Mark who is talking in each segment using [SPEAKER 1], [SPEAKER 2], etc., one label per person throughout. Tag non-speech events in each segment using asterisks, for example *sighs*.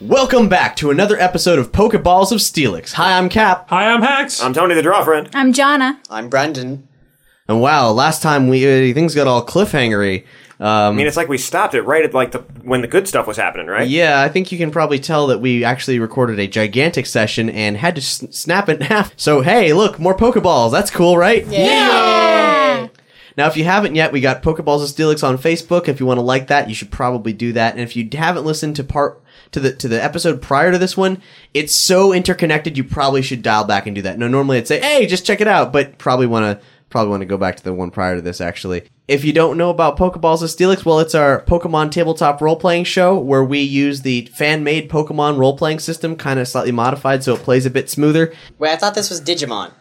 [SPEAKER 1] Welcome back to another episode of Pokeballs of Steelix. Hi, I'm Cap.
[SPEAKER 2] Hi, I'm Hax.
[SPEAKER 3] I'm Tony the Draw Friend.
[SPEAKER 4] I'm Jonna.
[SPEAKER 5] I'm Brendan.
[SPEAKER 1] And wow, last time we uh, things got all cliffhangery. Um,
[SPEAKER 3] I mean, it's like we stopped it right at like the when the good stuff was happening, right?
[SPEAKER 1] Yeah, I think you can probably tell that we actually recorded a gigantic session and had to s- snap it in *laughs* half. So hey, look, more Pokeballs. That's cool, right?
[SPEAKER 4] Yeah.
[SPEAKER 1] Now, if you haven't yet, we got Pokeballs of Steelix on Facebook. If you want to like that, you should probably do that. And if you haven't listened to part to the to the episode prior to this one, it's so interconnected. You probably should dial back and do that. Now, normally I'd say, hey, just check it out, but probably want to probably want to go back to the one prior to this actually. If you don't know about Pokeballs of Steelix, well, it's our Pokemon tabletop role playing show where we use the fan made Pokemon role playing system, kind of slightly modified so it plays a bit smoother.
[SPEAKER 5] Wait, I thought this was Digimon.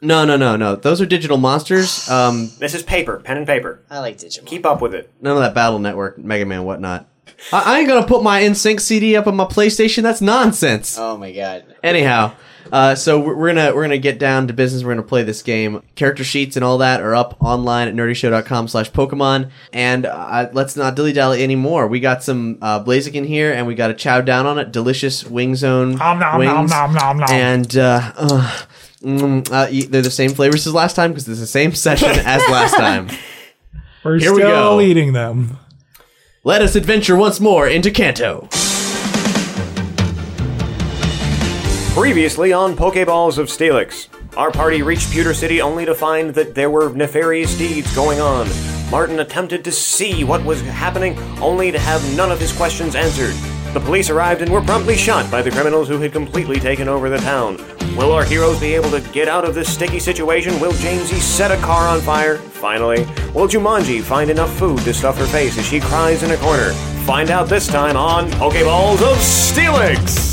[SPEAKER 1] No, no, no, no. Those are digital monsters. Um,
[SPEAKER 3] This is paper, pen and paper.
[SPEAKER 5] I like Digimon.
[SPEAKER 3] Keep up with it.
[SPEAKER 1] none of that Battle Network, Mega Man, whatnot. I, I ain't gonna put my NSYNC CD up on my PlayStation. That's nonsense.
[SPEAKER 5] oh my god.
[SPEAKER 1] Anyhow, uh, so we're, we're gonna we're gonna get down to business. We're gonna play this game. Character sheets and all that are up online at nerdyshow.com/pokemon. And uh, let's not dilly dally anymore. We got some uh, Blaziken here, and we got to chow down on it. Delicious Wing Zone
[SPEAKER 2] Nom, nom, nom,
[SPEAKER 1] wings.
[SPEAKER 2] nom, nom, nom.
[SPEAKER 1] And uh, uh, mm, uh, y- they're the same flavors as last time because it's the same session as
[SPEAKER 2] *laughs*
[SPEAKER 1] last time.
[SPEAKER 2] We're
[SPEAKER 1] Here
[SPEAKER 2] still
[SPEAKER 1] we go.
[SPEAKER 2] eating them.
[SPEAKER 1] Let us adventure once more into Kanto.
[SPEAKER 3] Previously on Pokeballs of Steelix, our party reached Pewter City only to find that there were nefarious deeds going on. Martin attempted to see what was happening, only to have none of his questions answered. The police arrived and were promptly shot by the criminals who had completely taken over the town. Will our heroes be able to get out of this sticky situation? Will Jamesy set a car on fire? Finally, will Jumanji find enough food to stuff her face as she cries in a corner? Find out this time on Pokeballs of Steelix!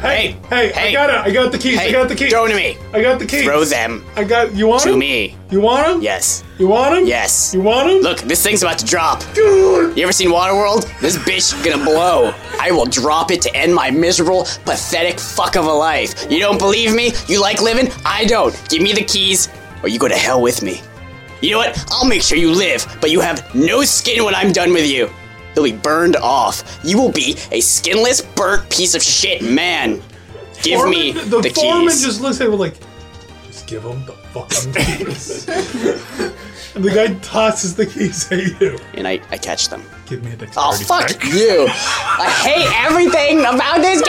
[SPEAKER 2] Hey, hey,
[SPEAKER 5] Hey.
[SPEAKER 2] I got it. I got the keys. I
[SPEAKER 5] Hey,
[SPEAKER 2] got the keys.
[SPEAKER 5] throw 'em to me.
[SPEAKER 2] I got the keys.
[SPEAKER 5] Throw them
[SPEAKER 2] I got. You want
[SPEAKER 5] to
[SPEAKER 2] them?
[SPEAKER 5] me.
[SPEAKER 2] You want them?
[SPEAKER 5] Yes.
[SPEAKER 2] You want them?
[SPEAKER 5] Yes.
[SPEAKER 2] You want them?
[SPEAKER 5] Look, this thing's about to drop.
[SPEAKER 2] Dude.
[SPEAKER 5] You ever seen Waterworld? This bitch gonna blow. I will drop it to end my miserable, pathetic fuck of a life. You don't believe me? You like living? I don't. Give me the keys, or you go to hell with me. You know what? I'll make sure you live, but you have no skin when I'm done with you. You'll be burned off. You will be a skinless, burnt piece of shit man. Give
[SPEAKER 2] Foreman-
[SPEAKER 5] me
[SPEAKER 2] the,
[SPEAKER 5] the,
[SPEAKER 2] foreman
[SPEAKER 5] keys.
[SPEAKER 2] just looks at him like, just give him the fucking keys. and the guy tosses the keys at you.
[SPEAKER 5] and I, I catch them.
[SPEAKER 2] Give me a dexterity
[SPEAKER 5] *laughs* Oh, fuck
[SPEAKER 2] check.
[SPEAKER 5] you. I hate everything about this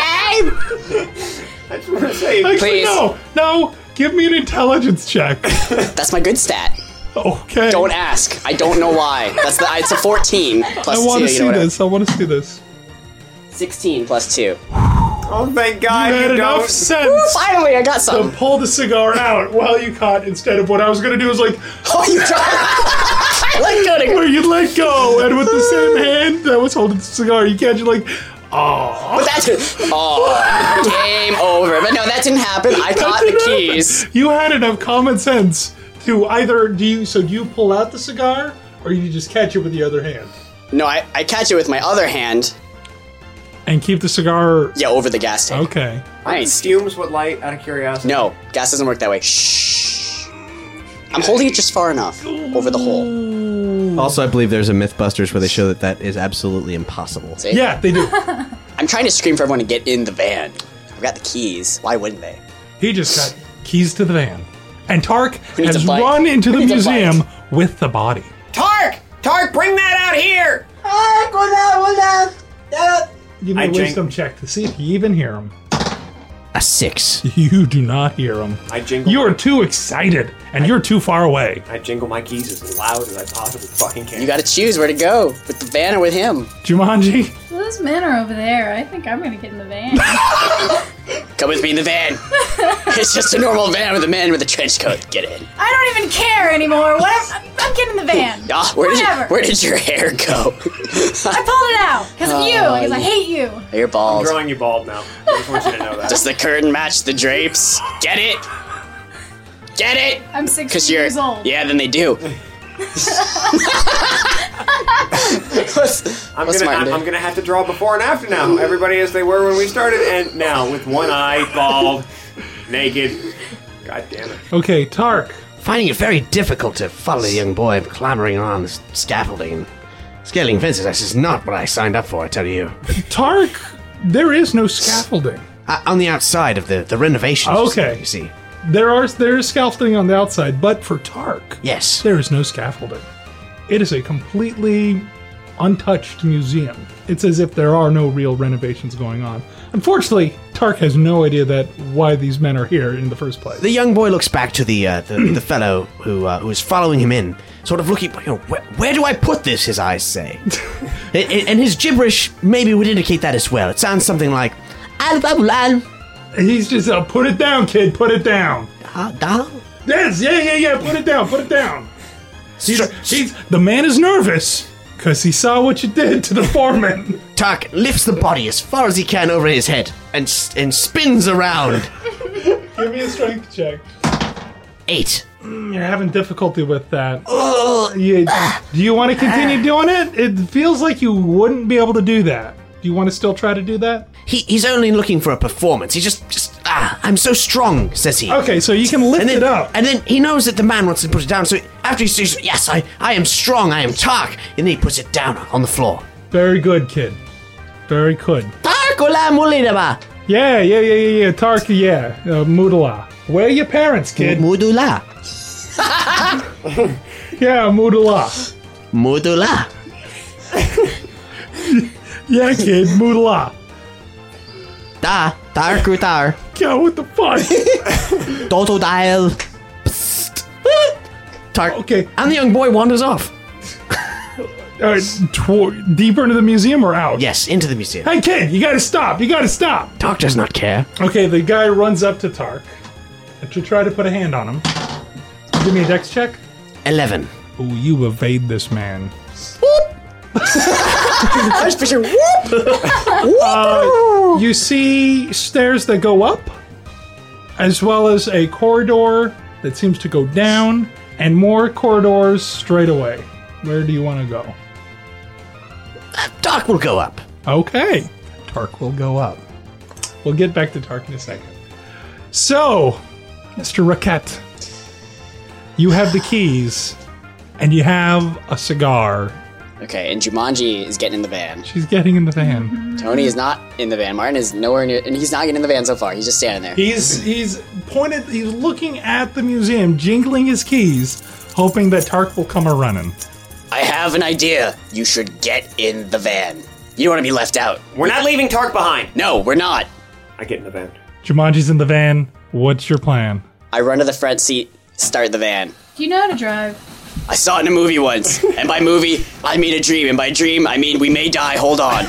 [SPEAKER 5] game.
[SPEAKER 2] Actually,
[SPEAKER 5] please.
[SPEAKER 2] no, no. Give me an intelligence check.
[SPEAKER 5] That's my good stat.
[SPEAKER 2] okay.
[SPEAKER 5] Don't ask. I don't know why. That's the. It's a 14 plus
[SPEAKER 2] I want to
[SPEAKER 5] two. you
[SPEAKER 2] see
[SPEAKER 5] know what I-
[SPEAKER 2] this. I want to see this.
[SPEAKER 5] 16 plus two.
[SPEAKER 3] Oh, thank God
[SPEAKER 2] You
[SPEAKER 3] you
[SPEAKER 2] had enough
[SPEAKER 3] don't.
[SPEAKER 2] sense.
[SPEAKER 5] Finally, I got
[SPEAKER 2] to
[SPEAKER 5] some.
[SPEAKER 2] pull the cigar out while you caught instead of what I was gonna do is like
[SPEAKER 5] Oh, you got. I
[SPEAKER 2] *laughs*
[SPEAKER 5] like doing it.
[SPEAKER 2] where you let go and with
[SPEAKER 5] *laughs*
[SPEAKER 2] the same hand that was holding the cigar you catch it like oh
[SPEAKER 5] But that's
[SPEAKER 2] *laughs*
[SPEAKER 5] oh game over. But no, that didn't happen. I caught the keys.
[SPEAKER 2] you had enough common sense to either do you so do you pull out the cigar or you just catch it with the other hand
[SPEAKER 5] No, I, I catch it with my other hand.
[SPEAKER 2] and keep the cigar
[SPEAKER 5] Yeah, over the gas tank.
[SPEAKER 2] okay
[SPEAKER 5] I ain't stu-
[SPEAKER 3] Fumes with light out of curiosity.
[SPEAKER 5] No, gas doesn't work that way. Shh. I'm holding it just far enough over the hole.
[SPEAKER 1] Also, I believe there's a MythBusters where they show that that is absolutely impossible.
[SPEAKER 5] See?
[SPEAKER 2] yeah they do
[SPEAKER 5] *laughs* I'm trying to scream for everyone to get in the van. I've got the keys. Why wouldn't they?
[SPEAKER 2] he just got keys to the van and Tark
[SPEAKER 5] needs
[SPEAKER 2] has
[SPEAKER 5] a bike?
[SPEAKER 2] run into the
[SPEAKER 5] Who needs a bike?
[SPEAKER 2] museum with the body
[SPEAKER 3] Tark! Tark, bring that out here!
[SPEAKER 2] give me
[SPEAKER 3] I
[SPEAKER 2] a
[SPEAKER 3] drink-
[SPEAKER 2] wisdom check to see if you even hear him
[SPEAKER 1] A six.
[SPEAKER 2] you do not hear him
[SPEAKER 3] I jingle.
[SPEAKER 2] You are too excited, and you're too far away.
[SPEAKER 3] I jingle my keys as loud as I possibly fucking can.
[SPEAKER 5] You gotta choose where to go with the van
[SPEAKER 3] *laughs*
[SPEAKER 5] with him.
[SPEAKER 2] Jumanji.
[SPEAKER 4] Those men are over there. I think I'm gonna get in the van. *laughs*
[SPEAKER 5] Come with me in the van. *laughs* it's just a normal van with a man with a trench coat. Get in.
[SPEAKER 4] I don't even care anymore. What? I'm, I'm getting in the van.
[SPEAKER 5] *laughs* Ah, where did
[SPEAKER 4] Whatever.
[SPEAKER 5] where did your hair go? *laughs* Oh,
[SPEAKER 4] I pulled it out because of you. Because I hate you.
[SPEAKER 5] Your
[SPEAKER 3] I'm
[SPEAKER 5] balls.
[SPEAKER 3] drawing you bald now. I just want you to know that.
[SPEAKER 5] Does the curtain match the drapes? Get it? Get it?
[SPEAKER 4] I'm 60
[SPEAKER 5] Cause you're *laughs*
[SPEAKER 4] years old. *laughs*
[SPEAKER 5] yeah. Then they do. What's-
[SPEAKER 3] I'm
[SPEAKER 5] what's
[SPEAKER 3] gonna,
[SPEAKER 5] Martin
[SPEAKER 3] I'm,
[SPEAKER 5] do?
[SPEAKER 3] I'm gonna have to draw before and after now. Everybody as they were when we started, and now with one eye bald, naked. God damn it!
[SPEAKER 2] Okay, Tark.
[SPEAKER 6] Finding it very difficult to follow the young boy clambering on s- scaffolding. Scaling fences, this is not what I signed up for, I tell you.
[SPEAKER 2] Tark. There is no scaffolding. Oh,
[SPEAKER 6] Uh, on the outside of the, the renovations.
[SPEAKER 2] Okay.
[SPEAKER 6] You see.
[SPEAKER 2] There are there is scaffolding on the outside, but for Tark,
[SPEAKER 6] Yes.
[SPEAKER 2] there is no scaffolding. It is a completely untouched museum. It's as if there are no real renovations going on. Unfortunately, Tark has no idea that why these men are here in the first place.
[SPEAKER 6] The young boy looks back to the uh, the,
[SPEAKER 2] *clears throat*
[SPEAKER 6] the fellow who uh, who is following him in, sort of looking. You know, where, where do I put this? His
[SPEAKER 2] *laughs*
[SPEAKER 6] eyes say, and, and- and his gibberish maybe would indicate that as well. It sounds something like "Al- al- al-
[SPEAKER 2] He's just uh, put it down, kid. Put it down.
[SPEAKER 6] da- da."
[SPEAKER 2] Yes, yeah, yeah, yeah. Put it down. Put it down.
[SPEAKER 6] Str-
[SPEAKER 2] He's the man is nervous because he saw what you did to the foreman.
[SPEAKER 6] Tark lifts the body as far as he can over his head and s- and spins around.
[SPEAKER 2] Give me a strength check. *laughs*
[SPEAKER 6] Eight.
[SPEAKER 2] Mm, You're having difficulty with that. You-
[SPEAKER 6] Ah.
[SPEAKER 2] do you want to continue doing it? It feels like you wouldn't be able to do that. Do you want to still try to do that?
[SPEAKER 6] He, he's only looking for a performance. He just just ah, I'm so strong, says he.
[SPEAKER 2] Okay, so you can lift
[SPEAKER 6] And
[SPEAKER 2] it
[SPEAKER 6] then,
[SPEAKER 2] up.
[SPEAKER 6] and then he knows that the man wants to put it down. So after he says, "Yes, I, I am strong. I am Tark," and then he puts it down on the floor.
[SPEAKER 2] Very good, kid. Very good.
[SPEAKER 6] Tark olam ulidaba.
[SPEAKER 2] Yeah, yeah, yeah, yeah, yeah. Tark, yeah. Uh, Moodala. Where are your parents, kid?
[SPEAKER 6] Mudula.
[SPEAKER 2] yeah, Moodala.
[SPEAKER 6] Mudula.
[SPEAKER 2] Yeah, kid, Moodala.
[SPEAKER 6] Da. Tarkutar.
[SPEAKER 2] Yeah, what the fuck?
[SPEAKER 6] *laughs* Doto dial. Psst. Tark.
[SPEAKER 2] Okay.
[SPEAKER 6] And the young boy wanders off.
[SPEAKER 2] *laughs* All right, tw- deeper into the museum or out?
[SPEAKER 6] Yes, into the museum.
[SPEAKER 2] Hey, kid, you gotta stop. You gotta stop.
[SPEAKER 6] Tark does not care.
[SPEAKER 2] Okay, the guy runs up to Tark and to try to put a hand on him. Give me a dex check.
[SPEAKER 6] Eleven.
[SPEAKER 2] Oh, you evade this man.
[SPEAKER 5] I was picturing whoop.
[SPEAKER 2] Uh, You see stairs that go up, as well as a corridor that seems to go down, and more corridors straight away. Where do you want to go?
[SPEAKER 6] Tark will go up.
[SPEAKER 2] Okay. Tark will go up. We'll get back to Tark in a second. So, Mr. Raquette, you have the keys, and you have a cigar.
[SPEAKER 5] Okay, and Jumanji is getting in the van.
[SPEAKER 2] She's getting in the van.
[SPEAKER 5] Tony is not in the van. Martin is nowhere near, and he's not getting in the van so far. He's just standing there.
[SPEAKER 2] He's he's pointed. He's looking at the museum, jingling his keys, hoping that Tark will come a running.
[SPEAKER 5] I have an idea. You should get in the van. You don't want to be left out.
[SPEAKER 3] We're not leaving Tark behind.
[SPEAKER 5] No, we're not.
[SPEAKER 3] I get in the van.
[SPEAKER 2] Jumanji's in the van. What's your plan?
[SPEAKER 5] I run to the front seat, start the van.
[SPEAKER 4] Do you know how to drive?
[SPEAKER 5] I saw it in a movie once, and by movie, I mean a dream, and by dream, I mean we may die. Hold on.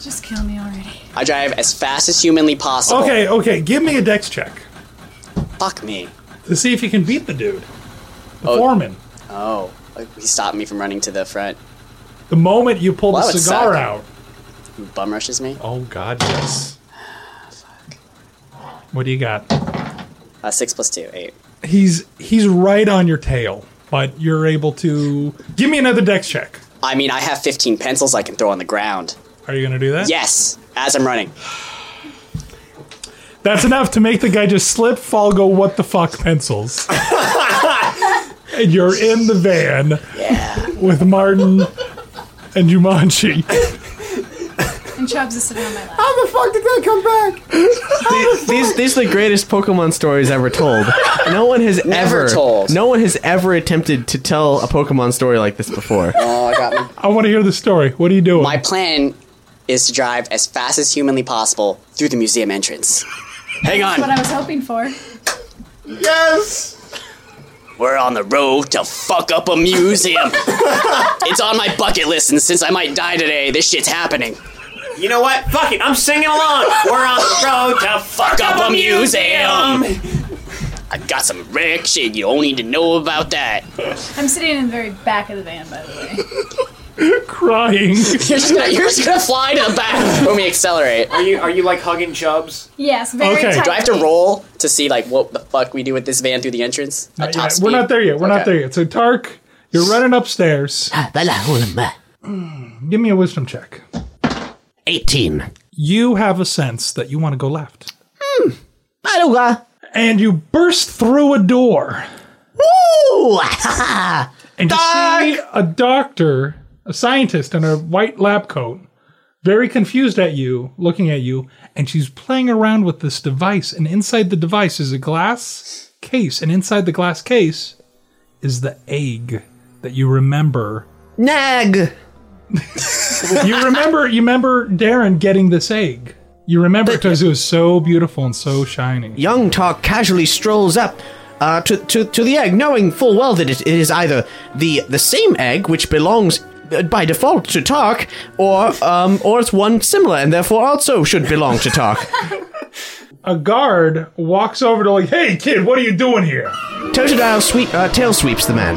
[SPEAKER 4] Just kill me already.
[SPEAKER 5] I drive as fast as humanly possible.
[SPEAKER 2] Okay, okay. Give me a dex check
[SPEAKER 5] Fuck me.
[SPEAKER 2] to see if you can beat the dude, the
[SPEAKER 5] Oh.
[SPEAKER 2] foreman.
[SPEAKER 5] Oh, he stopped me from running to the front.
[SPEAKER 2] The moment you pull
[SPEAKER 5] Well, that
[SPEAKER 2] the
[SPEAKER 5] would
[SPEAKER 2] cigar
[SPEAKER 5] suck.
[SPEAKER 2] out.
[SPEAKER 5] Bum rushes me.
[SPEAKER 2] Oh God, yes. What do you got?
[SPEAKER 5] Uh, six plus two, eight.
[SPEAKER 2] He's he's right on your tail, but you're able to give me another dex check.
[SPEAKER 5] I mean, I have 15 pencils I can throw on the ground.
[SPEAKER 2] Are you gonna do that?
[SPEAKER 5] Yes, as I'm running.
[SPEAKER 2] That's enough to make the guy just slip, fall, go, what the fuck,
[SPEAKER 5] *laughs*
[SPEAKER 2] pencils. and you're in the van with Martin and Jumanji.
[SPEAKER 4] And Chubbs is sitting on my lap.
[SPEAKER 6] How the fuck did that come back? *laughs* these these are the greatest Pokemon stories ever told. No one has
[SPEAKER 5] Never
[SPEAKER 6] ever
[SPEAKER 5] told.
[SPEAKER 6] No one has ever attempted to tell a Pokemon story like this before.
[SPEAKER 5] Oh, I got me.
[SPEAKER 2] *laughs* I want to hear the story. What are you doing?
[SPEAKER 5] My plan is to drive as fast as humanly possible through the museum entrance. Hang
[SPEAKER 4] That's what
[SPEAKER 5] on.
[SPEAKER 4] I was hoping for.
[SPEAKER 6] yes.
[SPEAKER 5] We're on the road to fuck up
[SPEAKER 2] *laughs*
[SPEAKER 5] a museum. it's on my bucket list, and since I might die today, this shit's happening.
[SPEAKER 3] You know what? Fuck it. I'm singing along. We're on the road to fuck up a museum.
[SPEAKER 5] I've got some wreck shit. You don't need to know about that.
[SPEAKER 4] I'm sitting in the very back of the van, by the way.
[SPEAKER 2] Crying.
[SPEAKER 5] *laughs* You're just gonna, you're just gonna fly to the back when we accelerate.
[SPEAKER 3] Are you are you like hugging Chubbs?
[SPEAKER 4] Yes, very
[SPEAKER 2] Okay.
[SPEAKER 5] Do I have to roll to see like what the fuck we do with this van through the entrance? At
[SPEAKER 2] Yeah,
[SPEAKER 5] top
[SPEAKER 2] we're
[SPEAKER 5] speed?
[SPEAKER 2] not there yet. We're not
[SPEAKER 5] Okay.
[SPEAKER 2] there yet. So Tark, you're running upstairs. Hmm. Give me a wisdom check.
[SPEAKER 6] 18.
[SPEAKER 2] You have a sense that you want to go left.
[SPEAKER 6] Hmm. I don't uh,
[SPEAKER 2] And you burst through a door.
[SPEAKER 6] Woo! *laughs* Ha, ha.
[SPEAKER 2] And you see
[SPEAKER 6] Doc!
[SPEAKER 2] a doctor, a scientist in a white lab coat, very confused at you, looking at you, and she's playing around with this device. And inside the device is a glass case. And inside the glass case is the egg that you remember.
[SPEAKER 6] Nag!
[SPEAKER 2] You remember you remember Darren getting this egg. You remember it because it was so beautiful and so shiny.
[SPEAKER 6] Young Tark casually strolls up uh, to, to, to the egg, knowing full well that it, it is either the, the same egg, which belongs uh, by default to Tark, or, um, or it's one similar and therefore also should belong
[SPEAKER 2] *laughs*
[SPEAKER 6] to Tark.
[SPEAKER 2] A guard walks over to like, hey kid, what are you doing here?
[SPEAKER 6] Totodile sweep, uh, tail sweeps the man.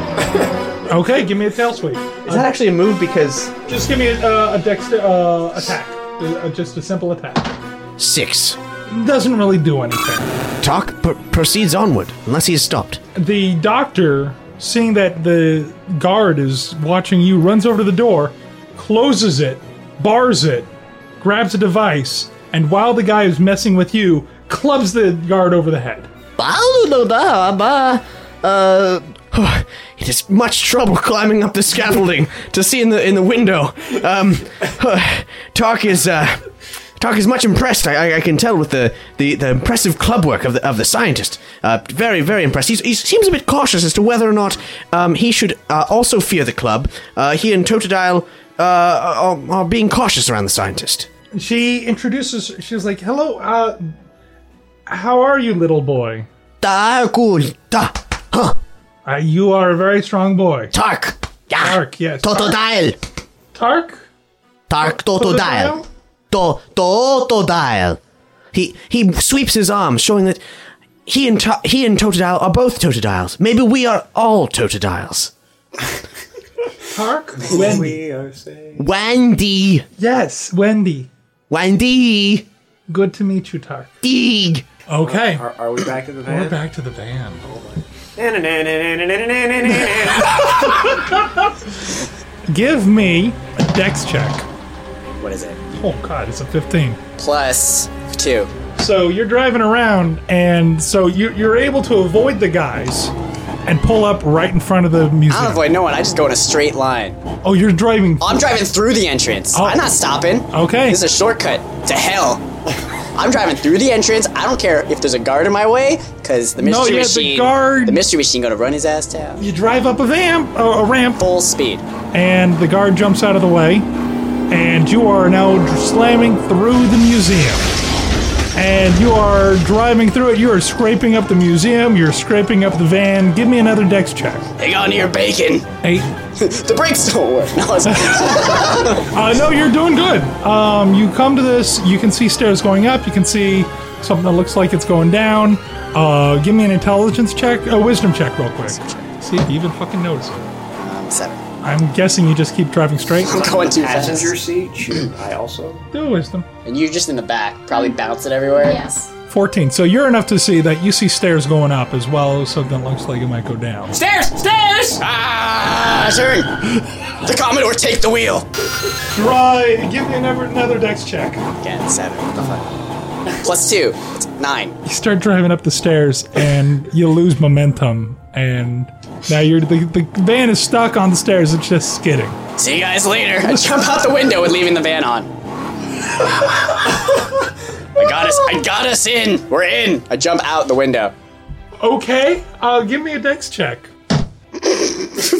[SPEAKER 2] Okay, give me a tail sweep.
[SPEAKER 6] Is that actually a move? Because.
[SPEAKER 2] Just give me a, uh, a dexter uh, attack. Uh, just a simple attack.
[SPEAKER 6] Six.
[SPEAKER 2] Doesn't really do anything.
[SPEAKER 6] Tark pr- proceeds onward, unless he is stopped.
[SPEAKER 2] The doctor, seeing that the guard is watching you, runs over to the door, closes it, bars it, grabs a device, and while the guy is messing with you, clubs the guard over the head.
[SPEAKER 6] Ba-lu-lu-ba-ba. Uh, *sighs* it is much trouble climbing up the scaffolding to see in the in the window. Um, *sighs* Tark is uh, Tark is much impressed. I, I- I can tell with the, the, the impressive club work of the of the scientist. Uh, very very impressed. He's, he seems a bit cautious as to whether or not um, he should uh, also fear the club. Uh, he and Totodile uh, are, are being cautious around the scientist.
[SPEAKER 2] She introduces, she's like, hello, uh, how are you, little boy?
[SPEAKER 6] Da-gul-da. Huh.
[SPEAKER 2] Uh, you are a very strong boy.
[SPEAKER 6] Tark. Yeah.
[SPEAKER 2] Tark, yes.
[SPEAKER 6] Totodile.
[SPEAKER 2] Tark?
[SPEAKER 6] Tark Totodile. To Totodile. He he sweeps his arms, showing that he and to- he and Totodile are both Totodiles. Maybe we are all Totodiles.
[SPEAKER 2] Tark? Wendy.
[SPEAKER 3] We are saying.
[SPEAKER 6] Wendy,
[SPEAKER 2] Yes, Wendy.
[SPEAKER 6] Wendy,
[SPEAKER 2] Good to meet you, Tark.
[SPEAKER 6] Deeg.
[SPEAKER 2] Okay.
[SPEAKER 3] Are, are we back to the
[SPEAKER 2] We're
[SPEAKER 3] van?
[SPEAKER 2] back to the van. Give me a dex check.
[SPEAKER 5] What is it?
[SPEAKER 2] Oh, God, it's a 15.
[SPEAKER 5] Plus two.
[SPEAKER 2] So you're driving around, and so you, you're able to avoid the guys and pull up right in front of the
[SPEAKER 5] I
[SPEAKER 2] museum.
[SPEAKER 6] Oh,
[SPEAKER 5] don't avoid no one. I just go in a straight line.
[SPEAKER 2] oh, you're driving.
[SPEAKER 5] I'm driving through the entrance.
[SPEAKER 2] Oh.
[SPEAKER 5] I'm not stopping.
[SPEAKER 2] Okay.
[SPEAKER 5] This is a shortcut to hell. I'm driving through the entrance. I don't care if there's a guard in my way, because the mystery
[SPEAKER 2] yeah, the
[SPEAKER 5] machine,
[SPEAKER 2] guard-
[SPEAKER 5] the mystery machine, gonna run his ass down.
[SPEAKER 2] You drive up a, vamp, uh, a ramp,
[SPEAKER 5] Full speed.
[SPEAKER 2] and the guard jumps out of the way, and you are now dr- slamming through the museum. And you are driving through it. You are scraping up the museum. You're scraping up the van. Give me another dex check.
[SPEAKER 5] Hang on to your bacon.
[SPEAKER 2] Eight.
[SPEAKER 5] *laughs* The brakes don't work. *laughs* No, it's
[SPEAKER 2] Uh, no, you're doing good. Um, you come to this. You can see stairs going up. You can see something that looks like it's going down. Uh, give me an intelligence check, a wisdom check, real quick. See if you even fucking notice it.
[SPEAKER 5] Um, seven.
[SPEAKER 2] I'm guessing you just keep driving straight.
[SPEAKER 5] I'm *laughs* going too fast.
[SPEAKER 3] Passenger seat. Shoot. I also.
[SPEAKER 2] Do a wisdom.
[SPEAKER 5] And you're just in the back, probably bouncing everywhere.
[SPEAKER 4] Yes.
[SPEAKER 2] 14. So you're enough to see that you see stairs going up as well as something that looks like it might go down.
[SPEAKER 5] Stairs! Stairs! Ah, turn. The Commodore, take the wheel.
[SPEAKER 2] Right. Give me another, another dex check.
[SPEAKER 5] Again, seven. What the fuck? Plus two. It's nine.
[SPEAKER 2] You start driving up the stairs and you lose momentum, and now you're the, the van is stuck on the stairs. It's just skidding.
[SPEAKER 5] See you guys later. *laughs* I jump out the window and leaving the van on. I got us. I got us in. We're in. I jump out the window.
[SPEAKER 2] Okay. Uh, give me a dex check.
[SPEAKER 5] *laughs*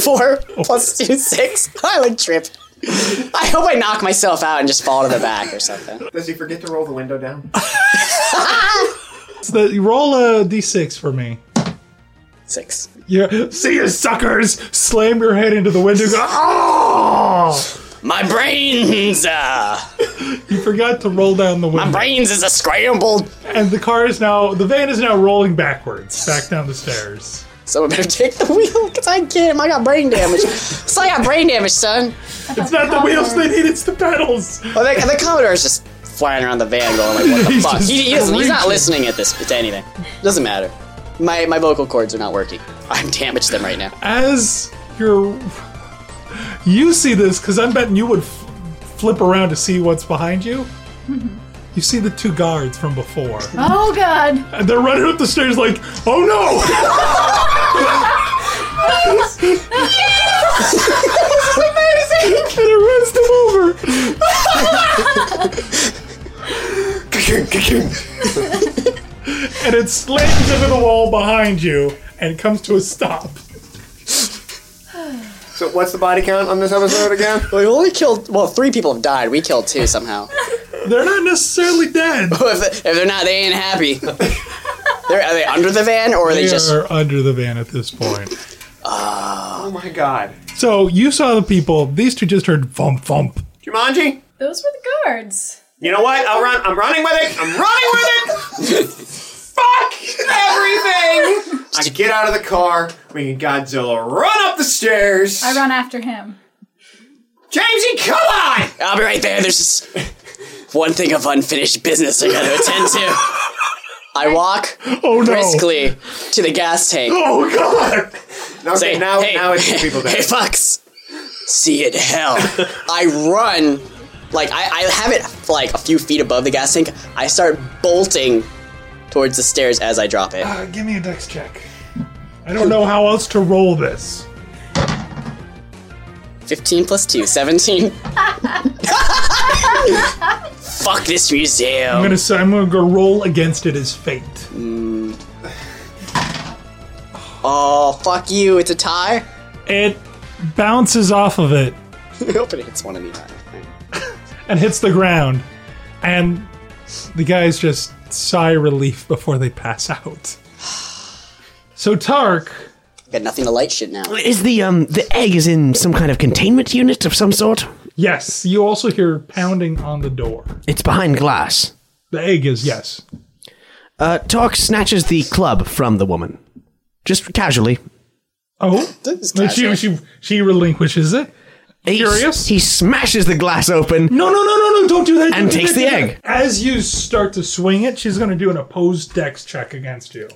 [SPEAKER 5] Four plus two six. I like trip. I hope I knock myself out and just fall to the back or something.
[SPEAKER 3] *laughs*
[SPEAKER 5] *laughs*
[SPEAKER 3] Does he forget to roll the window down?
[SPEAKER 2] So the, roll a d6 for me.
[SPEAKER 5] Six.
[SPEAKER 2] you see you suckers slam your head into the window and go, oh!
[SPEAKER 5] My brains, uh,
[SPEAKER 2] You forgot to roll down the
[SPEAKER 5] my
[SPEAKER 2] window.
[SPEAKER 5] brains is a scrambled.
[SPEAKER 2] And the car is now, the van is now rolling backwards, back down the stairs.
[SPEAKER 5] Someone better take the wheel, cause I can't. I got brain damage. so I got brain damage, son.
[SPEAKER 2] It's not the wheels they need, it's the pedals.
[SPEAKER 5] Well, the, the Commodore is just flying around the van,
[SPEAKER 2] *laughs*
[SPEAKER 5] going like, "What the
[SPEAKER 2] He's
[SPEAKER 5] fuck?"
[SPEAKER 2] just
[SPEAKER 5] He, he doesn't, he's not
[SPEAKER 2] screeching.
[SPEAKER 5] listening at this to anything. Doesn't matter. My my vocal cords are not working. I've damaged them right now.
[SPEAKER 2] As you're, you see this, because I'm betting you would f- flip around to see what's behind you. You see the two guards from before.
[SPEAKER 4] *laughs* Oh god.
[SPEAKER 2] And they're running up the stairs like, oh no! and it runs them over. And it slams into the wall behind you and comes to a stop.
[SPEAKER 3] So what's the body count on this episode again?
[SPEAKER 5] We only killed *laughs* well, three people have died. We killed two somehow.
[SPEAKER 2] *laughs* They're not necessarily dead.
[SPEAKER 5] if, *laughs* if they're not, they
[SPEAKER 2] *laughs*
[SPEAKER 5] ain't happy. they're, are they under the van or are they
[SPEAKER 2] They
[SPEAKER 5] just?
[SPEAKER 2] are under the van at this point.
[SPEAKER 3] Oh my god.
[SPEAKER 2] So you saw the people. These two just heard thump thump.
[SPEAKER 3] Jumanji?
[SPEAKER 4] Those were the guards.
[SPEAKER 3] You know what? I'll run. I'm running with it. I'm running with it. Fuck everything. I get out of the car. Me and Godzilla run up the stairs.
[SPEAKER 4] I run after him.
[SPEAKER 3] Jamesy, come on!
[SPEAKER 5] I'll be right there. There's just one thing of unfinished business I gotta attend to. I walk
[SPEAKER 2] Oh no!
[SPEAKER 5] briskly to the gas tank.
[SPEAKER 2] Oh god!
[SPEAKER 3] Okay,
[SPEAKER 5] Say,
[SPEAKER 3] now,
[SPEAKER 5] hey,
[SPEAKER 3] now it's the people
[SPEAKER 5] hey,
[SPEAKER 3] there.
[SPEAKER 5] fucks. See it hell. I run, like I, I have it like a few feet above the gas tank. I start bolting towards the stairs as I drop it.
[SPEAKER 2] Uh, give me a dex check. I don't know how else to roll this.
[SPEAKER 5] 15 plus 2, 17. *laughs* Fuck this museum.
[SPEAKER 2] I'm gonna say I'm gonna go roll against it as fate. Mm.
[SPEAKER 5] Oh, fuck you. It's a tie.
[SPEAKER 2] It bounces off of it
[SPEAKER 5] *laughs* I hope it hits one of me.
[SPEAKER 2] and hits the ground, and the guys just sigh relief before they pass out. So Tark,
[SPEAKER 5] Got nothing to light shit now. *laughs*
[SPEAKER 6] Is the um the egg is in some kind of containment unit of some sort?
[SPEAKER 2] yes, you also hear pounding on the door.
[SPEAKER 6] It's behind glass.
[SPEAKER 2] The egg is yes.
[SPEAKER 6] Uh, Tark snatches the club from the woman, just casually.
[SPEAKER 2] Oh,
[SPEAKER 5] casual.
[SPEAKER 2] she she she relinquishes it.
[SPEAKER 6] He-
[SPEAKER 2] Curious?
[SPEAKER 6] He smashes the glass open.
[SPEAKER 2] No, no, no, no, no! Don't do that.
[SPEAKER 6] And
[SPEAKER 2] don't do
[SPEAKER 6] takes
[SPEAKER 2] that,
[SPEAKER 6] the
[SPEAKER 2] do
[SPEAKER 6] egg.
[SPEAKER 2] that. As you start to swing it, she's gonna do an opposed dex check against you.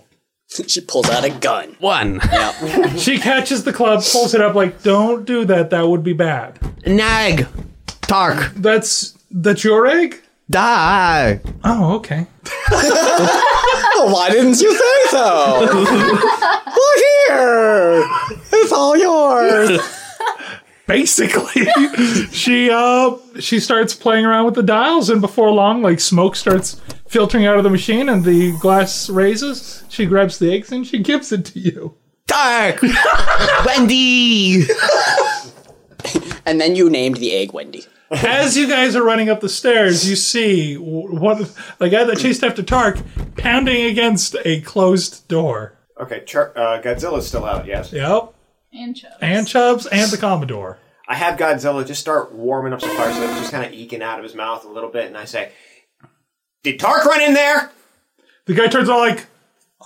[SPEAKER 5] she pulls out a gun.
[SPEAKER 6] One.
[SPEAKER 2] *laughs*
[SPEAKER 5] *laughs*
[SPEAKER 2] She catches the club, pulls it up, like, don't do that. That would be bad.
[SPEAKER 6] Nag. Tark.
[SPEAKER 2] That's that's your egg.
[SPEAKER 6] Die.
[SPEAKER 2] Oh, okay.
[SPEAKER 5] Oh, why didn't you say so?
[SPEAKER 2] *laughs*
[SPEAKER 5] Look here. It's all yours.
[SPEAKER 2] Basically, *laughs* she uh she starts playing around with the dials, and before long, like smoke starts filtering out of the machine, and the glass raises. She grabs the eggs and she gives it to you.
[SPEAKER 6] Tark. *laughs* Wendy.
[SPEAKER 5] And then you named the egg Wendy.
[SPEAKER 2] As you guys are running up the stairs, you see w- one the guy that chased after Tark pounding against a closed door.
[SPEAKER 3] Okay, Char- uh, Godzilla's still out, yes?
[SPEAKER 2] Yep,
[SPEAKER 4] And Chubbs.
[SPEAKER 2] and Chubbs and the Commodore.
[SPEAKER 3] I have Godzilla just start warming up some fire so it's just kind of eking out of his mouth a little bit, and I say, Did Tark run in there?
[SPEAKER 2] The guy turns out like,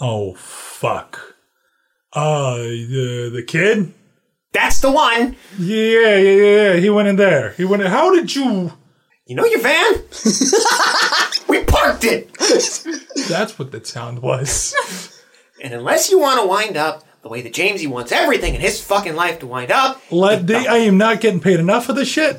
[SPEAKER 2] oh fuck. Uh, the the kid.
[SPEAKER 3] That's the one.
[SPEAKER 2] Yeah, yeah, yeah, yeah. He went in there. He went. In. How did you?
[SPEAKER 3] You know
[SPEAKER 2] *laughs*
[SPEAKER 3] your van? we parked it!
[SPEAKER 2] That's what that sound was.
[SPEAKER 3] And unless you want to wind up the way that Jamesy wants everything in his fucking life to wind up,
[SPEAKER 2] Let the. I am not getting paid enough for this shit.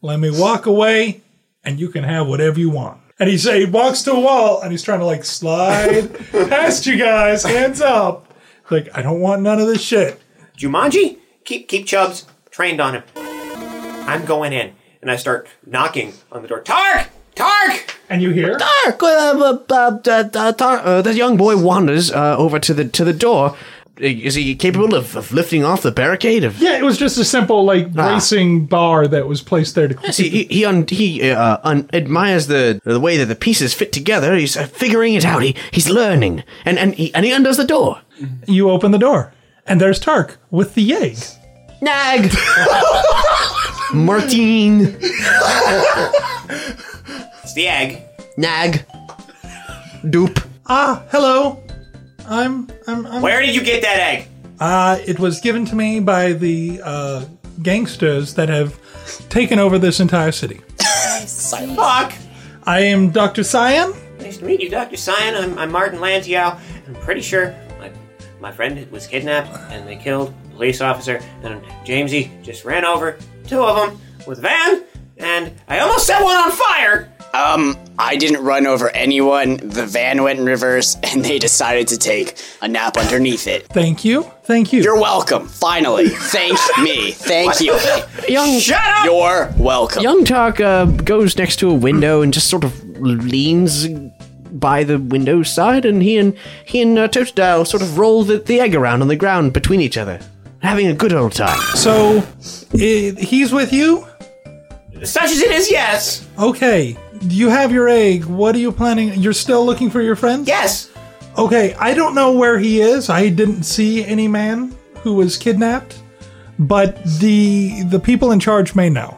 [SPEAKER 2] Let me walk away, and you can have whatever you want. And he say he walks to a wall, and he's trying to like *laughs* slide past you guys, hands up. Like I don't want none of this shit.
[SPEAKER 3] Jumanji, keep keep Chubbs trained on him. I'm going in, and I start knocking on the door. Tark, Tark.
[SPEAKER 2] And you hear?
[SPEAKER 6] Tark. Uh, uh, uh, uh, Tark. Uh, the young boy wanders uh, over to the to the door. Uh, Is he capable of, of lifting off the barricade? Of
[SPEAKER 2] Yeah, it was just a simple like bracing bar that was placed there to keep
[SPEAKER 6] Yes, he he un, he uh, un, admires the the way that the pieces fit together. He's uh, figuring it out. He he's learning, and and he, and he undoes the door.
[SPEAKER 2] you open the door. And there's Tark with the egg.
[SPEAKER 6] Nag. *laughs* Martine.
[SPEAKER 2] *laughs*
[SPEAKER 3] It's the egg.
[SPEAKER 6] Nag. Dupe.
[SPEAKER 2] Ah, hello. I'm I'm, I'm
[SPEAKER 3] Where did you get that egg?
[SPEAKER 2] *laughs* Uh, it was given to me by the uh, gangsters that have taken over this entire city.
[SPEAKER 3] Fuck.
[SPEAKER 2] I am Dr. Cyan.
[SPEAKER 3] Nice to meet you, Dr. Cyan. I'm, I'm Martin Lantiao. I'm pretty sure my, my friend was kidnapped and they killed a police officer, and Jamesy just ran over two of them with a van, and I almost set one on fire!
[SPEAKER 5] Um, I didn't run over anyone. The van went in reverse, *laughs* and they decided to take a nap underneath it.
[SPEAKER 2] Thank you. Thank you.
[SPEAKER 5] You're welcome. Finally, thank me. Thank you.
[SPEAKER 6] Young
[SPEAKER 5] Shut up. You're welcome.
[SPEAKER 6] Young Tark uh, goes next to a window and just sort of leans by the window side, and he and he and uh, Totodile sort of roll the, the egg around on the ground between each other, having a good old time.
[SPEAKER 2] so, i he's with you?
[SPEAKER 3] Such as it is, yes!
[SPEAKER 2] Okay. You have your egg. What are you planning? You're still looking for your friend?
[SPEAKER 3] Yes!
[SPEAKER 2] Okay, I don't know where he is. I didn't see any man who was kidnapped, but the the people in charge may know.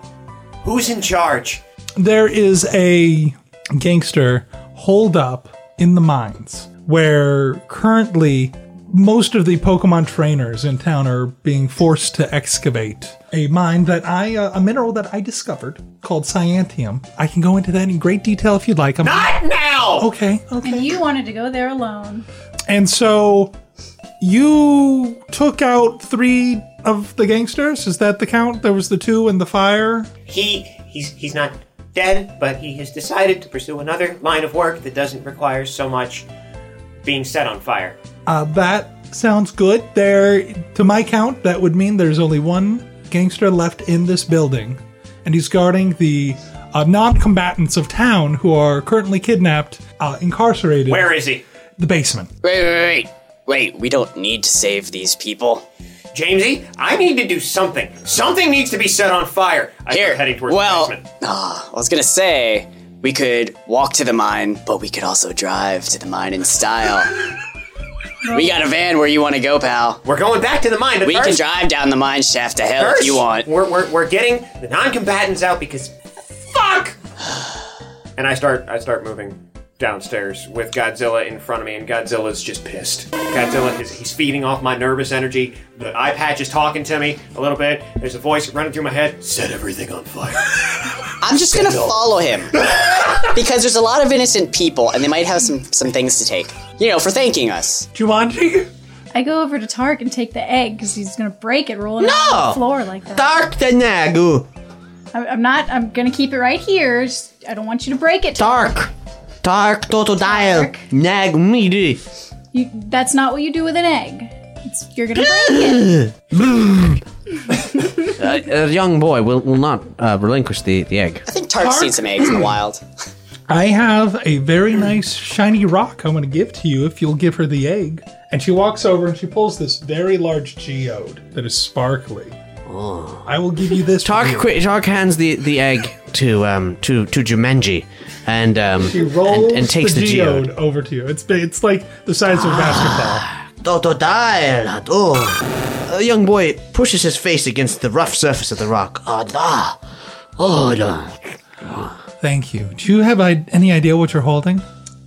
[SPEAKER 3] Who's in charge?
[SPEAKER 2] there is a gangster holed up in the mines where currently most of the Pokemon trainers in town are being forced to excavate a mine that I, uh, a mineral that I discovered called Cyantium. I can go into that in great detail if you'd like. I'm
[SPEAKER 3] Not now!
[SPEAKER 2] okay, okay.
[SPEAKER 4] And you wanted to go there alone.
[SPEAKER 2] And so you took out three of the gangsters. Is that the count? There was the two in the fire.
[SPEAKER 3] He, he's, he's not dead, but he has decided to pursue another line of work that doesn't require so much being set on fire.
[SPEAKER 2] Uh, that sounds good. There, to my count, that would mean there's only one gangster left in this building, and he's guarding the uh, non-combatants of town who are currently kidnapped, uh, incarcerated.
[SPEAKER 3] Where is he?
[SPEAKER 2] The basement.
[SPEAKER 5] Wait, wait, wait, wait. We don't need to save these people.
[SPEAKER 3] Jamesy, I need to do something. Something needs to be set on fire. I
[SPEAKER 5] Here,
[SPEAKER 3] start heading towards
[SPEAKER 5] well,
[SPEAKER 3] the basement.
[SPEAKER 5] Ah, I was gonna say we could walk to the mine, but we could also drive to the mine
[SPEAKER 3] *laughs*
[SPEAKER 5] in style. we got a van where you want to go, pal.
[SPEAKER 3] We're going back to the mine, but
[SPEAKER 5] We can
[SPEAKER 3] first,
[SPEAKER 5] drive down the mine shaft to hell
[SPEAKER 3] first
[SPEAKER 5] if you want.
[SPEAKER 3] We're, we're, we're getting the non-combatants out because fuck. And I start I start moving downstairs with Godzilla in front of me, and Godzilla's just pissed. Godzilla is he's feeding off my nervous energy. The eye patch is talking to me a little bit. There's a voice running through my head. Set everything on fire.
[SPEAKER 5] I'm just gonna
[SPEAKER 3] *laughs*
[SPEAKER 5] follow him because there's a lot of innocent people, and they might have some some things to take. You know, for thanking us.
[SPEAKER 2] Jumanji.
[SPEAKER 4] I go over to Tark and take the egg because he's gonna break it rolling it
[SPEAKER 6] No!
[SPEAKER 4] on the floor like that.
[SPEAKER 6] Tark the Nagu.
[SPEAKER 4] I, I'm not. I'm gonna keep it right here. Just, I don't want you to break it.
[SPEAKER 6] Tark. Tark Totodile.
[SPEAKER 4] Tark.
[SPEAKER 6] Nag *laughs* Midi.
[SPEAKER 4] You, that's not what you do with an egg. It's, you're gonna break it.
[SPEAKER 6] Uh, A young boy will, will not uh, relinquish the, the egg.
[SPEAKER 5] I think Tark's seen some eggs in the wild.
[SPEAKER 2] I have a very nice shiny rock I'm going to give to you if you'll give her the egg. And she walks over and she pulls this very large geode that is sparkly. I will give you this.
[SPEAKER 6] Tark,
[SPEAKER 2] for you.
[SPEAKER 6] quick, Tark hands the, the egg to um to to Jumanji, and um
[SPEAKER 2] She rolls
[SPEAKER 6] and, and takes the, geode. Ah.
[SPEAKER 2] over to you. It's it's like the size of a basketball.
[SPEAKER 6] Totodile. Oh. The young boy pushes his face against the rough surface of the rock. Ah, da. Oh, da.
[SPEAKER 2] Thank you. Do you have I- any idea what you're holding?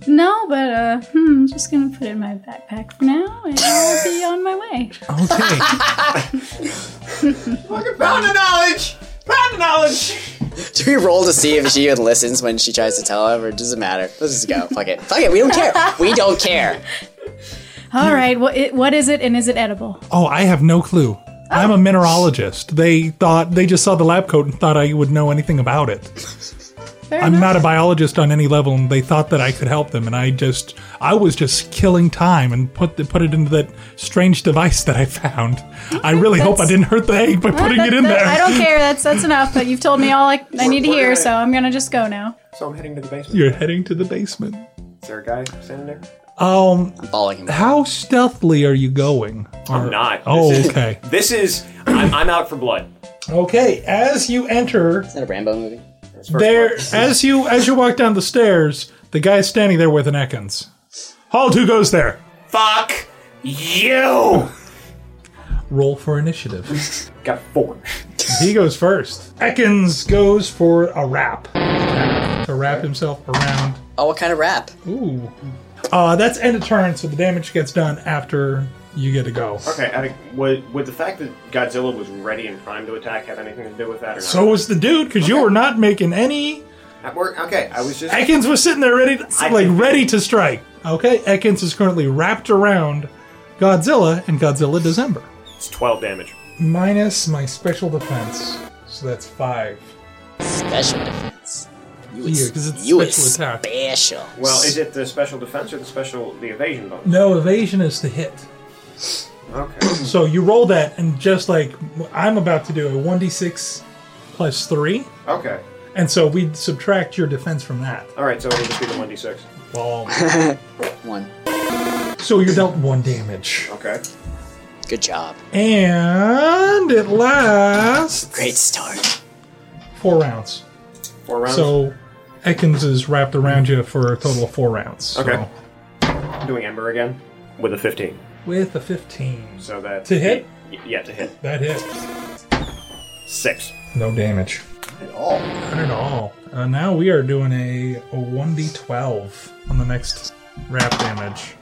[SPEAKER 4] No, but uh, hmm, I'm just gonna put it in my backpack for now, and I'll be on my way.
[SPEAKER 2] Okay.
[SPEAKER 3] Found the knowledge. Found the knowledge.
[SPEAKER 5] Do we roll to see if she even listens when she tries to tell him, or does it matter? Let's just go. Fuck it. Fuck it. We don't care. We don't care.
[SPEAKER 4] All right, what it, what is it, and is it edible?
[SPEAKER 2] oh, I have no clue. I'm a mineralogist. They thought they just saw the lab coat and thought I would know anything about it.
[SPEAKER 4] Fair
[SPEAKER 2] I'm
[SPEAKER 4] enough.
[SPEAKER 2] not a biologist on any level, and they thought that I could help them. And I just, I was just killing time and put the, put it into that strange device that I found. I really hope I
[SPEAKER 4] that's-
[SPEAKER 2] didn't hurt the egg by putting
[SPEAKER 4] That-
[SPEAKER 2] it in
[SPEAKER 4] that-
[SPEAKER 2] there.
[SPEAKER 4] I don't care. That's that's enough. But you've told me all I, I need to hear, so I'm gonna just go now.
[SPEAKER 3] So I'm heading to the basement.
[SPEAKER 2] You're heading to the basement.
[SPEAKER 3] Is there a guy standing there?
[SPEAKER 2] Um,
[SPEAKER 5] I'm following him.
[SPEAKER 2] How stealthily are you going? Or-
[SPEAKER 3] I'm not.
[SPEAKER 2] Oh,
[SPEAKER 3] This is-
[SPEAKER 2] okay.
[SPEAKER 3] This is I'm, I'm out for blood.
[SPEAKER 2] okay, as you enter
[SPEAKER 5] Is that a Rambo movie?
[SPEAKER 2] there as you as you walk down the stairs, the guy's standing there with an Ekans. Halt, who goes there?
[SPEAKER 3] Fuck you.
[SPEAKER 2] roll for initiative.
[SPEAKER 3] *laughs* Got four.
[SPEAKER 2] He goes first. Ekins goes for a
[SPEAKER 3] *laughs*
[SPEAKER 2] wrap. To wrap himself around.
[SPEAKER 5] Oh, what kind of rap?
[SPEAKER 2] Ooh. Uh, that's end of turn, so the damage gets done after you get to go.
[SPEAKER 3] Okay, I think, would, would the fact that Godzilla was ready and primed to attack have anything to do with that or not?
[SPEAKER 2] So was the dude, because you were not making any.
[SPEAKER 3] At work- okay, I was just.
[SPEAKER 2] Ekins was sitting there ready, to,
[SPEAKER 3] I
[SPEAKER 2] like
[SPEAKER 3] think-
[SPEAKER 2] ready to strike. Okay, Ekins is currently wrapped around Godzilla, and Godzilla does ember.
[SPEAKER 3] It's 12 damage.
[SPEAKER 2] Minus my special defense, so that's five.
[SPEAKER 5] Special defense. You
[SPEAKER 2] Yeah,
[SPEAKER 5] was,
[SPEAKER 2] 'cause it's
[SPEAKER 5] you was
[SPEAKER 2] special attack.
[SPEAKER 5] special.
[SPEAKER 3] Well, is it the special defense or the special the evasion bonus?
[SPEAKER 2] No evasion is the hit.
[SPEAKER 3] Okay.
[SPEAKER 2] So you roll that, and just like I'm about to do, a one d six plus three,
[SPEAKER 3] *coughs* Okay.
[SPEAKER 2] and so we subtract your defense from that.
[SPEAKER 3] All right, so it'll just be the 1d6. *laughs*
[SPEAKER 2] Well,
[SPEAKER 5] one.
[SPEAKER 2] so you're dealt one damage,
[SPEAKER 3] Okay.
[SPEAKER 5] Good job.
[SPEAKER 2] and it lasts
[SPEAKER 5] Great start.
[SPEAKER 2] four rounds.
[SPEAKER 3] Four rounds.
[SPEAKER 2] So Ekins is wrapped around you for a total of four rounds. so-
[SPEAKER 3] Okay. Doing Ember again with a 15.
[SPEAKER 2] With a 15.
[SPEAKER 3] So that
[SPEAKER 2] To hit?
[SPEAKER 3] Y- yeah, to hit
[SPEAKER 2] That hit.
[SPEAKER 3] six.
[SPEAKER 2] No damage.
[SPEAKER 3] At all.
[SPEAKER 2] Not at all. Uh, now we are doing a, a 1d12 on the next wrap damage.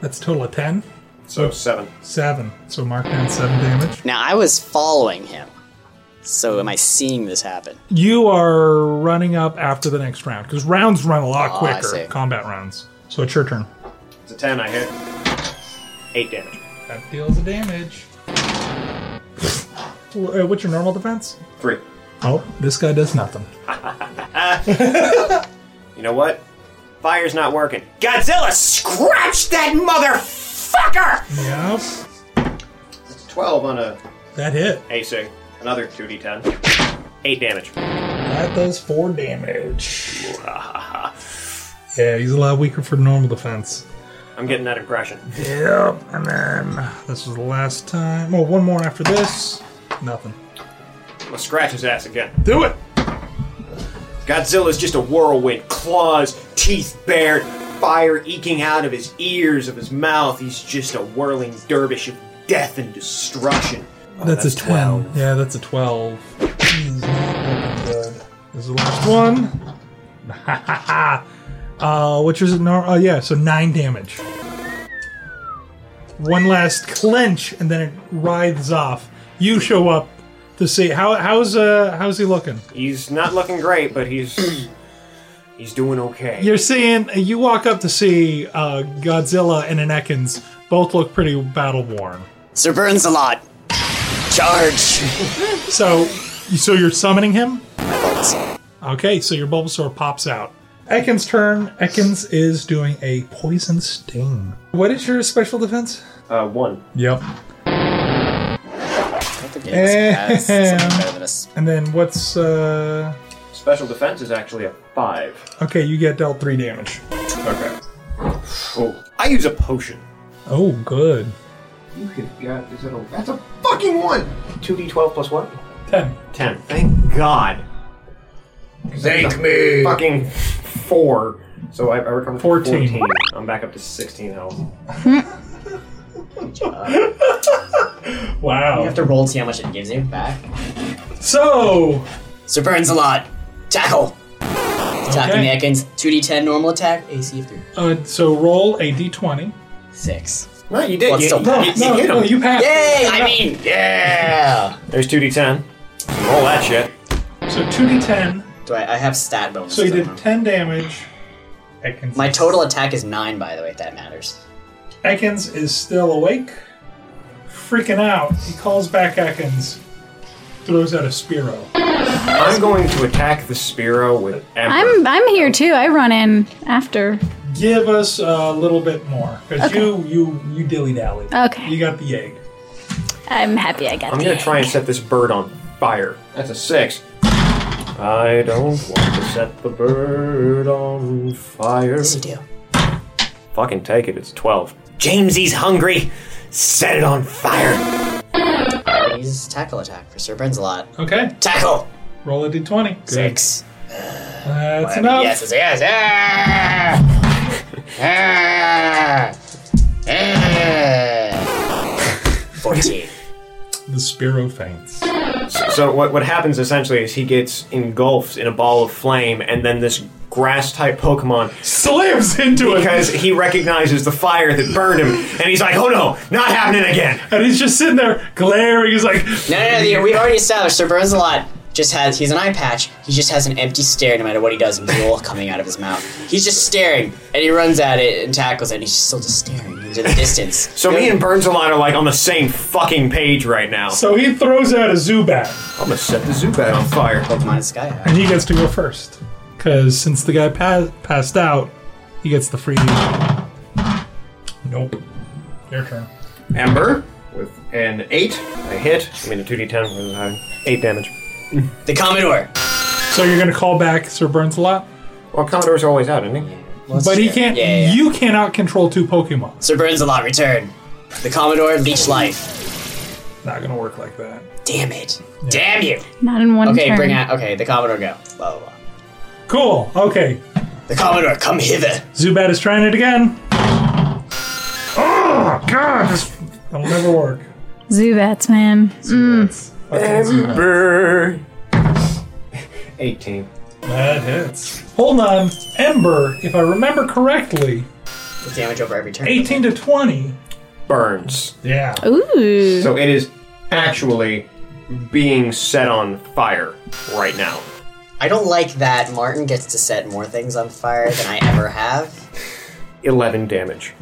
[SPEAKER 2] That's a total of 10.
[SPEAKER 3] So seven.
[SPEAKER 2] 7. So mark down 7 damage.
[SPEAKER 5] Now I was following him. So am I seeing this happen?
[SPEAKER 2] You are running up after the next round because rounds run a lot
[SPEAKER 5] Oh, I see.
[SPEAKER 2] quicker, combat rounds. So it's your turn.
[SPEAKER 3] It's a ten. I hit eight damage.
[SPEAKER 2] That deals a damage. Uh, What's your normal defense?
[SPEAKER 3] Three.
[SPEAKER 2] Oh, this guy does *laughs* nothing.
[SPEAKER 3] *laughs* You know what? Fire's not working. Godzilla scratched that motherfucker.
[SPEAKER 2] Yep.
[SPEAKER 3] It's twelve on a
[SPEAKER 2] That hit.
[SPEAKER 3] AC. Another two d10. Eight damage.
[SPEAKER 2] That does four damage. yeah, he's a lot weaker for normal defense.
[SPEAKER 3] I'm getting that impression.
[SPEAKER 2] Yep, and then this was the last time. Well, one more after this. Nothing.
[SPEAKER 3] Let's scratch his ass again.
[SPEAKER 2] Do it!
[SPEAKER 3] Godzilla's just a whirlwind, claws, teeth bared, fire eking out of his ears, of his mouth. He's just a whirling dervish of death and destruction. Oh,
[SPEAKER 2] that's, a 12. Yeah, that's a 12. He's not looking good. This is the last one. Ha ha ha. *laughs* Uh, Which is normal. Oh, yeah, so nine damage. One last clench, and then it writhes off. You show up to see how how's uh how's he looking?
[SPEAKER 3] He's not looking great,
[SPEAKER 2] *clears throat*
[SPEAKER 3] but he's he's doing okay.
[SPEAKER 2] You're seeing you walk up to see uh, Godzilla and an Ekans both look pretty battle worn.
[SPEAKER 5] Sir Burns a lot. Charge.
[SPEAKER 2] So, so you're summoning him.
[SPEAKER 5] Bulbasaur.
[SPEAKER 2] Okay, so your Bulbasaur pops out. Ekans' turn. Ekans is doing a poison sting. What is your special defense?
[SPEAKER 3] Uh, one.
[SPEAKER 2] Yep.
[SPEAKER 5] I don't think it has
[SPEAKER 2] *laughs*
[SPEAKER 5] something better than a s-
[SPEAKER 2] Eh. And then what's uh?
[SPEAKER 3] Special defense is actually a five.
[SPEAKER 2] Okay, you get dealt three damage.
[SPEAKER 3] Okay. Oh, I use a potion.
[SPEAKER 2] Oh, good.
[SPEAKER 3] You could yeah, is that a that's a fucking one. Two d twelve plus one.
[SPEAKER 2] Ten.
[SPEAKER 3] Ten. Thank God. Thank me. Fucking four. So I, I recovered to
[SPEAKER 2] 14.
[SPEAKER 3] 14. I'm back up to 16 health.
[SPEAKER 5] You
[SPEAKER 2] Wow.
[SPEAKER 5] have to roll to see how much it gives you back.
[SPEAKER 2] So
[SPEAKER 5] Sir Burns a lot. Tackle. Attacking
[SPEAKER 2] Okay.
[SPEAKER 5] the Ekans. 2d10 normal attack. AC of 3.
[SPEAKER 2] uh, so roll a d20.
[SPEAKER 5] 6.
[SPEAKER 3] No, you did.
[SPEAKER 5] Well,
[SPEAKER 3] you,
[SPEAKER 5] still-
[SPEAKER 3] you-
[SPEAKER 5] No,
[SPEAKER 3] you
[SPEAKER 2] no,
[SPEAKER 3] hit
[SPEAKER 2] no,
[SPEAKER 3] him.
[SPEAKER 2] you passed.
[SPEAKER 5] Yay! I mean, yeah!
[SPEAKER 3] Uh, There's 2d10. Roll that shit.
[SPEAKER 2] So 2d10.
[SPEAKER 5] *laughs* Do I, I have stat bonus.
[SPEAKER 2] So you
[SPEAKER 5] don't
[SPEAKER 2] did
[SPEAKER 5] know.
[SPEAKER 2] 10 damage. Ekans.
[SPEAKER 5] My total attack is 9, by the way, if that matters.
[SPEAKER 2] Ekans is still awake, freaking out. He calls back Ekans, throws out a Spiro.
[SPEAKER 3] I'm going to attack the Spiro with Ember.
[SPEAKER 4] I'm I'm here too. I run in after.
[SPEAKER 2] Give us a little bit more, because you you you dilly dally.
[SPEAKER 4] Okay.
[SPEAKER 2] You got the egg.
[SPEAKER 4] I'm happy I got
[SPEAKER 3] I'm gonna
[SPEAKER 4] that.
[SPEAKER 3] try and set this bird on fire. That's a six. I don't want to set the bird on fire.
[SPEAKER 5] Yes, you do.
[SPEAKER 3] Fucking take it, it's 12. Jamesy's hungry! Set it on fire!
[SPEAKER 5] Use tackle attack for Sir Burns a lot.
[SPEAKER 2] Okay.
[SPEAKER 5] Tackle!
[SPEAKER 2] Roll a d20. Good.
[SPEAKER 5] 6.
[SPEAKER 2] That's enough.
[SPEAKER 5] Yes, yes, yes! Ah! Ah! Ah! 14.
[SPEAKER 2] The Spiro faints.
[SPEAKER 3] So what what happens essentially is he gets engulfed in a ball of flame, and then this grass type Pokemon
[SPEAKER 2] Slams into
[SPEAKER 3] because
[SPEAKER 2] it.
[SPEAKER 3] he recognizes the fire that burned him, and he's like, "Oh no, not happening again!"
[SPEAKER 2] And he's just sitting there glaring. He's like,
[SPEAKER 5] No, no, no. We already established Sir Bronzelot just has, he's an eye patch. He just has an empty stare no matter what he does, drool coming out of his mouth. He's just staring, and he runs at it and tackles it, and he's still just staring into the distance.
[SPEAKER 3] So me and Burns a lot are like on the same fucking page right now.
[SPEAKER 2] So he throws out a Zubat,
[SPEAKER 3] Oh. I'm gonna set the Zubat on fire.
[SPEAKER 5] Pokemon is Sky High.
[SPEAKER 2] and he gets to go first. Because since the guy pa- passed out, he gets the free action. Nope. Your turn.
[SPEAKER 3] Ember with an eight, a hit. I mean a two d ten for the high. eight damage.
[SPEAKER 5] The Commodore.
[SPEAKER 2] So you're going to call back Sir Burns a lot?
[SPEAKER 3] Well, Commodore's always out, isn't he?
[SPEAKER 2] But he can't.
[SPEAKER 5] Yeah, yeah, yeah.
[SPEAKER 2] You cannot control two Pokemon.
[SPEAKER 5] Sir Bronzelot, return. The Commodore, leech life.
[SPEAKER 2] Not going to work like that.
[SPEAKER 5] Damn it. Damn you.
[SPEAKER 4] Not in one
[SPEAKER 5] Okay,
[SPEAKER 4] turn.
[SPEAKER 5] bring out. Okay, the Commodore, go. Blah, blah, blah.
[SPEAKER 2] Cool. Okay.
[SPEAKER 5] The Commodore, come hither.
[SPEAKER 2] Zubat is trying it again. Oh, God. This will never work.
[SPEAKER 4] Zubats, man. Mm.
[SPEAKER 2] Okay, Zubat.
[SPEAKER 3] Ember. Eighteen.
[SPEAKER 2] That hits. Hold on. Ember, if I remember correctly,
[SPEAKER 5] The damage over every turn.
[SPEAKER 2] 18 to 20.
[SPEAKER 3] Burns.
[SPEAKER 2] Yeah.
[SPEAKER 4] Ooh.
[SPEAKER 3] So it is actually being set on fire right now.
[SPEAKER 5] I don't like that Martin gets to set more things on fire than I ever have.
[SPEAKER 3] 11 damage.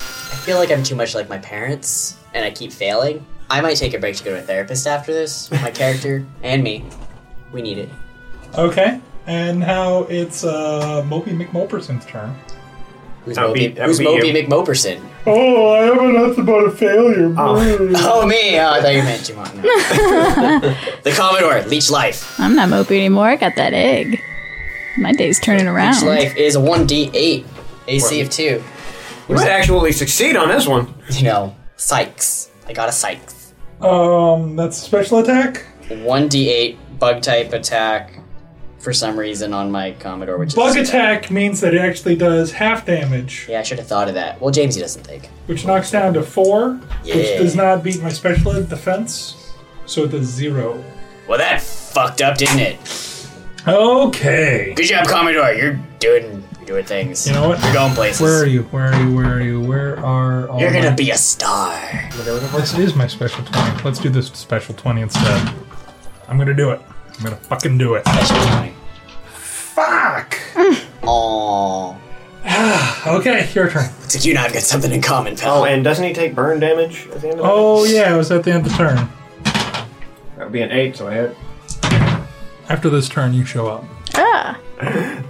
[SPEAKER 5] I feel like I'm too much like my parents, and I keep failing. I might take a break to go to a therapist after this. My character and me. We need it.
[SPEAKER 2] Okay. And now it's uh, Moby McMulperson's turn.
[SPEAKER 5] Who's
[SPEAKER 3] That would
[SPEAKER 5] Moby,
[SPEAKER 3] be- that would
[SPEAKER 5] who's
[SPEAKER 3] be
[SPEAKER 5] Moby
[SPEAKER 3] you.
[SPEAKER 5] McMoperson?
[SPEAKER 2] Oh, I have enough about a failure.
[SPEAKER 5] Oh, me! Oh, I thought you meant Jumon. No. *laughs* the Commodore, Leech Life.
[SPEAKER 4] I'm not mopey anymore. I got that egg. My day's turning around.
[SPEAKER 5] Leech Life is a 1d8, AC of 2.
[SPEAKER 3] You might actually succeed on this one.
[SPEAKER 5] You know, Sykes. I got a Sykes.
[SPEAKER 2] Um, that's special attack.
[SPEAKER 5] 1d8 bug type attack for some reason on my Commodore, which
[SPEAKER 2] Bug
[SPEAKER 5] is.
[SPEAKER 2] attack means that it actually does half damage,
[SPEAKER 5] Yeah, I should have thought of that. Well, Jamesy doesn't think.
[SPEAKER 2] which knocks down to four, which
[SPEAKER 5] Yeah.
[SPEAKER 2] does not beat my special defense, so it does zero.
[SPEAKER 5] Well, that fucked up, didn't it?
[SPEAKER 2] Okay.
[SPEAKER 5] Good job, Commodore. You're doing, you're doing things.
[SPEAKER 2] You know what?
[SPEAKER 5] You're going places.
[SPEAKER 2] Where are you? Where are you? Where are you? Where are all
[SPEAKER 5] You're
[SPEAKER 2] my-
[SPEAKER 5] gonna be a star.
[SPEAKER 2] This is my special 20. Let's do this special 20 instead. I'm gonna do it. I'm gonna fucking do it. Fuck!
[SPEAKER 3] *sighs*
[SPEAKER 5] Aww.
[SPEAKER 2] Okay, your turn.
[SPEAKER 5] Looks like you and I have got something in common, pal.
[SPEAKER 3] Oh, and doesn't he take burn damage at the end of it?
[SPEAKER 2] Oh, yeah, it was at the end of the turn.
[SPEAKER 3] That would be an 8, so I hit
[SPEAKER 2] After this turn, you show up.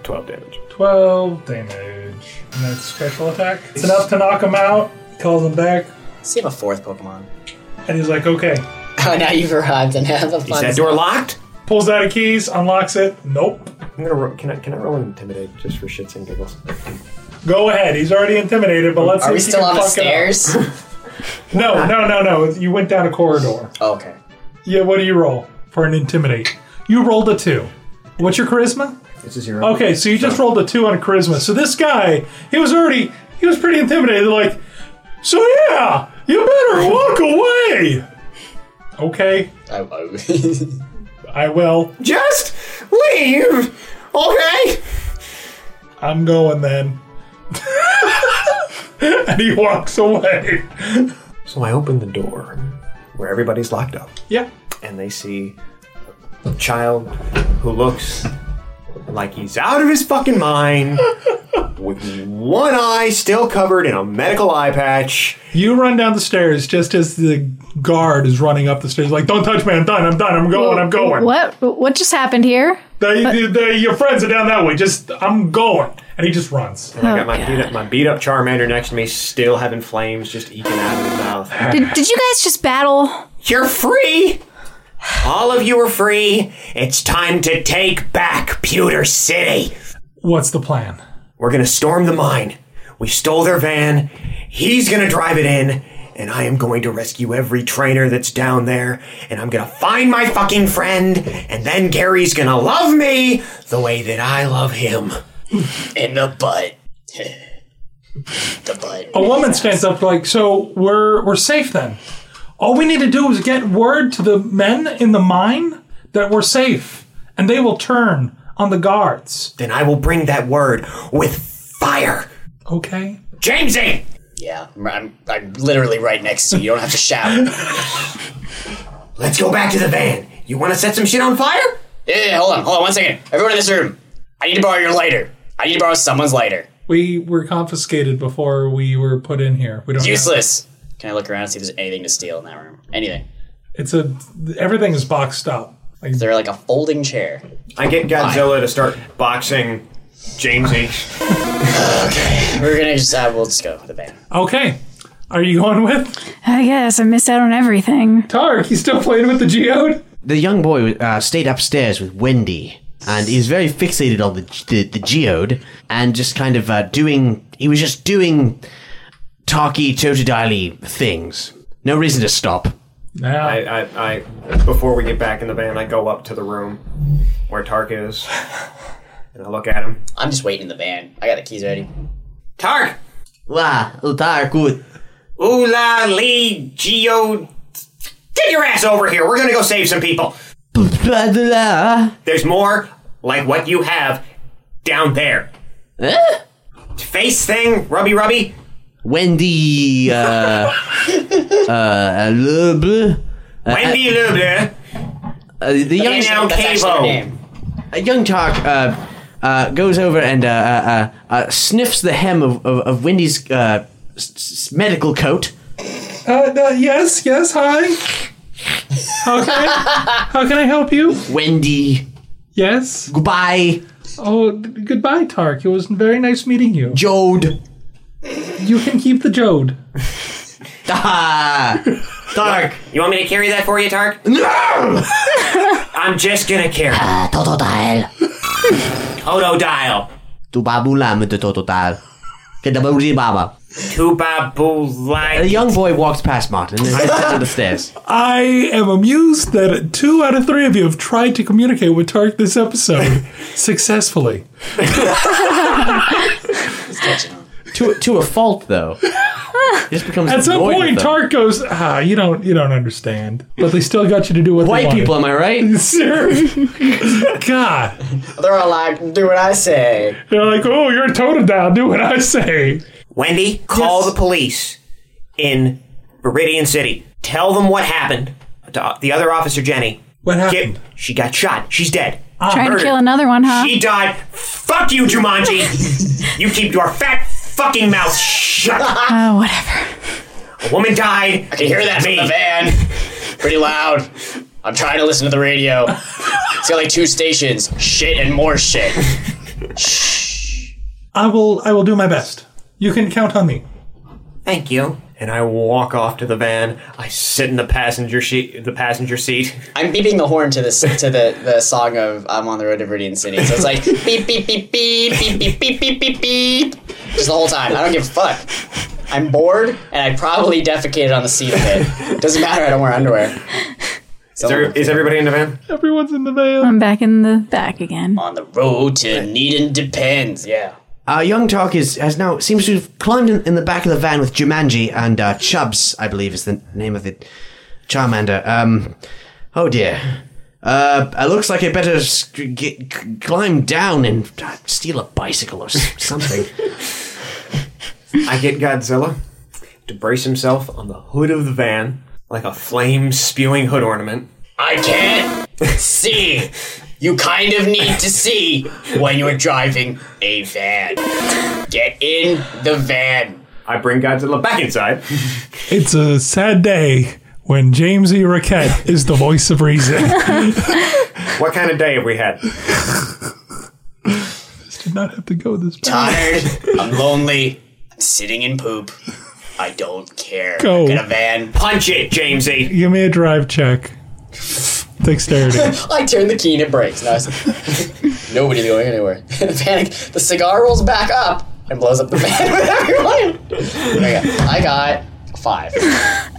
[SPEAKER 3] 12 damage.
[SPEAKER 2] 12 damage. And that's special attack. It's enough to knock him out. Calls him back.
[SPEAKER 5] Does he have a fourth Pokemon?
[SPEAKER 2] And he's like, okay.
[SPEAKER 5] *laughs* Oh, now you've arrived and have a
[SPEAKER 3] Is
[SPEAKER 5] fun.
[SPEAKER 3] that door locked?
[SPEAKER 2] Pulls out a keys, unlocks it. Nope.
[SPEAKER 3] I'm gonna ro- can I can I roll intimidate just for shits and giggles?
[SPEAKER 2] Go ahead. He's already intimidated, but let's see
[SPEAKER 5] Are we
[SPEAKER 2] if he
[SPEAKER 5] still
[SPEAKER 2] can
[SPEAKER 5] on the
[SPEAKER 2] fuck it up. *laughs*
[SPEAKER 5] stairs?
[SPEAKER 2] No, no, no, no. You went down a corridor.
[SPEAKER 5] oh, okay.
[SPEAKER 2] Yeah, what do you roll for an intimidate? You rolled a two. What's your charisma?
[SPEAKER 3] It's a zero.
[SPEAKER 2] Okay, so you just rolled a two on charisma. So this guy, he was already, he was pretty intimidated. They're like, so yeah, you better walk away. Okay,
[SPEAKER 5] I, I-
[SPEAKER 2] I will.
[SPEAKER 3] Just leave. Okay.
[SPEAKER 2] I'm going then. *laughs* and he walks away.
[SPEAKER 3] So I open the door where everybody's locked up,
[SPEAKER 2] Yeah.
[SPEAKER 3] and they see a child who looks like he's out of his fucking mind, with one eye still covered in a medical eye patch.
[SPEAKER 2] You run down the stairs just as the guard is running up the stairs, like, don't touch me, I'm done, I'm done, I'm going, Oh, I'm going.
[SPEAKER 4] What? What just happened here?
[SPEAKER 2] They, they, they, your friends are down that way. Just, I'm going. And he just runs.
[SPEAKER 3] I got my beat, up, my beat up Charmander next to me, still having flames just eking out of his mouth.
[SPEAKER 4] Did, did you guys just battle?
[SPEAKER 3] You're free! All of you are free. It's time to take back Pewter City.
[SPEAKER 2] What's the plan?
[SPEAKER 3] We're gonna storm the mine. We stole their van. He's gonna drive it in. And I am going to rescue every trainer that's down there. And I'm gonna find my fucking friend. And then Gary's gonna love me the way that I love him.
[SPEAKER 5] *laughs* in the butt. the butt.
[SPEAKER 2] A woman stands up like, so we're we're safe then. All we need to do is get word to the men in the mine that we're safe, and they will turn on the guards.
[SPEAKER 3] Then I will bring that word with fire.
[SPEAKER 2] Okay?
[SPEAKER 3] Jamesy!
[SPEAKER 5] Yeah, I'm, I'm, I'm literally right next to you. You don't have to shout.
[SPEAKER 3] *laughs* Let's go back to the van. You want to set some shit on fire?
[SPEAKER 5] Yeah, yeah, hold on, hold on, one second. Everyone in this room, I need to borrow your lighter. I need to borrow someone's lighter.
[SPEAKER 2] We were confiscated before we were put in here. We don't. have-
[SPEAKER 5] Useless. Can I look around and see if there's anything to steal in that room? Anything?
[SPEAKER 2] it's a everything is boxed up. Like
[SPEAKER 5] Is there like a folding chair?
[SPEAKER 3] I get Godzilla to start boxing Jamesy.
[SPEAKER 5] We're gonna just uh, we'll just go with the van.
[SPEAKER 2] okay, are you going with
[SPEAKER 4] I guess I missed out on everything.
[SPEAKER 2] Tark? He's still playing with the geode.
[SPEAKER 6] The young boy uh, stayed upstairs with Wendy, and he was very fixated on the the, the geode and just kind of uh, doing. He was just doing talky totodile things. No reason to stop.
[SPEAKER 2] Now
[SPEAKER 3] I, I, I, before we get back in the van, I go up to the room where Tark is, and I look at him.
[SPEAKER 5] I'm just waiting in the van. I got the keys ready.
[SPEAKER 3] Tark,
[SPEAKER 6] La, utar, good.
[SPEAKER 3] Ooh la lee, Geo. Get your ass over here. We're gonna go save some people. There's more like what you have down there. Face thing, Eh? rubby rubby.
[SPEAKER 6] Wendy, uh,
[SPEAKER 3] *laughs*
[SPEAKER 6] uh, Loeb.
[SPEAKER 3] Wendy Lubler.
[SPEAKER 6] Uh, the young,
[SPEAKER 3] eh? now,
[SPEAKER 5] That's actually her
[SPEAKER 3] Kavo.
[SPEAKER 5] name.
[SPEAKER 6] uh, young Tark uh, uh, goes over and uh, uh, uh, uh, sniffs the hem of, of, of Wendy's uh, s- s- medical coat.
[SPEAKER 2] Uh, uh, yes, yes, hi. How can, I, how can I help you?
[SPEAKER 6] Wendy,
[SPEAKER 2] Yes.
[SPEAKER 6] goodbye,
[SPEAKER 2] Oh, g- goodbye, Tark. It was very nice meeting you.
[SPEAKER 6] Jode.
[SPEAKER 2] You can keep the
[SPEAKER 5] *laughs*
[SPEAKER 2] Jode.
[SPEAKER 6] Ah, Tark.
[SPEAKER 3] You want me to carry that for you, Tark?
[SPEAKER 6] No!
[SPEAKER 3] *laughs* I'm just gonna carry it.
[SPEAKER 5] Uh,
[SPEAKER 6] Totodile.
[SPEAKER 3] Totodile.
[SPEAKER 6] Tubabulam de Totodile. Kedabuzibaba. A
[SPEAKER 3] Tubabulai.
[SPEAKER 6] young boy walks past Martin and heads down
[SPEAKER 3] *laughs*
[SPEAKER 6] the stairs.
[SPEAKER 2] I am amused that two out of three of you have tried to communicate with Tark this episode *laughs* successfully.
[SPEAKER 5] It's catching on.
[SPEAKER 6] To, to a fault,
[SPEAKER 2] *laughs*
[SPEAKER 6] though. He just becomes
[SPEAKER 2] At some
[SPEAKER 6] annoyed with
[SPEAKER 2] point,
[SPEAKER 6] them.
[SPEAKER 2] Tark goes, "Ah, you don't, you don't understand." But they still got you to do what they
[SPEAKER 6] White
[SPEAKER 2] wanted.
[SPEAKER 6] people, am I
[SPEAKER 2] *laughs*
[SPEAKER 6] right?
[SPEAKER 3] *laughs*
[SPEAKER 2] Sir, God,
[SPEAKER 5] They're all like, do what I say.
[SPEAKER 2] they're like, "Oh, you're a Totodile. Do what I say."
[SPEAKER 3] Wendy, call the police in Viridian City. Tell them what happened to the other officer, Jenny.
[SPEAKER 2] What
[SPEAKER 3] Get-
[SPEAKER 2] happened? Ah.
[SPEAKER 3] she got shot. She's dead.
[SPEAKER 4] Trying to
[SPEAKER 3] murdered.
[SPEAKER 4] kill another one, huh?
[SPEAKER 3] Ah, She died. Fuck you, Jumanji. you keep your fat fucking mouth shut.
[SPEAKER 4] Oh, whatever.
[SPEAKER 3] A woman died.
[SPEAKER 5] I can hear that from the van. Pretty loud. I'm trying to listen to the radio. It's got like two stations. Shit and
[SPEAKER 3] *laughs*
[SPEAKER 5] more shit.
[SPEAKER 2] I will, I will do my best. You can count on me.
[SPEAKER 3] Thank you. And I walk off to the van. I sit in the passenger seat. The passenger seat. *laughs*
[SPEAKER 5] I'm beeping the horn to this to the, the song of I'm on the road to Viridian City. So it's like beep beep beep beep beep beep beep beep beep beep just the whole time. I don't give a fuck. I'm bored and I probably defecated on the seat of it. Doesn't matter, I don't wear underwear.
[SPEAKER 3] Is, there, is everybody in the van?
[SPEAKER 2] Everyone's in the van.
[SPEAKER 4] I'm back in the back again.
[SPEAKER 5] On the road to need and depends, yeah.
[SPEAKER 6] Uh, young Tark is has now seems to have climbed in, in the back of the van with Jumanji and uh, Chubbs, I believe is the name of the Charmander. Um, oh dear. Uh, it looks like I better sc- get, c- climb down and uh, steal a bicycle or s- something.
[SPEAKER 3] I get Godzilla to brace himself on the hood of the van like a flame spewing hood ornament.
[SPEAKER 5] I can't see. You kind of need to see when you're driving a van. Get in the van.
[SPEAKER 3] I bring Godzilla back inside.
[SPEAKER 2] It's a sad day when James E. Raquette is the voice of
[SPEAKER 5] *laughs*
[SPEAKER 2] reason.
[SPEAKER 3] what kind of day have we had?
[SPEAKER 2] Did not have to go this bad.
[SPEAKER 5] Tired. I'm lonely. I'm sitting in poop. I don't care.
[SPEAKER 2] Go.
[SPEAKER 5] Get a van.
[SPEAKER 3] Punch it, Jamesy.
[SPEAKER 2] Give me a drive check. Dexterity.
[SPEAKER 5] *laughs* I turn the key and it breaks.
[SPEAKER 2] *laughs*
[SPEAKER 5] No, it's- Nobody's going anywhere. *laughs* In a panic, the cigar rolls back up and blows up the van *laughs* with everyone. Okay, I got five.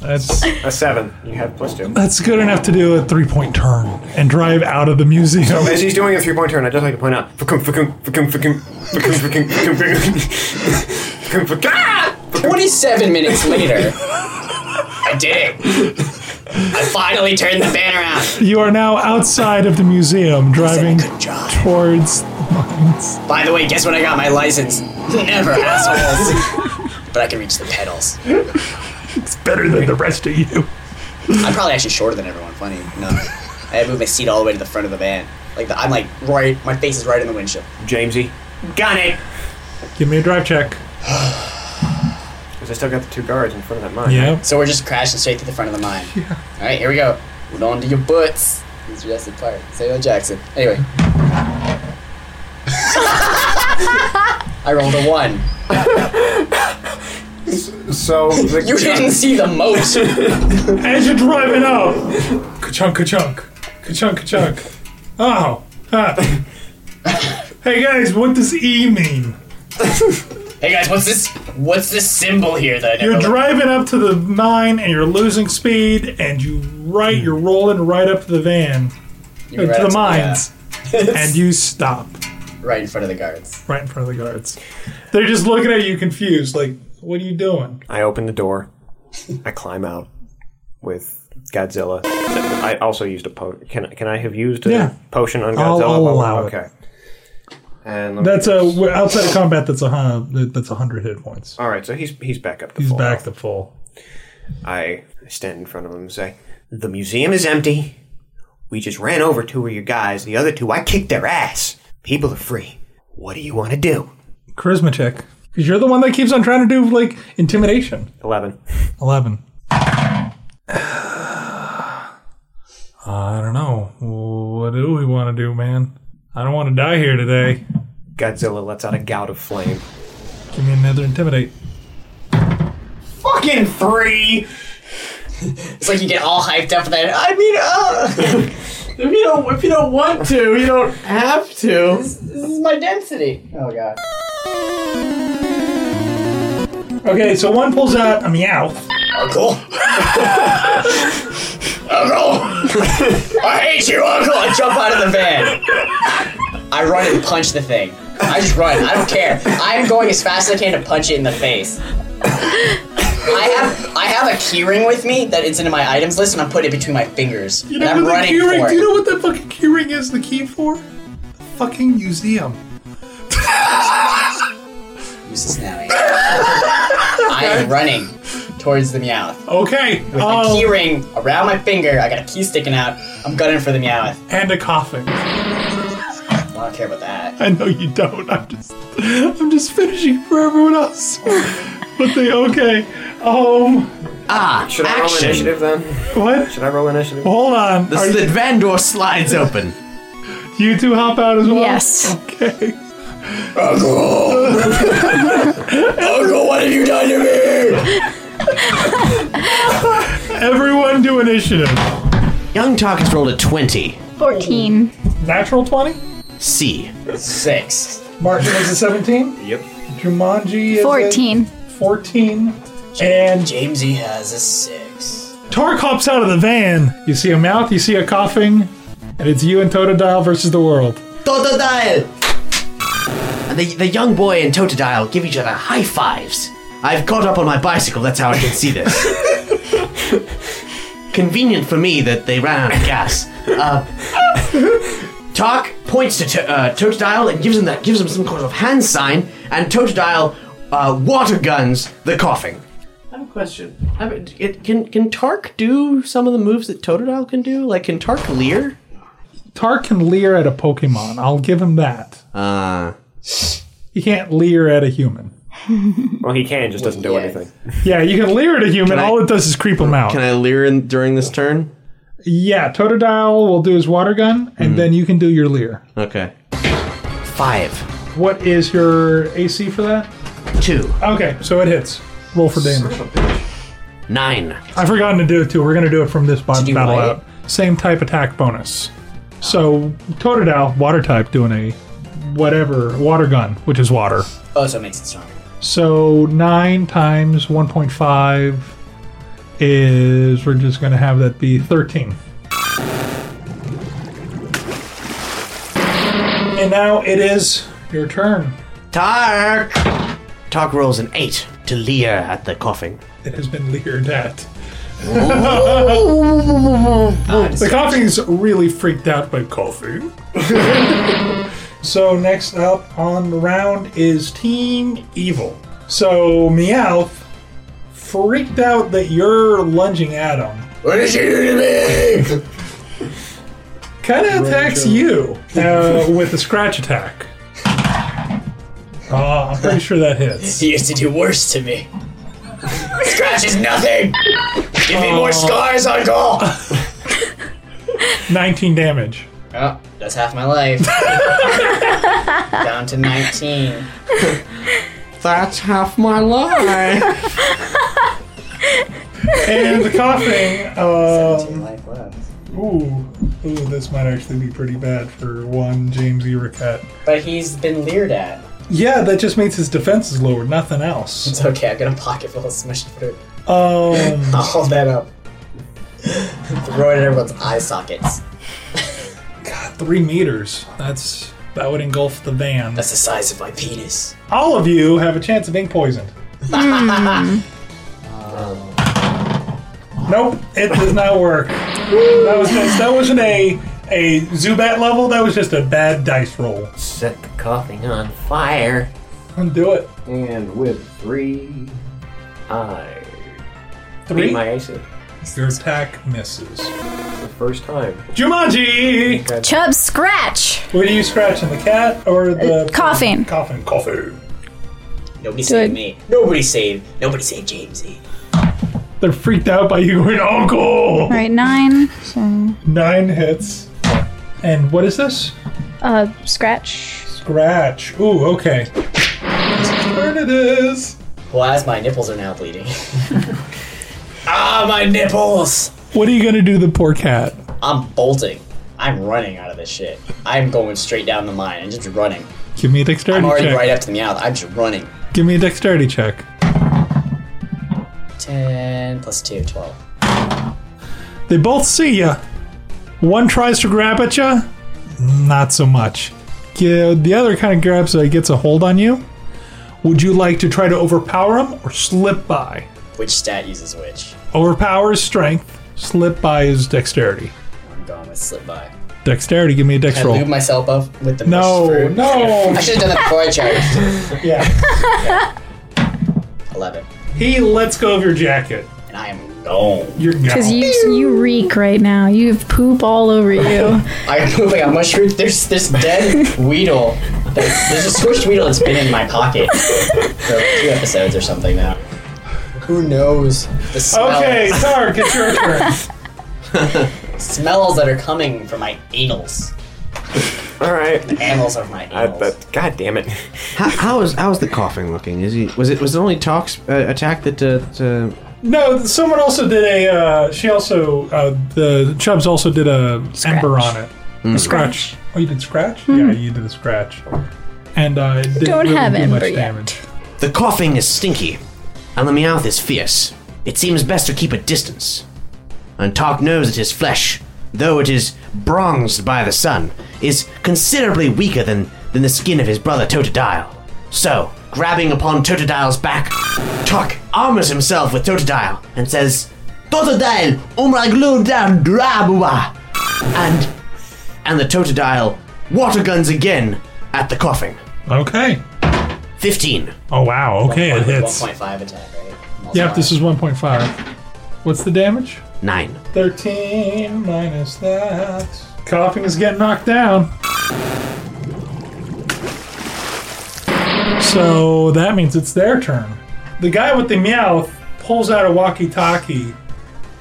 [SPEAKER 2] That's
[SPEAKER 3] A seven. You have plus two.
[SPEAKER 2] that's good enough to do a three point turn and drive out of the *laughs* museum.
[SPEAKER 3] As he's doing a three-point turn, I'd just like to point out. fuckum, fuckum, fuckum, fuckum, fuckum, fuckum, fuckum, fuckum, fuckum, fuckum, ah!
[SPEAKER 5] 27 minutes later, I did it. I finally turned the van around.
[SPEAKER 2] You are now outside of the museum, driving
[SPEAKER 5] Good job.
[SPEAKER 2] towards the mines.
[SPEAKER 5] By the way, guess when I got my license? Never, assholes.
[SPEAKER 2] *laughs*
[SPEAKER 5] but I can reach the pedals.
[SPEAKER 2] Better than the rest of you.
[SPEAKER 5] I'm probably actually shorter than everyone. Funny enough, I had to move my seat all the way to the front of the van. Like the, I'm like right, my face is right in the windshield.
[SPEAKER 3] Jamesy.
[SPEAKER 5] Got it.
[SPEAKER 2] Give me a drive check.
[SPEAKER 3] Because I still got the two guards in front of that mine.
[SPEAKER 2] Yeah.
[SPEAKER 5] So we're just crashing straight to the front of the mine. All right, here we go. Hold on to your butts. It's Jurassic Park. Samuel Jackson. Anyway. I rolled a one.
[SPEAKER 3] So the,
[SPEAKER 5] You didn't see the moat.
[SPEAKER 2] *laughs* As you're driving out, ka-chunk, ka-chunk, ka-chunk, ka-chunk. Oh, huh. hey guys, what does E mean?
[SPEAKER 5] hey guys, what's this? What's this symbol here that I never?
[SPEAKER 2] You're
[SPEAKER 5] looked-
[SPEAKER 2] driving up to the mine and you're losing speed, and you right, you're rolling right up to the van,
[SPEAKER 5] You
[SPEAKER 2] to
[SPEAKER 5] read
[SPEAKER 2] the
[SPEAKER 5] it,
[SPEAKER 2] mines,
[SPEAKER 5] *laughs*
[SPEAKER 2] and you stop
[SPEAKER 5] yeah, right in front of the guards.
[SPEAKER 2] right in front of the guards. They're just looking at you confused, like, "What are you doing?"
[SPEAKER 3] *laughs* I open the door. I climb out with Godzilla. I also used a potion. Can, I- can I have used a
[SPEAKER 2] Yeah.
[SPEAKER 3] potion on Godzilla?
[SPEAKER 2] I'll- I'll
[SPEAKER 3] Oh,
[SPEAKER 2] allow it.
[SPEAKER 3] okay. And let me-
[SPEAKER 2] That's a we're outside of combat. That's a hundred. That's a hundred hit points.
[SPEAKER 3] all right. So he's he's back up. The
[SPEAKER 2] He's
[SPEAKER 3] full
[SPEAKER 2] back
[SPEAKER 3] health.
[SPEAKER 2] to full.
[SPEAKER 3] I stand in front of him and say, "The museum is empty. We just ran over two of your guys. The other two, I kicked their ass. People are free. What do you want to do?"
[SPEAKER 2] Charisma check, because you're the one that keeps on trying to do like intimidation.
[SPEAKER 3] Eleven.
[SPEAKER 2] Eleven. I don't know. What do we want to do, man? I don't want to die here today.
[SPEAKER 3] Godzilla lets out a gout of flame.
[SPEAKER 2] Give me another intimidate.
[SPEAKER 3] Fucking three.
[SPEAKER 5] It's like you get all hyped up and then I mean, uh, *laughs* if you don't, if you don't want to, you don't have to. This, this is my density. Oh god.
[SPEAKER 2] Okay, so one pulls out a meow.
[SPEAKER 5] Uncle? Uncle! I hate you, Uncle! I jump out of the van. I run and punch the thing. I just run. I don't care. I'm going as fast as I can to punch it in the face. I have I have a keyring with me that it's in my items list, and I'm putting it between my fingers.
[SPEAKER 2] You
[SPEAKER 5] and
[SPEAKER 2] know
[SPEAKER 5] I'm
[SPEAKER 2] what the
[SPEAKER 5] running
[SPEAKER 2] key ring?
[SPEAKER 5] for
[SPEAKER 2] Do
[SPEAKER 5] it.
[SPEAKER 2] you know what that fucking key ring is? The key for the fucking museum.
[SPEAKER 5] Use this now. Ian. I am running towards the meowth.
[SPEAKER 2] Okay.
[SPEAKER 5] With my
[SPEAKER 2] um,
[SPEAKER 5] key ring around my finger, I got a key sticking out. I'm gunning for the meowth.
[SPEAKER 2] and a coffin.
[SPEAKER 5] I don't care about that.
[SPEAKER 2] I know you don't. I'm just, *laughs* I'm just finishing for everyone else. but they okay. Um,
[SPEAKER 3] Should I roll initiative then?
[SPEAKER 2] what?
[SPEAKER 3] Should I roll initiative?
[SPEAKER 2] Hold on. Are
[SPEAKER 6] So the van door slides open.
[SPEAKER 2] *laughs* you two hop out as well?
[SPEAKER 4] Yes.
[SPEAKER 2] Okay. *laughs*
[SPEAKER 5] Uncle! Oh. Uncle, what have you done to me?
[SPEAKER 2] Everyone do initiative.
[SPEAKER 6] Young Talk has rolled a 20.
[SPEAKER 4] 14.
[SPEAKER 2] Natural twenty.
[SPEAKER 6] C.
[SPEAKER 5] Six.
[SPEAKER 2] Martin is a seventeen.
[SPEAKER 3] Yep.
[SPEAKER 2] Jumanji is a
[SPEAKER 4] 14.
[SPEAKER 2] fourteen. And
[SPEAKER 5] Jamesy has a six.
[SPEAKER 2] Tark hops out of the van. You see a mouth, you see a coughing, and it's you and Totodile versus the world.
[SPEAKER 6] Totodile! And the, the young boy and Totodile give each other high fives. I've got up on my bicycle, that's how I can see this. Convenient for me that they ran out of gas. Uh, Tark points to, to uh, Totodile and gives him that gives him some kind of hand sign, and Totodile uh, water guns the coughing. I have a question. can can Tark do some of the moves that Totodile can do? Like can Tark leer?
[SPEAKER 2] Tark can leer at a Pokemon. I'll give him that.
[SPEAKER 6] Uh,
[SPEAKER 2] He can't leer at a human.
[SPEAKER 3] Well, he can, just doesn't do
[SPEAKER 5] Yes.
[SPEAKER 3] anything.
[SPEAKER 2] Yeah, you can leer at a human.
[SPEAKER 6] I-
[SPEAKER 2] All it does is creep him out.
[SPEAKER 6] Can I leer in during this turn?
[SPEAKER 2] yeah, Totodile will do his water gun,
[SPEAKER 6] Hmm.
[SPEAKER 2] and then you can do your leer.
[SPEAKER 6] Okay. Five,
[SPEAKER 2] What is your AC for that?
[SPEAKER 6] two,
[SPEAKER 2] Okay, so it hits. Roll for damage.
[SPEAKER 6] nine.
[SPEAKER 2] I've forgotten to do it too. We're going to do it from this bot-
[SPEAKER 5] you
[SPEAKER 2] battle
[SPEAKER 5] write
[SPEAKER 2] out. Same type attack bonus. So Totodile, water type, doing a whatever water gun, which is water.
[SPEAKER 5] Oh, so it makes it stronger.
[SPEAKER 2] So nine times one point five is we're just going to have that be thirteen. And now it is your turn.
[SPEAKER 6] Tark! Tark rolls an eight to leer at the coughing.
[SPEAKER 2] It has been leered at. *laughs* The coffee's really freaked out by coffee. *laughs* so next up on the round is Team Evil. So Meowth freaked out that you're lunging at him.
[SPEAKER 5] What did you do to me?
[SPEAKER 2] Kind of attacks you uh, with a scratch attack. Oh, I'm pretty sure that hits.
[SPEAKER 5] *laughs* He used to do worse to me. Scratch is nothing. Give me
[SPEAKER 2] Uh.
[SPEAKER 5] more scars,
[SPEAKER 2] *laughs*
[SPEAKER 5] Uncle.
[SPEAKER 2] 19 damage.
[SPEAKER 5] Oh, that's half my life. Down to 19.
[SPEAKER 6] *laughs* That's half my
[SPEAKER 3] *laughs*
[SPEAKER 6] life.
[SPEAKER 2] And the coughing. Um,
[SPEAKER 5] Life left.
[SPEAKER 2] Ooh, ooh, this might actually be pretty bad for one James Ericat.
[SPEAKER 5] But he's been leered at.
[SPEAKER 2] Yeah, that just means his defense is lower, nothing else.
[SPEAKER 5] It's okay, I've got a pocket full of smushed fruit.
[SPEAKER 2] Um,
[SPEAKER 5] *laughs* I'll hold that up. Throw it at everyone's eye sockets.
[SPEAKER 2] three meters. That's that would engulf the van.
[SPEAKER 5] That's the size of my penis.
[SPEAKER 2] All of you have a chance of being poisoned.
[SPEAKER 4] Hmm.
[SPEAKER 2] nope, it does not work. That was just, that wasn't a a Zubat level. That was just a bad dice roll.
[SPEAKER 3] Set the coughing on fire.
[SPEAKER 2] Do it.
[SPEAKER 3] And with three, I
[SPEAKER 2] Three.
[SPEAKER 3] beat my AC
[SPEAKER 2] Your attack misses.
[SPEAKER 3] the first time.
[SPEAKER 2] Jumanji.
[SPEAKER 4] Chub scratch. Uh,
[SPEAKER 2] What are you scratching? The cat or the
[SPEAKER 4] coughing.
[SPEAKER 2] Coughing. Coughing.
[SPEAKER 5] Nobody saved
[SPEAKER 4] Good.
[SPEAKER 5] me. Nobody saved. Nobody saved E. Jamesy.
[SPEAKER 2] They're freaked out by you going, Uncle!
[SPEAKER 4] All right,
[SPEAKER 2] Oh.
[SPEAKER 4] nine. So,
[SPEAKER 2] Nine hits. And what is this?
[SPEAKER 4] uh, scratch.
[SPEAKER 2] Scratch. Ooh, okay. This is what it is.
[SPEAKER 5] Well, as my nipples are now bleeding. *laughs* ah, my nipples!
[SPEAKER 2] What are you gonna do to the poor cat?
[SPEAKER 5] I'm bolting. I'm running out of this shit. I'm going straight down the mine and just running.
[SPEAKER 2] Give me a dexterity
[SPEAKER 5] I'm already
[SPEAKER 2] check.
[SPEAKER 5] right up to the mouth. I'm just running.
[SPEAKER 2] Give me a dexterity check.
[SPEAKER 5] 10 plus 2, 12.
[SPEAKER 2] They both see you. One tries to grab at you, not so much. Yeah, The other kind of grabs, uh, gets a hold on you. Would you like to try to overpower him or slip by?
[SPEAKER 5] Which stat uses which?
[SPEAKER 2] Overpower is strength, slip by is dexterity.
[SPEAKER 5] I'm going with slip by.
[SPEAKER 2] Dexterity, give me a dex
[SPEAKER 5] Can I
[SPEAKER 2] roll.
[SPEAKER 5] lube myself up with the
[SPEAKER 2] No,
[SPEAKER 5] mushed fruit?
[SPEAKER 2] no.
[SPEAKER 5] I should have done that before I
[SPEAKER 2] *laughs*
[SPEAKER 5] charged.
[SPEAKER 2] Yeah.
[SPEAKER 5] 11.
[SPEAKER 2] He lets go of your jacket.
[SPEAKER 5] And I am gone.
[SPEAKER 2] You're gone.
[SPEAKER 4] Because you you reek right now. You have poop all over you.
[SPEAKER 5] I *laughs* am moving on mushroom. There's this dead Weedle. There's, there's a squished Weedle that's been in my pocket for two episodes or something now. Who knows? The smell,
[SPEAKER 2] okay, Tark, it's your turn.
[SPEAKER 5] smells that are coming from my anals.
[SPEAKER 3] All right.
[SPEAKER 5] Animals are my
[SPEAKER 3] I,
[SPEAKER 5] anals.
[SPEAKER 3] Uh, but God damn it.
[SPEAKER 6] how, how is how's the coughing looking? Is he was it was it only talks uh, attack that uh, that, uh,
[SPEAKER 2] No, someone also did a. Uh, she also uh, the Chubbs also did a ember on it.
[SPEAKER 4] Mm-hmm.
[SPEAKER 2] A scratch. Oh, you did scratch? Yeah, you did a scratch. And uh, it didn't
[SPEAKER 4] Don't
[SPEAKER 2] really
[SPEAKER 4] have
[SPEAKER 2] do much
[SPEAKER 4] ember yet.
[SPEAKER 2] damage.
[SPEAKER 6] the coughing is stinky, and the meowth is fierce. It seems best to keep a distance. And Tark knows that his flesh, though it is bronzed by the sun, is considerably weaker than than the skin of his brother Totodile. So, grabbing upon Totodile's back, Tark armors himself with Totodile and says, "Totodile, umraglu down drabua," and and the Totodile water guns again at the coughing.
[SPEAKER 2] Okay.
[SPEAKER 6] 15.
[SPEAKER 2] Oh wow. Okay, it hits.
[SPEAKER 5] 1.5 attack, right?
[SPEAKER 2] Yep, this is 1.5. What's the damage?
[SPEAKER 6] Nine.
[SPEAKER 2] 13 minus that. Coughing is getting knocked down. So that means it's their turn. The guy with the meow pulls out a walkie-talkie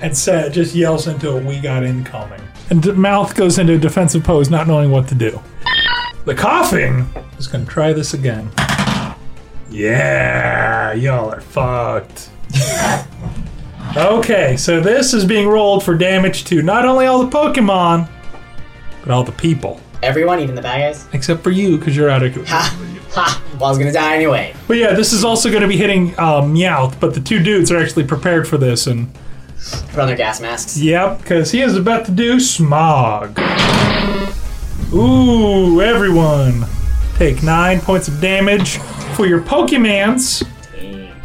[SPEAKER 2] and said, just yells into it, "We got incoming." And the mouth goes into a defensive pose, not knowing what to do. The coughing is going to try this again. Yeah, y'all are fucked. Okay, so this is being rolled for damage to not only all the Pokemon, but all the people.
[SPEAKER 5] Everyone, even the bad guys?
[SPEAKER 2] Except for you, because you're out of control.
[SPEAKER 5] Ha! Well, I was gonna die anyway.
[SPEAKER 2] But yeah, this is also going to be hitting uh, Meowth, but the two dudes are actually prepared for this. And
[SPEAKER 5] Put on their gas masks.
[SPEAKER 2] yep, because he is about to do Smog. Ooh, everyone. Take nine points of damage for your Pokemans.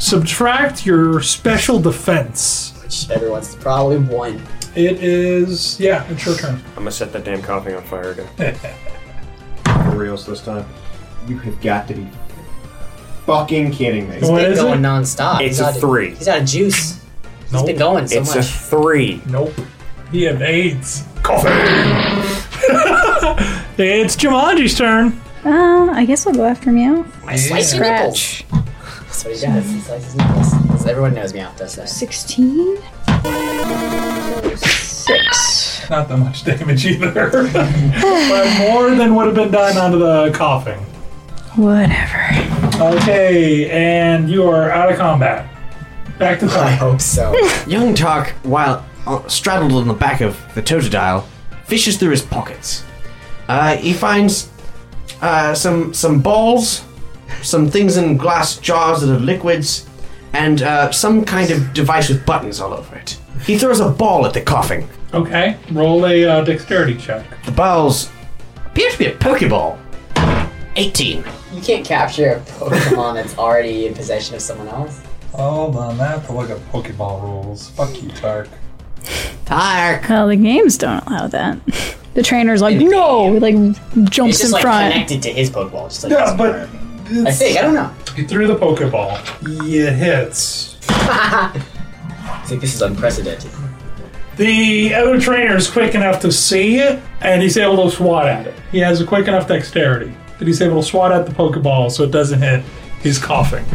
[SPEAKER 2] Subtract your special defense.
[SPEAKER 5] Whichever one's the problem, one.
[SPEAKER 2] It is yeah, it's your turn.
[SPEAKER 3] I'm gonna set that damn coughing on fire again. For reals this time. You have got to be fucking kidding me.
[SPEAKER 5] He's
[SPEAKER 2] What
[SPEAKER 5] been
[SPEAKER 2] is
[SPEAKER 5] going
[SPEAKER 2] it?
[SPEAKER 5] nonstop.
[SPEAKER 3] It's
[SPEAKER 5] he's
[SPEAKER 3] a
[SPEAKER 5] out of-
[SPEAKER 3] three.
[SPEAKER 5] He's out of juice. He's
[SPEAKER 2] Nope.
[SPEAKER 5] been going so
[SPEAKER 3] It's a
[SPEAKER 5] much.
[SPEAKER 3] three.
[SPEAKER 2] *laughs* Nope. He evades. Coffee. *laughs* it's Jumanji's turn.
[SPEAKER 4] Uh, I guess I'll go after Meow.
[SPEAKER 5] I slice your nipples.
[SPEAKER 4] Scratch.
[SPEAKER 5] That's what he does. He slices nipples. 'Cause Everyone knows Meowth does that.
[SPEAKER 4] 16. 6.
[SPEAKER 2] Not that much damage either, *laughs* but more than would have been done onto the coughing.
[SPEAKER 4] Whatever.
[SPEAKER 2] Okay, and you are out of combat. Back to
[SPEAKER 5] I
[SPEAKER 2] the
[SPEAKER 5] hope so.
[SPEAKER 6] Young Tark, while uh, straddled on the back of the totodile, fishes through his pockets. Uh, he finds uh, some some balls, some things in glass jars that are liquids, and uh, some kind of device with buttons all over it. He throws a ball at the coughing.
[SPEAKER 2] Okay, roll a uh, dexterity check.
[SPEAKER 6] The balls appear to be a Pokeball. 18.
[SPEAKER 5] you can't capture a Pokemon that's already in possession of someone else.
[SPEAKER 2] Hold on, I have to look at Pokeball rules. Fuck you, Tark.
[SPEAKER 6] Tark!
[SPEAKER 4] Well, the games don't allow that. *laughs* The trainer's like, no! Like,
[SPEAKER 5] It's
[SPEAKER 4] jumps in
[SPEAKER 5] just like
[SPEAKER 4] front.
[SPEAKER 5] connected to his Pokeball. Just like
[SPEAKER 2] Yeah,
[SPEAKER 5] his
[SPEAKER 2] but
[SPEAKER 5] I think I don't know.
[SPEAKER 2] you threw the Pokeball. It hits.
[SPEAKER 5] I think this is unprecedented.
[SPEAKER 2] The other trainer is quick enough to see it, and he's able to swat at it. He has a quick enough dexterity that he's able to swat at the Pokeball so it doesn't hit his coughing.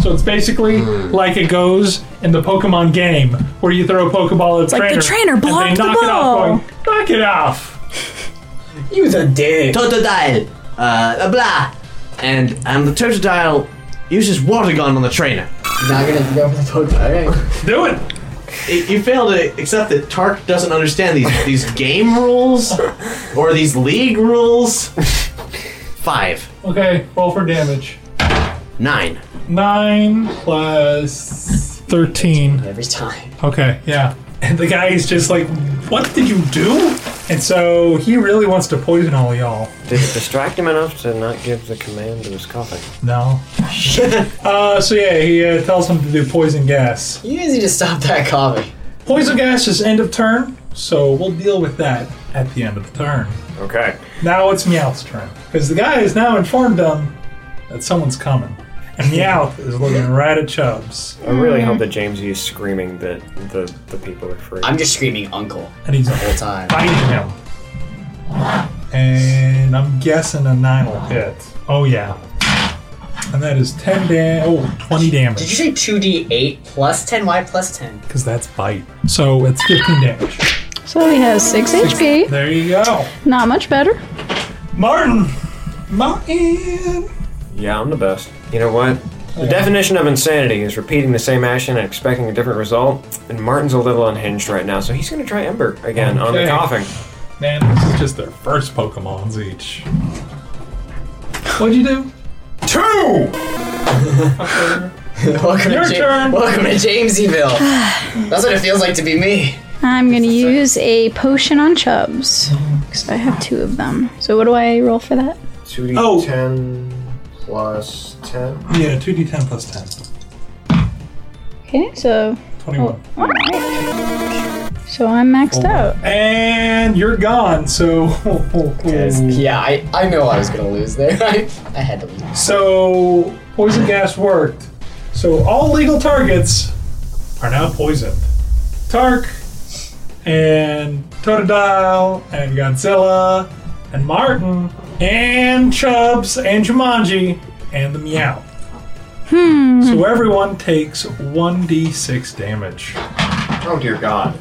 [SPEAKER 2] So it's basically like it goes in the Pokemon game where you throw a Pokeball at the
[SPEAKER 4] Like
[SPEAKER 2] trainer.
[SPEAKER 4] the trainer blocked
[SPEAKER 2] and
[SPEAKER 4] the
[SPEAKER 2] they knock
[SPEAKER 4] ball.
[SPEAKER 2] It off, going, knock it off.
[SPEAKER 5] You the dick.
[SPEAKER 6] Totodile! Uh, blah, blah! And, and the Totodile uses Water Gun on the trainer.
[SPEAKER 5] Not gonna go for the Pokeball. Alright.
[SPEAKER 2] Do it.
[SPEAKER 6] You- You fail to accept that Tark doesn't understand
[SPEAKER 5] *laughs*
[SPEAKER 6] these these game rules or these league rules. Five,
[SPEAKER 2] Okay, roll for damage.
[SPEAKER 6] nine.
[SPEAKER 2] Nine plus thirteen.
[SPEAKER 5] Every time.
[SPEAKER 2] Okay, yeah. And the guy is just like, "What did you do?" And so he really wants to poison all y'all.
[SPEAKER 3] Did it distract him enough to not give the command to his coughing?
[SPEAKER 2] No. *laughs* uh, so yeah, he uh, tells him to do poison gas.
[SPEAKER 5] You guys need to stop that coffee.
[SPEAKER 2] Poison gas is end of turn, so we'll deal with that at the end of the turn.
[SPEAKER 3] Okay.
[SPEAKER 2] Now it's Meowth's turn because the guy has now informed them that someone's coming,
[SPEAKER 3] *laughs*
[SPEAKER 2] and Meowth is looking right at Chubbs,
[SPEAKER 3] I really hope that Jamesy is screaming that the, the people are free.
[SPEAKER 5] I'm just screaming uncle
[SPEAKER 2] and he's
[SPEAKER 5] the whole time.
[SPEAKER 2] biting him. And I'm guessing a 9 will hit. Oh, yeah. And that is 10 damage. Oh, 20
[SPEAKER 5] Did
[SPEAKER 2] damage.
[SPEAKER 5] you say 2d8 plus 10? Why plus 10?
[SPEAKER 2] Because that's bite. So it's 15 damage.
[SPEAKER 4] So he has 6 HP.
[SPEAKER 2] There you go.
[SPEAKER 4] Not much better.
[SPEAKER 2] Martin! Martin!
[SPEAKER 3] Yeah, I'm the best. You know what? The definition of insanity is repeating the same action and expecting a different result. And Martin's a little unhinged right now, so he's gonna try Ember again on the
[SPEAKER 2] Okay.
[SPEAKER 3] coughing.
[SPEAKER 2] Man, this is just their first Pokemons each. *laughs* What'd you do? *laughs* Two!
[SPEAKER 5] Welcome
[SPEAKER 2] Your
[SPEAKER 5] to Ja-
[SPEAKER 2] turn.
[SPEAKER 5] Welcome to
[SPEAKER 7] *sighs*
[SPEAKER 5] Jamesieville. *sighs* That's what it feels like to be me.
[SPEAKER 4] I'm gonna use a potion on Chubbs. Because I have two of them. So what do I roll for that?
[SPEAKER 3] 2d10
[SPEAKER 2] Oh.
[SPEAKER 3] plus 10.
[SPEAKER 2] Yeah, 2d10 plus 10.
[SPEAKER 4] Okay, so.
[SPEAKER 2] 21.
[SPEAKER 4] Alright. So I'm maxed
[SPEAKER 5] Oh
[SPEAKER 4] out.
[SPEAKER 2] And you're gone, so. *laughs*
[SPEAKER 5] Yeah, I, I know I was gonna lose there. *laughs* I, I had to lose.
[SPEAKER 2] So poison gas worked. So all legal targets are now poisoned. Tark and Totodile and Godzilla and Martin and Chubbs and Jumanji and the Meow. So everyone takes 1d6 damage.
[SPEAKER 3] Oh dear god.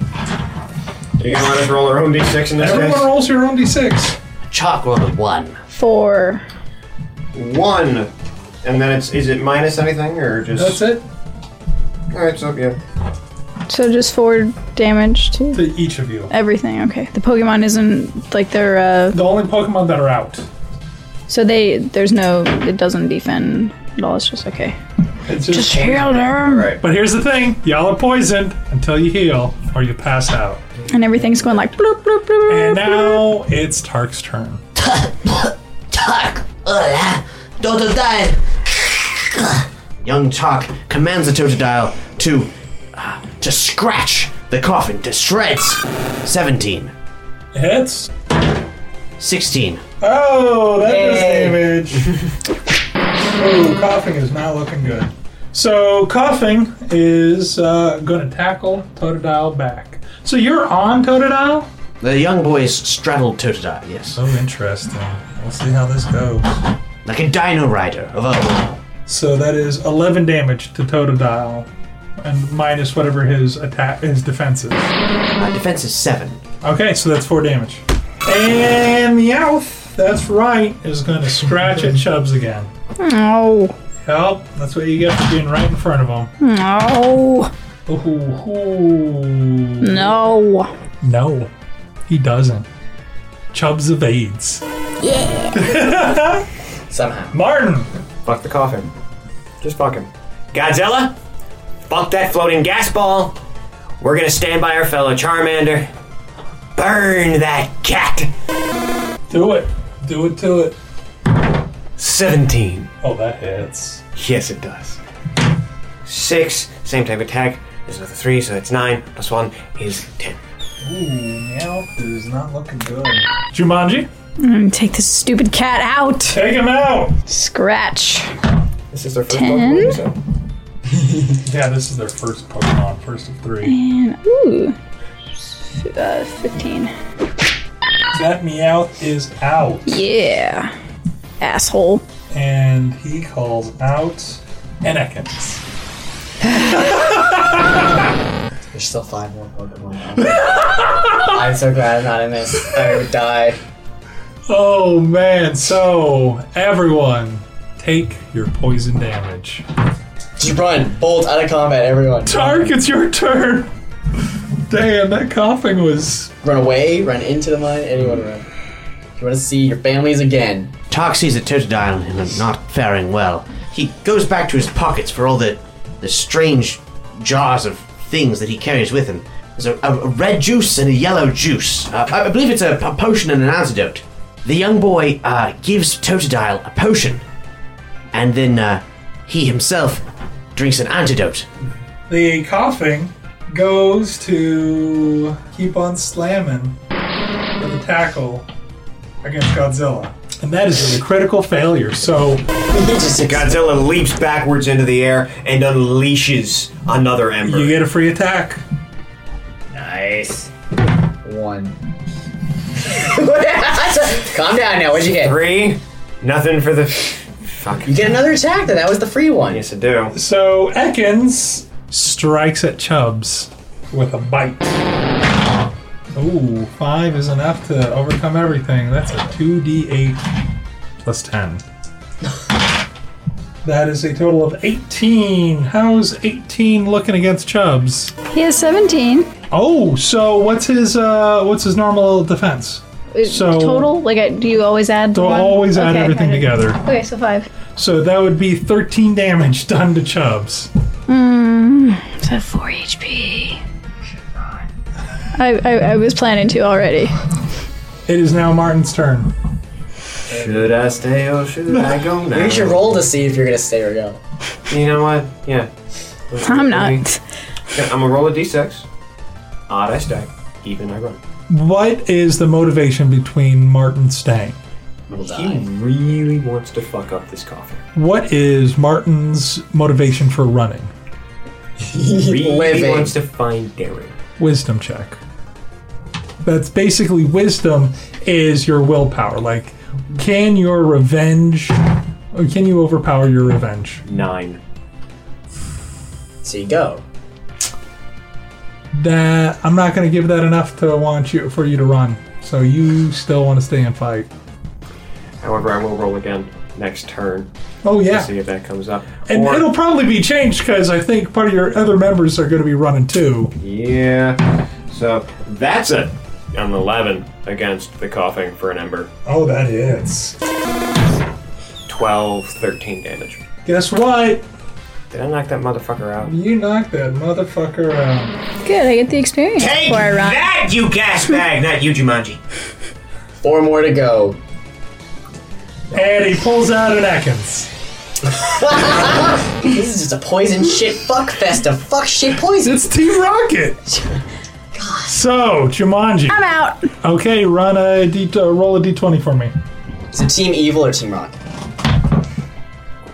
[SPEAKER 3] Are you gonna let us roll our own d6 in this
[SPEAKER 2] Everyone
[SPEAKER 3] case?
[SPEAKER 2] rolls your own d6.
[SPEAKER 6] Chalk rolled a one.
[SPEAKER 4] Four.
[SPEAKER 3] One. And then it's, is it minus anything or just.
[SPEAKER 2] That's it.
[SPEAKER 3] Alright, so yeah.
[SPEAKER 4] So just four damage to
[SPEAKER 2] To each of you.
[SPEAKER 4] everything. Okay. The Pokemon isn't like they're uh
[SPEAKER 2] The only Pokemon that are out.
[SPEAKER 4] so they there's no it doesn't defend at all, it's just okay.
[SPEAKER 2] It's
[SPEAKER 4] Just heal them.
[SPEAKER 3] Alright.
[SPEAKER 2] But here's the thing, y'all are poisoned until you heal or you pass out.
[SPEAKER 4] And everything's going like bloop bloop bloop.
[SPEAKER 2] And
[SPEAKER 4] bloop.
[SPEAKER 2] now it's Tark's turn.
[SPEAKER 6] Tark, hola, Totodile. Young Tark commands the Totodile to uh, to scratch the coffin to shreds. 17,
[SPEAKER 2] Hits.
[SPEAKER 6] 16.
[SPEAKER 2] Oh, that does damage.
[SPEAKER 4] *laughs*
[SPEAKER 2] oh, coughing is not looking good. So coughing is uh, going to tackle Totodile back. So you're on Totodile.
[SPEAKER 6] The young boys straddled Totodile, yes.
[SPEAKER 2] So interesting. We'll see how this goes.
[SPEAKER 6] Like a dino rider of old.
[SPEAKER 2] So that is 11 damage to Totodile, and minus whatever his attack, his defense is.
[SPEAKER 6] Uh, defense is 7.
[SPEAKER 2] Okay, so that's four damage. And Meowth, that's right, is going to scratch at Chubbs again.
[SPEAKER 4] No.
[SPEAKER 2] Help, that's what you get for being right in front of him.
[SPEAKER 4] No.
[SPEAKER 2] Ooh, ooh.
[SPEAKER 4] No.
[SPEAKER 2] No, he doesn't. Chubbs evades. *laughs*
[SPEAKER 5] Somehow.
[SPEAKER 2] Martin!
[SPEAKER 5] Fuck the coffin. Just fuck him.
[SPEAKER 3] Godzilla, bump that floating gas ball. We're gonna stand by our fellow Charmander. Burn that cat.
[SPEAKER 2] Do it. Do it to it.
[SPEAKER 3] 17.
[SPEAKER 2] Oh, that hits.
[SPEAKER 3] Yes, it does. 6, same type of attack. There's another 3, so that's 9. Plus 1 is 10.
[SPEAKER 2] Meowth is not looking good. Jumanji,
[SPEAKER 4] Mm, take this stupid cat out.
[SPEAKER 2] take him out!
[SPEAKER 4] Scratch.
[SPEAKER 5] This is their first
[SPEAKER 4] Ten.
[SPEAKER 5] Pokemon,
[SPEAKER 2] *laughs*
[SPEAKER 5] so.
[SPEAKER 2] Yeah, this is their first Pokemon, first of three.
[SPEAKER 4] And ooh. Uh, 15.
[SPEAKER 2] That Meowth is out.
[SPEAKER 4] Yeah. Asshole.
[SPEAKER 2] and he calls out Anakin.
[SPEAKER 5] *laughs* There's still five more
[SPEAKER 2] *laughs*
[SPEAKER 5] Pokemon. left. I'm so glad I'm not in this. I would die.
[SPEAKER 2] Oh man, so everyone take your poison damage.
[SPEAKER 5] Just run, bolt out of combat, everyone.
[SPEAKER 2] Tark, it's your turn. Damn, that coughing was
[SPEAKER 5] Run away, run into the mine, anyone run. If you want to see your families again,
[SPEAKER 6] Tark sees that Totodile and not faring well. He goes back to his pockets for all the, the strange jars of things that he carries with him. There's a, a- a red juice and a yellow juice. Uh, I I believe it's a, a potion and an antidote. The young boy uh, gives Totodile a potion, and then uh, he himself drinks an antidote.
[SPEAKER 2] the coughing goes to keep on slamming with a tackle against Godzilla. And that is a critical failure. So
[SPEAKER 3] Godzilla leaps backwards into the air and unleashes another ember.
[SPEAKER 2] you get a free attack.
[SPEAKER 5] Nice. One. *laughs* Calm down now. What'd you get?
[SPEAKER 3] Three, nothing for the. Fuck.
[SPEAKER 5] You get another attack. Then that was the free one.
[SPEAKER 3] Yes, I do.
[SPEAKER 2] So Ekans strikes at Chubbs with a bite. Ooh, five is enough to overcome everything. That's a 2d8 plus 10. *laughs* That is a total of 18. How's 18 looking against Chubbs?
[SPEAKER 4] He has 17.
[SPEAKER 2] Oh, so what's his uh what's his normal defense?
[SPEAKER 4] Is
[SPEAKER 2] So-
[SPEAKER 4] total? Like, I, do you always add? the
[SPEAKER 2] So
[SPEAKER 4] one?
[SPEAKER 2] always add
[SPEAKER 4] Okay,
[SPEAKER 2] everything
[SPEAKER 4] I didn't-
[SPEAKER 2] together.
[SPEAKER 4] Okay, so five.
[SPEAKER 2] So that would be 13 damage *laughs* done to Chubbs.
[SPEAKER 4] It's at Hmm, four HP. I, I, I was planning to already.
[SPEAKER 2] It is now Martin's turn.
[SPEAKER 3] Should I stay or should I go now?
[SPEAKER 5] You should roll to see if you're gonna stay or go.
[SPEAKER 3] You know what? Yeah.
[SPEAKER 4] I'm not.
[SPEAKER 3] Yeah, I'm gonna roll a d6. Odd I stay. Even I run.
[SPEAKER 2] What is the motivation between Martin staying?
[SPEAKER 3] He really wants to fuck up this
[SPEAKER 5] *laughs*
[SPEAKER 3] coffin.
[SPEAKER 2] What is Martin's motivation for running?
[SPEAKER 3] Really
[SPEAKER 5] Living.
[SPEAKER 3] wants to find Derek.
[SPEAKER 2] Wisdom check. That's basically wisdom is your willpower. Like, can your revenge, or can you overpower your revenge?
[SPEAKER 3] Nine.
[SPEAKER 5] So you go.
[SPEAKER 2] That I'm not going to give that enough to want you for you to run. So you still want to stay and fight.
[SPEAKER 3] However, I will roll again next turn
[SPEAKER 2] Oh
[SPEAKER 3] to
[SPEAKER 2] yeah,
[SPEAKER 3] see if that comes up.
[SPEAKER 2] and
[SPEAKER 3] Or-
[SPEAKER 2] it'll probably be changed because I think part of your other members are going to be running too.
[SPEAKER 3] Yeah. So that's a an eleven against the coughing for an ember.
[SPEAKER 2] Oh, that is.
[SPEAKER 3] 12, 13 damage.
[SPEAKER 2] Guess what?
[SPEAKER 3] Did I knock that motherfucker out?
[SPEAKER 2] You knocked that motherfucker out.
[SPEAKER 4] Good, I get the experience before I run.
[SPEAKER 3] that, you gas bag, not you, Jumanji.
[SPEAKER 5] Four more to go.
[SPEAKER 2] And he pulls out an Atkins.
[SPEAKER 8] *laughs* This is just a poison shit fuck fest of fuck shit poison.
[SPEAKER 2] It's Team Rocket. So Jumanji.
[SPEAKER 4] I'm out.
[SPEAKER 2] Okay, run a D, uh, roll a d20 for me.
[SPEAKER 8] *laughs* Is it Team Evil or Team Rocket?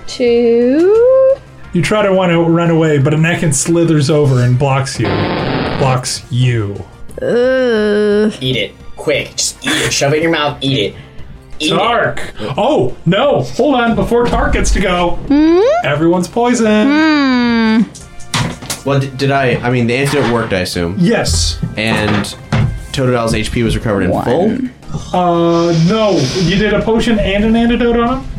[SPEAKER 4] Two.
[SPEAKER 2] You try to want to run away, but Anekin slithers over and blocks you. Blocks you. Uh.
[SPEAKER 4] Ugh.
[SPEAKER 8] Eat it. Quick. Just eat it. Shove it in your mouth. Eat it. Eat it.
[SPEAKER 2] Tark. Oh no! Hold on, before Tark gets to go,
[SPEAKER 4] Hmm?
[SPEAKER 2] everyone's poisoned.
[SPEAKER 6] Well, d- did I? I mean, the antidote worked, I assume.
[SPEAKER 2] Yes.
[SPEAKER 6] And Totodil's HP was recovered in full.
[SPEAKER 2] Uh, no. You did a potion and an antidote on him.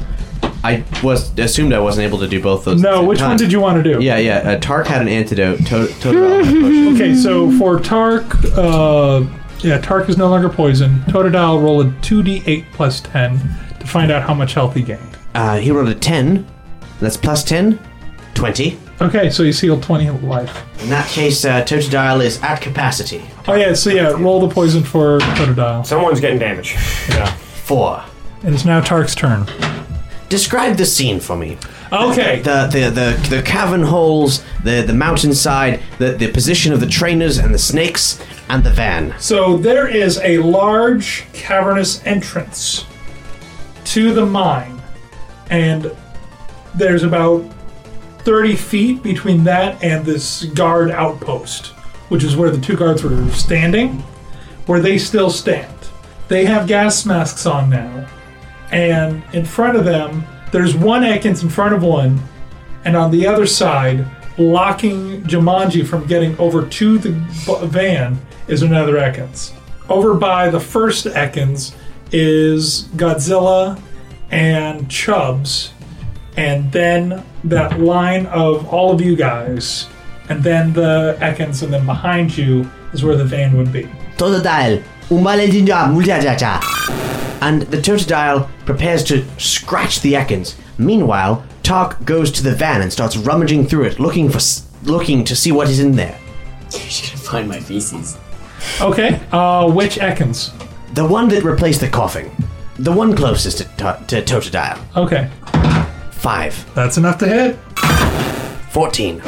[SPEAKER 6] I was assumed I wasn't able to do both those.
[SPEAKER 2] No. Which one did you want to do?
[SPEAKER 6] Yeah, yeah. Uh, Tark had an antidote. To- Totodile had a potion.
[SPEAKER 2] Okay, so for Tark, uh, yeah, Tark is no longer poisoned. Totodile roll a 2d8 plus 10 to find out how much health he gained.
[SPEAKER 6] Uh, he rolled a 10. That's plus 10. 20.
[SPEAKER 2] Okay, so he's healed 20 life.
[SPEAKER 6] In that case, uh, Totodile is at capacity.
[SPEAKER 2] Oh, yeah, so yeah, roll the poison for Totodile.
[SPEAKER 3] Someone's getting damage.
[SPEAKER 6] Four.
[SPEAKER 2] It is now Tark's turn.
[SPEAKER 6] Describe the scene for me.
[SPEAKER 2] Okay.
[SPEAKER 6] The the the, the cavern holes, the the mountainside, the, the position of the trainers and the snakes, and the van.
[SPEAKER 2] So there is a large cavernous entrance to the mine, and there's about 30 feet between that and this guard outpost, which is where the two guards were standing, where they still stand. They have gas masks on now, and in front of them, there's one Ekans in front of one, and on the other side, blocking Jumanji from getting over to the b- van is another Ekans. Over by the first Ekans is Godzilla and Chubbs, and then that line of all of you guys, and then the Ekans, and then behind you is where the van would be.
[SPEAKER 6] Totodile, umalendinja muljajaja. And the Totodile prepares to scratch the Ekans. Meanwhile, Tark goes to the van and starts rummaging through it, looking for s- looking to see what is
[SPEAKER 8] *laughs*
[SPEAKER 6] in there.
[SPEAKER 8] She's gonna find my feces.
[SPEAKER 2] Okay, uh, which Ekans?
[SPEAKER 6] The one that replaced the coughing. The one closest to, to, to Totodile.
[SPEAKER 2] Okay,
[SPEAKER 6] Five.
[SPEAKER 2] that's enough to hit.
[SPEAKER 6] Fourteen.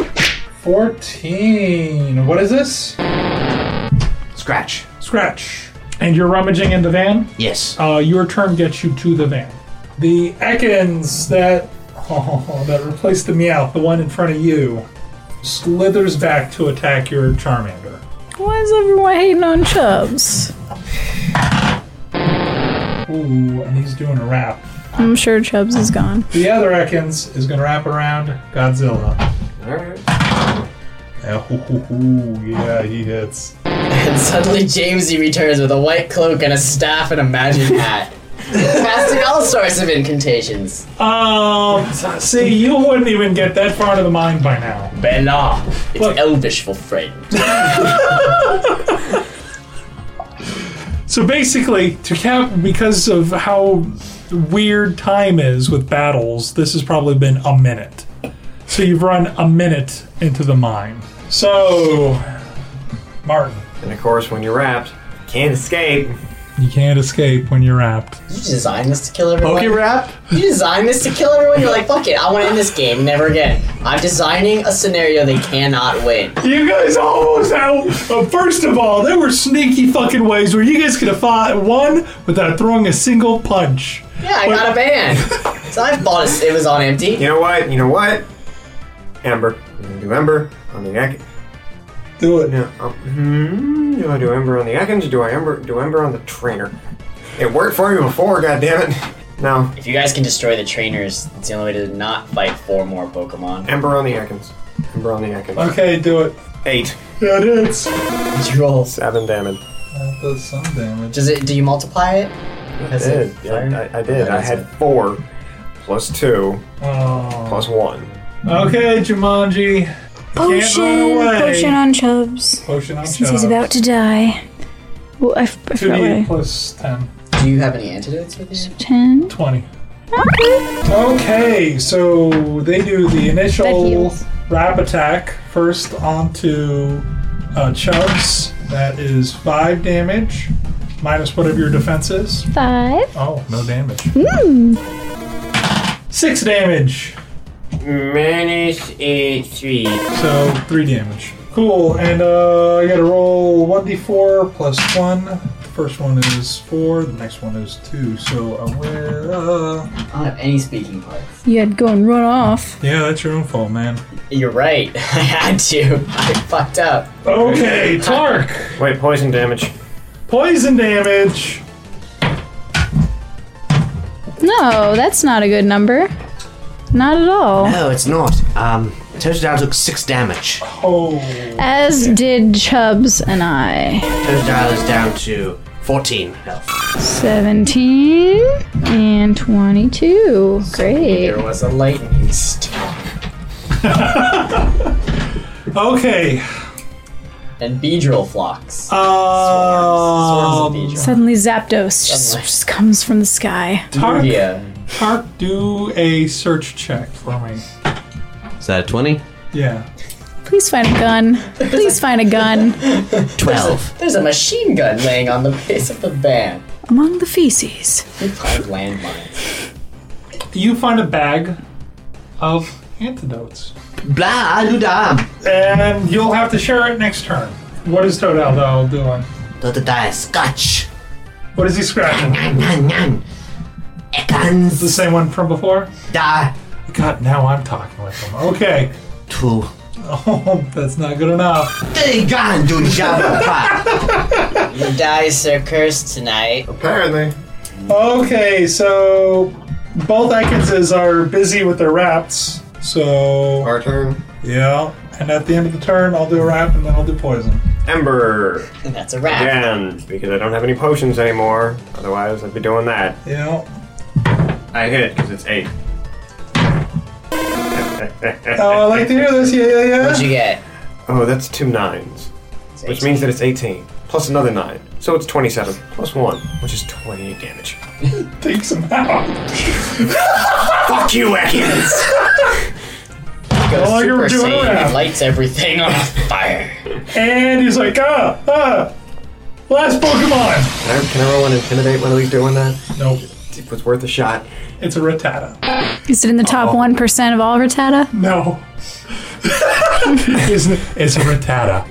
[SPEAKER 9] 14. What is this?
[SPEAKER 6] Scratch.
[SPEAKER 2] Scratch. And you're rummaging in the van?
[SPEAKER 6] Yes.
[SPEAKER 2] Uh, your turn gets you to the van. The Ekans that oh, that replaced the Meowth, the one in front of you, slithers back to attack your Charmander.
[SPEAKER 4] Why is everyone hating on Chubbs?
[SPEAKER 2] Ooh, and he's doing a wrap.
[SPEAKER 4] I'm sure Chubbs is gone.
[SPEAKER 2] The other Ekans is going to wrap around Godzilla.
[SPEAKER 8] Alright.
[SPEAKER 2] Yeah, hoo, hoo, hoo. yeah, he hits.
[SPEAKER 8] And suddenly Jamesy returns with a white cloak and a staff and a
[SPEAKER 2] *laughs*
[SPEAKER 8] magic hat. Casting all sorts of incantations.
[SPEAKER 2] Um, see, you wouldn't even get that far into the mine by now.
[SPEAKER 8] Bella. It's
[SPEAKER 2] Look.
[SPEAKER 8] elvish for friend.
[SPEAKER 2] *laughs* So basically, to cap, because of how weird time is with battles, this has probably been a minute. So you've run a minute into the mine. So, Martin,
[SPEAKER 3] And of course, when you're wrapped, can't escape.
[SPEAKER 2] you can't escape when you're wrapped.
[SPEAKER 8] You designed this to kill everyone.
[SPEAKER 6] Poke wrap?
[SPEAKER 8] You designed this to kill everyone. You're like, fuck it. I want to end this game. Never again. I'm designing a scenario they cannot win.
[SPEAKER 2] You guys almost out. uh, first of all, there were sneaky fucking ways where you guys could have fought one without throwing a single punch.
[SPEAKER 8] Yeah, I got a
[SPEAKER 3] *laughs*
[SPEAKER 8] ban. So I thought it was on empty.
[SPEAKER 3] You know what? You know what? Ember. I'm gonna do Ember on the Ekans.
[SPEAKER 2] Do it.
[SPEAKER 3] No, um, hmm, do I do Ember on the Ekans or do I Ember do Ember on the trainer? It worked for me before, goddammit. No,
[SPEAKER 8] If you guys can destroy the trainers, it's the only way to not fight four more Pokemon.
[SPEAKER 3] Ember on the Ekans. Ember on the Ekans.
[SPEAKER 2] Okay, do it.
[SPEAKER 3] Eight.
[SPEAKER 2] Yeah, it is.
[SPEAKER 8] Did you roll?
[SPEAKER 3] Seven damage.
[SPEAKER 2] That does some damage.
[SPEAKER 8] Does it? Do you multiply it?
[SPEAKER 3] I
[SPEAKER 8] Has
[SPEAKER 3] did.
[SPEAKER 8] it
[SPEAKER 3] Yeah,
[SPEAKER 8] fire?
[SPEAKER 3] I, I did. I had four plus two
[SPEAKER 2] Oh.
[SPEAKER 3] plus one.
[SPEAKER 2] Okay, Jumanji.
[SPEAKER 4] Potion.
[SPEAKER 2] run away.
[SPEAKER 4] Potion on Chubbs.
[SPEAKER 2] Potion on
[SPEAKER 4] Since he's about to die. Well, I, f- I forgot what I-
[SPEAKER 2] 2d plus 10.
[SPEAKER 8] Do you have any antidotes with you?
[SPEAKER 4] Ten.
[SPEAKER 2] 20. Okay, so they do the
[SPEAKER 4] That
[SPEAKER 2] initial
[SPEAKER 4] heals.
[SPEAKER 2] wrap attack first onto uh, Chubbs. That is 5 damage, minus whatever your defense is.
[SPEAKER 4] Five.
[SPEAKER 2] Oh, no Mmm. damage. 6 damage.
[SPEAKER 3] Minus eight three.
[SPEAKER 2] So three damage. Cool. And uh, I gotta roll one d4 plus one. The first one is four. The next one is two. So I wear. Uh...
[SPEAKER 5] I don't have any speaking parts.
[SPEAKER 4] You had to go and run off.
[SPEAKER 2] Yeah, that's your own fault, man.
[SPEAKER 8] *laughs*
[SPEAKER 5] You're right. I *laughs* had to. I fucked up.
[SPEAKER 2] Okay, Tark.
[SPEAKER 3] Wait, poison damage.
[SPEAKER 2] Poison damage.
[SPEAKER 4] No, that's not a good number. Not at all.
[SPEAKER 6] No, it's not. Um, total down took six damage.
[SPEAKER 2] Oh,
[SPEAKER 4] As did Chubbs and I.
[SPEAKER 6] Total down is down to fourteen health.
[SPEAKER 4] 17 and 22. Great.
[SPEAKER 5] There was a lightning storm.
[SPEAKER 2] *laughs* okay. Uh,
[SPEAKER 5] And Beedrill flocks.
[SPEAKER 2] Um,
[SPEAKER 5] Swarms of Beedrill.
[SPEAKER 4] Suddenly Zapdos just, just comes from the sky.
[SPEAKER 2] Tark,
[SPEAKER 5] Yeah.
[SPEAKER 2] Tark, do a search check for me.
[SPEAKER 6] Is that a twenty?
[SPEAKER 2] Yeah.
[SPEAKER 4] Please find a gun. Please find a gun.
[SPEAKER 6] Twelve.
[SPEAKER 5] There's a machine gun laying on the base of the van.
[SPEAKER 4] Among the feces.
[SPEAKER 5] We found landmines.
[SPEAKER 2] You find a bag of antidotes.
[SPEAKER 6] Blah, do dam.
[SPEAKER 2] And you'll have to share it next turn. What is Todaldo doing?
[SPEAKER 6] Total die scotch.
[SPEAKER 2] What is he scratching?
[SPEAKER 6] Nan, nan. Ekans
[SPEAKER 2] The same one from before?
[SPEAKER 6] da
[SPEAKER 2] God, now I'm talking with him. Okay.
[SPEAKER 6] two.
[SPEAKER 2] *laughs* Oh, that's not good enough.
[SPEAKER 6] Digan do java
[SPEAKER 2] *laughs*
[SPEAKER 6] pa.
[SPEAKER 5] Your dice are cursed tonight.
[SPEAKER 10] Apparently.
[SPEAKER 2] Okay, so both Ekinses are busy with their raps. So
[SPEAKER 10] Our turn.
[SPEAKER 2] yeah, and at the end of the turn, I'll do a rap and then I'll do poison.
[SPEAKER 3] Ember
[SPEAKER 5] And that's a wrap.
[SPEAKER 3] again because I don't have any potions anymore. Otherwise, I'd be doing that.
[SPEAKER 2] Yeah. *laughs*
[SPEAKER 3] I hit because it's eight.
[SPEAKER 2] Oh, I like to hear this. Yeah, yeah,
[SPEAKER 5] What'd
[SPEAKER 2] yeah.
[SPEAKER 5] you get?
[SPEAKER 3] Oh, that's two nines, which means that it's eighteen plus another nine, so it's twenty-seven plus one, which is twenty-eight
[SPEAKER 5] *laughs*
[SPEAKER 3] damage.
[SPEAKER 2] Takes him out.
[SPEAKER 3] Fuck you, Ekans!
[SPEAKER 5] goes
[SPEAKER 2] Well, you're
[SPEAKER 5] Super
[SPEAKER 2] doing
[SPEAKER 5] Saiyan
[SPEAKER 2] that.
[SPEAKER 5] and lights everything on fire.
[SPEAKER 2] And he's like, ah, ah. Last Pokemon.
[SPEAKER 3] can, I, can I roll and intimidate while he's doing that?
[SPEAKER 2] Nope.
[SPEAKER 3] It was worth a shot.
[SPEAKER 2] It's a
[SPEAKER 3] *laughs*
[SPEAKER 2] Rattata.
[SPEAKER 4] Is it in the top 1% of all Rattata?
[SPEAKER 2] No. it's, it's a Rattata.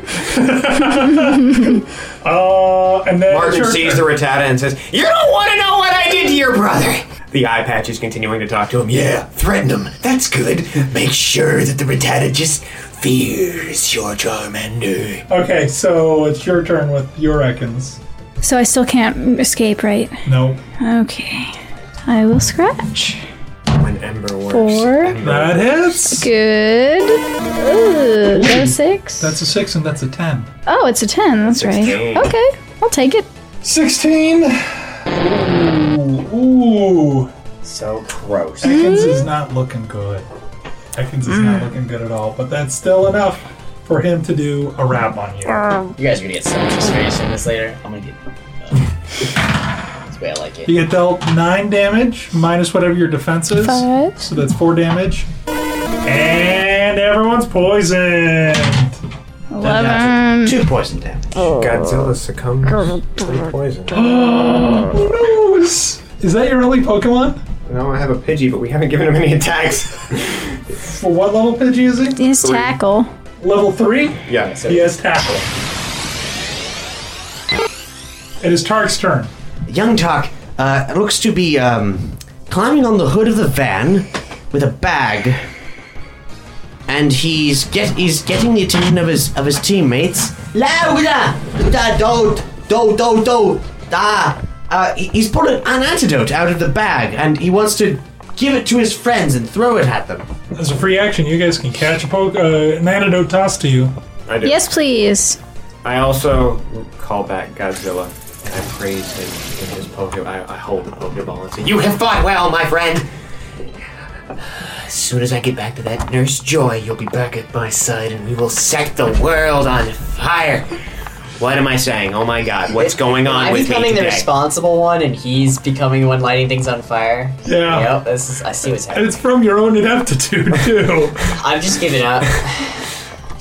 [SPEAKER 2] uh, and then it's
[SPEAKER 3] Martin
[SPEAKER 2] your
[SPEAKER 3] sees the
[SPEAKER 2] turn.
[SPEAKER 3] Rattata and says, You don't want to know what I did to your brother! The eye patch is continuing to talk to him. Yeah, threaten him. That's good. Make sure that the Rattata just fears your Charmander.
[SPEAKER 2] Okay, so it's your turn with your Ekans.
[SPEAKER 4] *laughs* So I still can't escape, right?
[SPEAKER 2] Nope.
[SPEAKER 4] Okay. I will scratch.
[SPEAKER 3] When Ember works.
[SPEAKER 4] Four.
[SPEAKER 2] That hits.
[SPEAKER 4] Good.
[SPEAKER 2] *clears throat*
[SPEAKER 4] Ooh, go six.
[SPEAKER 2] That's a six and that's a ten.
[SPEAKER 4] oh, it's a ten. That's
[SPEAKER 3] Sixteen.
[SPEAKER 4] right. Okay, I'll take it.
[SPEAKER 2] Sixteen. *laughs* Ooh. *laughs*
[SPEAKER 5] So gross.
[SPEAKER 2] Ekans
[SPEAKER 4] Hmm?
[SPEAKER 2] is not looking good. Ekans is not looking good at all, but that's still enough for him to do a rap on you.
[SPEAKER 4] Oh.
[SPEAKER 5] You guys are gonna get so much experience from this later. I'm gonna get. uh, That's the way I like it.
[SPEAKER 2] You get dealt nine damage minus whatever your defense is.
[SPEAKER 4] Five.
[SPEAKER 2] So that's four damage. And everyone's poisoned.
[SPEAKER 4] Eleven.
[SPEAKER 6] Two poison damage.
[SPEAKER 3] Godzilla succumbs to poison.
[SPEAKER 2] *gasps* Who knows? Is that your only Pokemon?
[SPEAKER 3] No, I have a Pidgey, but we haven't given him any attacks.
[SPEAKER 2] For what level Pidgey is he?
[SPEAKER 4] Is tackle.
[SPEAKER 2] Level three.
[SPEAKER 3] yeah,
[SPEAKER 2] He has tackle. It is Tark's turn.
[SPEAKER 6] Young Tark uh, looks to be um, climbing on the hood of the van with a bag, and he's get he's getting the attention of his of his teammates. Lauda, da do do do do da. Uh, he- he's pulled an antidote out of the bag, and he wants to give it to his friends and throw it at them.
[SPEAKER 2] As a free action, you guys can catch a poke, uh, an antidote toss to you.
[SPEAKER 3] I do.
[SPEAKER 4] Yes, please.
[SPEAKER 3] I also call back Godzilla. I praise him in his Pokeball. I, I hold the Pokeball and say, You have fought well, my friend!
[SPEAKER 11] As soon as I get back to that nurse Joy, you'll be back at my side and we will set the world on fire.
[SPEAKER 3] What am I saying? Oh my god, what's going on
[SPEAKER 5] I'm
[SPEAKER 3] with me
[SPEAKER 5] becoming the
[SPEAKER 3] today?
[SPEAKER 5] responsible one, and he's becoming the one lighting things on fire.
[SPEAKER 2] Yeah.
[SPEAKER 5] Yep. This is. I see what's
[SPEAKER 2] And
[SPEAKER 5] happening.
[SPEAKER 2] it's from your own ineptitude, *laughs* too.
[SPEAKER 5] I'm just giving up.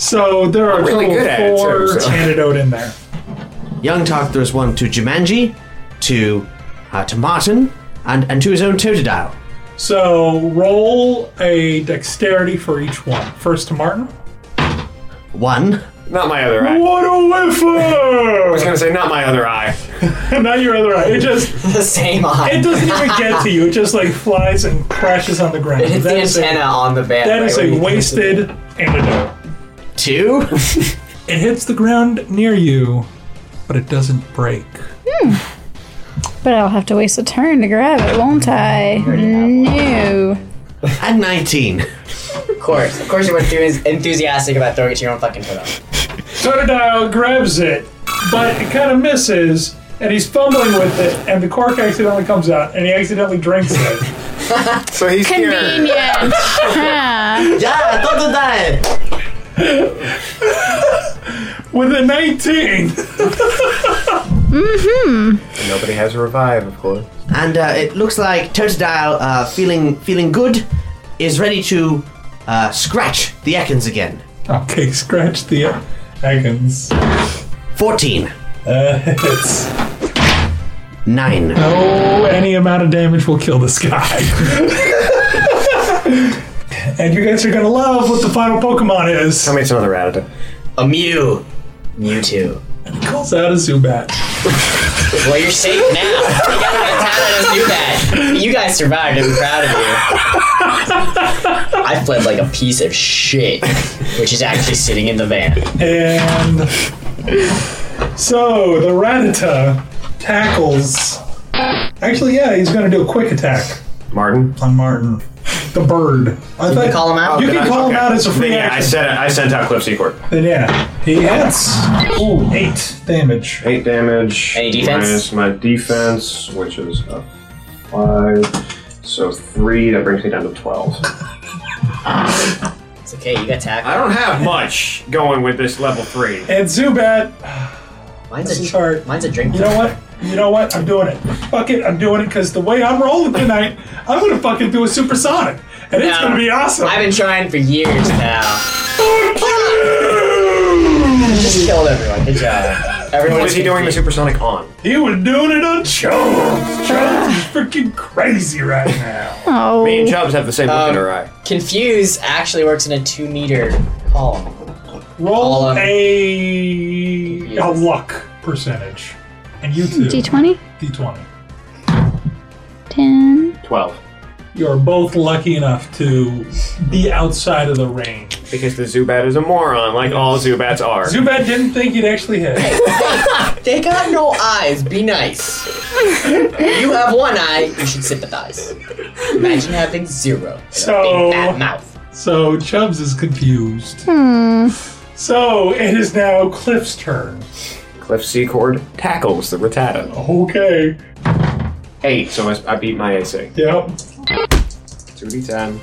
[SPEAKER 2] so there are a
[SPEAKER 3] really
[SPEAKER 2] total
[SPEAKER 3] good at it,
[SPEAKER 2] of four
[SPEAKER 3] too, so.
[SPEAKER 2] antidote in there.
[SPEAKER 6] Young Tark throws one to Jumanji, to uh, to Martin, and and to his own Totodile.
[SPEAKER 2] So roll a dexterity for each one. First to Martin.
[SPEAKER 6] One.
[SPEAKER 3] Not my other eye.
[SPEAKER 2] What a
[SPEAKER 3] I was gonna say not my other eye.
[SPEAKER 2] whiffer! *laughs* Not your other eye. It just
[SPEAKER 5] *laughs* The same eye.
[SPEAKER 2] it doesn't even get to you. It just like flies and crashes on the ground.
[SPEAKER 5] It's
[SPEAKER 2] That
[SPEAKER 5] the
[SPEAKER 2] is a-
[SPEAKER 5] antenna on the van.
[SPEAKER 2] that
[SPEAKER 5] right
[SPEAKER 2] is
[SPEAKER 5] when
[SPEAKER 2] a
[SPEAKER 5] you think it's
[SPEAKER 2] wasted antidote.
[SPEAKER 6] Two?
[SPEAKER 2] *laughs* It hits the ground near you, but it doesn't break.
[SPEAKER 4] Hmm. But I'll have to waste a turn to grab it, won't I? No.
[SPEAKER 6] At 19.
[SPEAKER 5] Of course. Of course you weren't too enthusiastic about throwing it to your own fucking turtle.
[SPEAKER 2] Totodile grabs it, but it kind of misses, and he's fumbling with it, and the cork accidentally comes out, and he accidentally drinks it.
[SPEAKER 3] *laughs* So he's here. *laughs*
[SPEAKER 4] Convenient. Huh.
[SPEAKER 6] Yeah, don't do that!
[SPEAKER 2] With a 19!
[SPEAKER 3] Nobody has a revive, of course.
[SPEAKER 6] And uh, it looks like Totodile, uh, feeling feeling good, is ready to uh, scratch the Ekans again.
[SPEAKER 2] Okay, scratch the Higgins.
[SPEAKER 6] 14.
[SPEAKER 2] Uh, *laughs* it's
[SPEAKER 6] Nine.
[SPEAKER 2] no any amount of damage will kill this guy. Oh, and you guys are gonna love what the final Pokemon is.
[SPEAKER 3] Tell me it's another Rattata.
[SPEAKER 5] A Mew. Mewtwo.
[SPEAKER 2] Calls out a Zubat.
[SPEAKER 5] Well, you're safe now. You got an antenna to do that. You guys survived. I'm proud of you. I fled like a piece of shit, which is actually sitting in the van.
[SPEAKER 2] And so the Rattata tackles. Actually, yeah, he's going to do a quick attack
[SPEAKER 3] Martin.
[SPEAKER 2] on Martin, the bird. I thought,
[SPEAKER 5] Call him out.
[SPEAKER 2] you can call him
[SPEAKER 3] Oh, Okay.
[SPEAKER 2] out as a free
[SPEAKER 3] Yeah, I
[SPEAKER 2] action.
[SPEAKER 3] sent I sent out Clip Secord.
[SPEAKER 2] Then yeah, he hits. Ooh, eight damage.
[SPEAKER 3] Eight damage.
[SPEAKER 5] Any defense?
[SPEAKER 3] Minus my defense, which is a five. So three. That brings me down to twelve.
[SPEAKER 5] It's okay. You got
[SPEAKER 3] I
[SPEAKER 5] tackled.
[SPEAKER 3] don't have much going with this level three.
[SPEAKER 2] And Zubat,
[SPEAKER 5] Mine's
[SPEAKER 2] this
[SPEAKER 5] a
[SPEAKER 2] is hard.
[SPEAKER 5] Mine's a drink.
[SPEAKER 2] You know what? You know what? I'm doing it. Fuck it, I'm doing it because the way I'm rolling tonight, I'm going to fucking do a supersonic. And it's
[SPEAKER 5] No.
[SPEAKER 2] going to be awesome.
[SPEAKER 5] I've been trying for years now. Just killed everyone. Good job. Everyone
[SPEAKER 3] What is he doing the supersonic on?
[SPEAKER 2] He was doing it on Chones. Chones is freaking crazy right
[SPEAKER 5] *laughs*
[SPEAKER 2] now.
[SPEAKER 4] Oh.
[SPEAKER 3] Me and Chubbs have the same look in our eye.
[SPEAKER 5] Um, Confuse actually works in a two meter column.
[SPEAKER 2] Roll
[SPEAKER 5] All on-
[SPEAKER 2] a, a luck percentage. And you too.
[SPEAKER 4] D20?
[SPEAKER 2] D20.
[SPEAKER 4] 10.
[SPEAKER 3] Twelve.
[SPEAKER 2] You're both lucky enough to be outside of the range.
[SPEAKER 3] Because the Zubat is a moron, like all Zubats are.
[SPEAKER 2] Zubat didn't think you'd actually hit.
[SPEAKER 5] *laughs* They got no eyes. Be nice. you have one eye. You should sympathize. Imagine having zero. and a
[SPEAKER 2] So-
[SPEAKER 5] big fat mouth.
[SPEAKER 2] So Chubbs is confused. So it is now Cliff's turn.
[SPEAKER 3] Cliff Secord tackles the Rattata.
[SPEAKER 2] Okay.
[SPEAKER 3] Eight. So I, I beat my AC.
[SPEAKER 2] Yep.
[SPEAKER 3] Two D ten.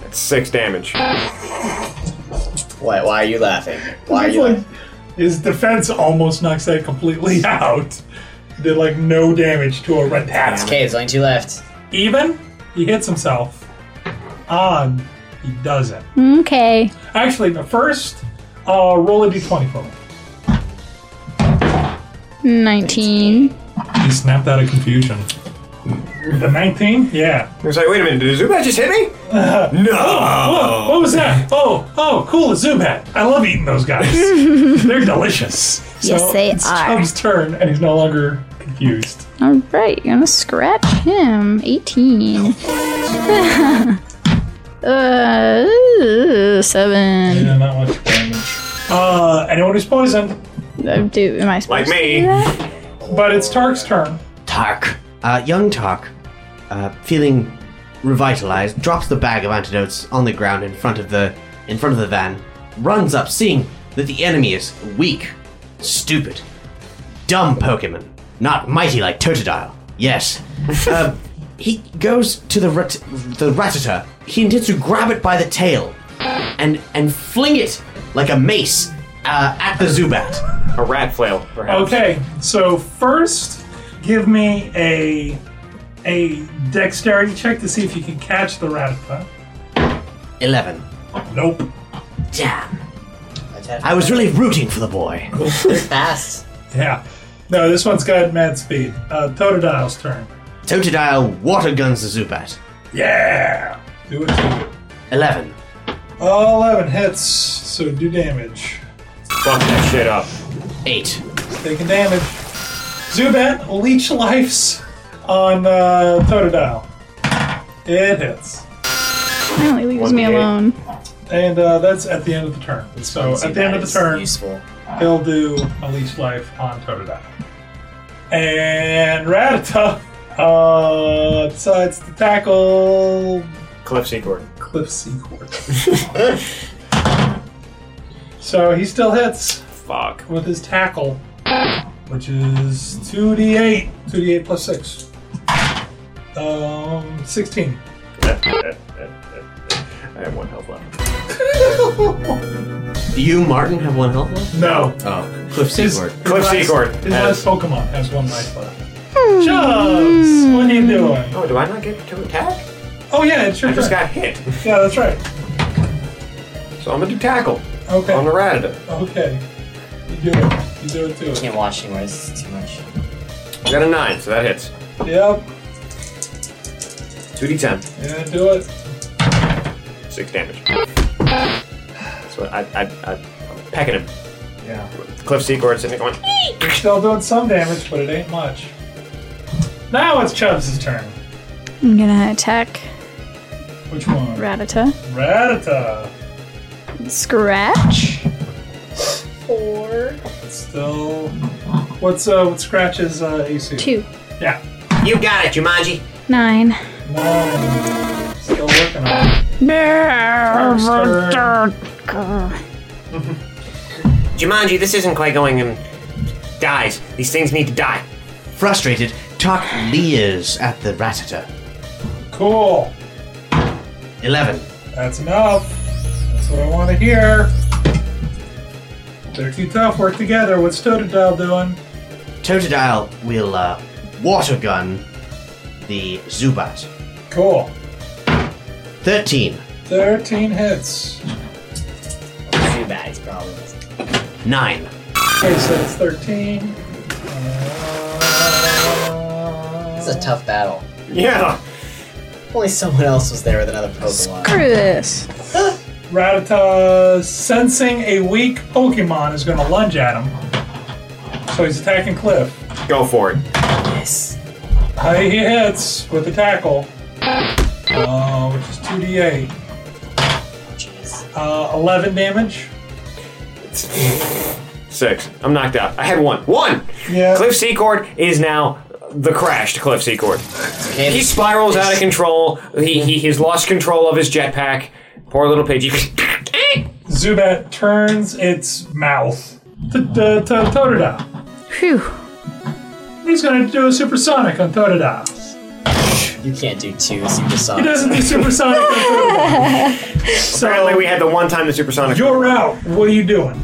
[SPEAKER 3] That's six damage.
[SPEAKER 5] Why, why are you laughing? Why are
[SPEAKER 2] It's
[SPEAKER 5] you
[SPEAKER 2] like
[SPEAKER 5] laughing?
[SPEAKER 2] his defense almost knocks that completely *laughs* out. Did like no damage to a red hat.
[SPEAKER 5] Okay, there's only two left.
[SPEAKER 2] Even he hits himself. Odd, he doesn't.
[SPEAKER 4] Okay.
[SPEAKER 2] Actually, the first uh, roll a d20 for me.
[SPEAKER 4] 19.
[SPEAKER 2] He snapped out of confusion. The 19? Yeah.
[SPEAKER 3] He was like, wait a minute, did the Zubat just hit me? no.
[SPEAKER 2] Uh, Oh, What was that? Oh, oh, cool, a zoom hat. I love eating those
[SPEAKER 3] *laughs*
[SPEAKER 2] guys. They're delicious.
[SPEAKER 4] Yes, they
[SPEAKER 2] it's
[SPEAKER 4] are.
[SPEAKER 2] Chubb's turn, and he's no longer confused.
[SPEAKER 4] Alright, you're gonna scratch him. *laughs* 18. uh, 7.
[SPEAKER 2] Yeah, not much damage. Uh, anyone who's poisoned,
[SPEAKER 4] Uh, Do, am I supposed
[SPEAKER 3] Like
[SPEAKER 4] to
[SPEAKER 3] me.
[SPEAKER 4] do that?
[SPEAKER 2] but it's Tark's turn.
[SPEAKER 6] Tark. Uh, young Tark, uh, feeling revitalized, drops the bag of antidotes on the ground in front of the in front of the van, runs up, seeing that the enemy is weak, stupid, dumb Pokemon, not mighty like Totodile. Yes. uh, he goes to the rat- the Rattata. He intends to grab it by the tail and and fling it like a mace uh, at the Zubat.
[SPEAKER 3] A rat flail, perhaps.
[SPEAKER 2] Okay, so first, give me a a dexterity check to see if you can catch the Rattata.
[SPEAKER 6] Eleven.
[SPEAKER 2] Nope.
[SPEAKER 6] Damn.
[SPEAKER 5] I
[SPEAKER 6] I was really rooting for the boy.
[SPEAKER 5] fast.
[SPEAKER 2] Yeah. No, this one's got mad speed. Uh, Totodile's turn.
[SPEAKER 6] Totodile water guns the Zubat.
[SPEAKER 2] Yeah. Do it. Do it.
[SPEAKER 6] 11.
[SPEAKER 2] All Eleven hits. So do damage.
[SPEAKER 3] Fuck that shit up.
[SPEAKER 6] 8.
[SPEAKER 2] Taking damage. Zubat leech lives on uh, Totodile. It hits.
[SPEAKER 4] Finally leaves me
[SPEAKER 3] One day.
[SPEAKER 4] alone.
[SPEAKER 2] And uh, that's at the end of the turn. So at the end of the turn,
[SPEAKER 5] Useful.
[SPEAKER 2] he'll do a leech life on Totodile. And Rattata uh, decides to tackle
[SPEAKER 3] Cliff Secord.
[SPEAKER 2] Cliff Secord. *laughs* so he still hits
[SPEAKER 3] Fuck.
[SPEAKER 2] with his tackle, which is 2d8. 2d8 plus 6. Um, 16.
[SPEAKER 3] Eh, I have one health left.
[SPEAKER 6] Do you, Martin, have one health left?
[SPEAKER 2] No.
[SPEAKER 6] Oh, Cliff
[SPEAKER 2] His-
[SPEAKER 6] Seaboard.
[SPEAKER 2] his
[SPEAKER 3] Cliff
[SPEAKER 2] last-
[SPEAKER 3] Secord
[SPEAKER 2] His
[SPEAKER 3] has-
[SPEAKER 2] last Pokemon has one life left. Chubbs, what are you doing?
[SPEAKER 3] Oh, do I not get to attack?
[SPEAKER 2] Oh yeah, it's your
[SPEAKER 3] I just
[SPEAKER 2] turn.
[SPEAKER 3] got hit.
[SPEAKER 2] Yeah, that's right.
[SPEAKER 3] So I'm gonna do tackle
[SPEAKER 2] Okay.
[SPEAKER 3] on the Rattata.
[SPEAKER 2] Okay. You do it. You do it too.
[SPEAKER 5] Can't watch anymore. This is too much.
[SPEAKER 3] I got a 9, so that hits.
[SPEAKER 2] Yep.
[SPEAKER 3] 2d10.
[SPEAKER 2] Yeah, do it.
[SPEAKER 3] 6 damage. So I, I, I, I'm pecking him.
[SPEAKER 2] Yeah.
[SPEAKER 3] Cliff Secord sitting there going,
[SPEAKER 2] You're still doing some damage, but it ain't much. Now it's Chubbs' turn.
[SPEAKER 4] I'm gonna attack
[SPEAKER 2] Which one?
[SPEAKER 4] Ratata.
[SPEAKER 2] Ratata.
[SPEAKER 4] Scratch. Four.
[SPEAKER 2] Still. What's uh? What scratches uh, AC?
[SPEAKER 4] Two.
[SPEAKER 2] Yeah.
[SPEAKER 3] You got it, Jumanji.
[SPEAKER 4] Nine.
[SPEAKER 2] Nine. Still working on it. First turn.
[SPEAKER 3] Jumanji, this isn't quite going and dies. These things need to die.
[SPEAKER 6] Frustrated, Tark leers at the Rattata.
[SPEAKER 2] Cool.
[SPEAKER 6] 11.
[SPEAKER 2] That's enough. That's what I want to hear. They're too tough. Work together. What's Totodile doing?
[SPEAKER 6] Totodile will uh, water gun the Zubat.
[SPEAKER 2] Cool.
[SPEAKER 6] 13.
[SPEAKER 2] 13 hits.
[SPEAKER 5] Too bad. It's probably.
[SPEAKER 6] 9.
[SPEAKER 2] Okay, so it's 13.
[SPEAKER 5] This is a tough battle.
[SPEAKER 3] Yeah.
[SPEAKER 5] Only someone else was there with another Pokemon.
[SPEAKER 4] Screw this.
[SPEAKER 2] Rattata, sensing a weak Pokemon, is going to lunge at him. So he's attacking Cliff.
[SPEAKER 3] Go for it.
[SPEAKER 5] Yes.
[SPEAKER 2] Uh, he hits with the tackle, uh, which is 2d8.
[SPEAKER 5] Oh, Jeez.
[SPEAKER 2] Uh, 11 damage.
[SPEAKER 3] Six. I'm knocked out. I had one. One!
[SPEAKER 2] Yeah.
[SPEAKER 3] Cliff Secord is now the crashed Cliff Secord.
[SPEAKER 5] Okay.
[SPEAKER 3] He spirals out of control. He, he He's lost control of his jetpack. Poor little Pidgey.
[SPEAKER 2] Zubat turns its mouth to, to, to Totodile.
[SPEAKER 4] Phew.
[SPEAKER 2] He's going to do a supersonic on Totodile.
[SPEAKER 5] You can't do two super
[SPEAKER 2] He
[SPEAKER 5] songs. *laughs*
[SPEAKER 2] doesn't do supersonic on Totodile. *laughs*
[SPEAKER 3] Apparently,
[SPEAKER 2] So
[SPEAKER 3] we had the one time the supersonic.
[SPEAKER 2] you're out. What are you doing?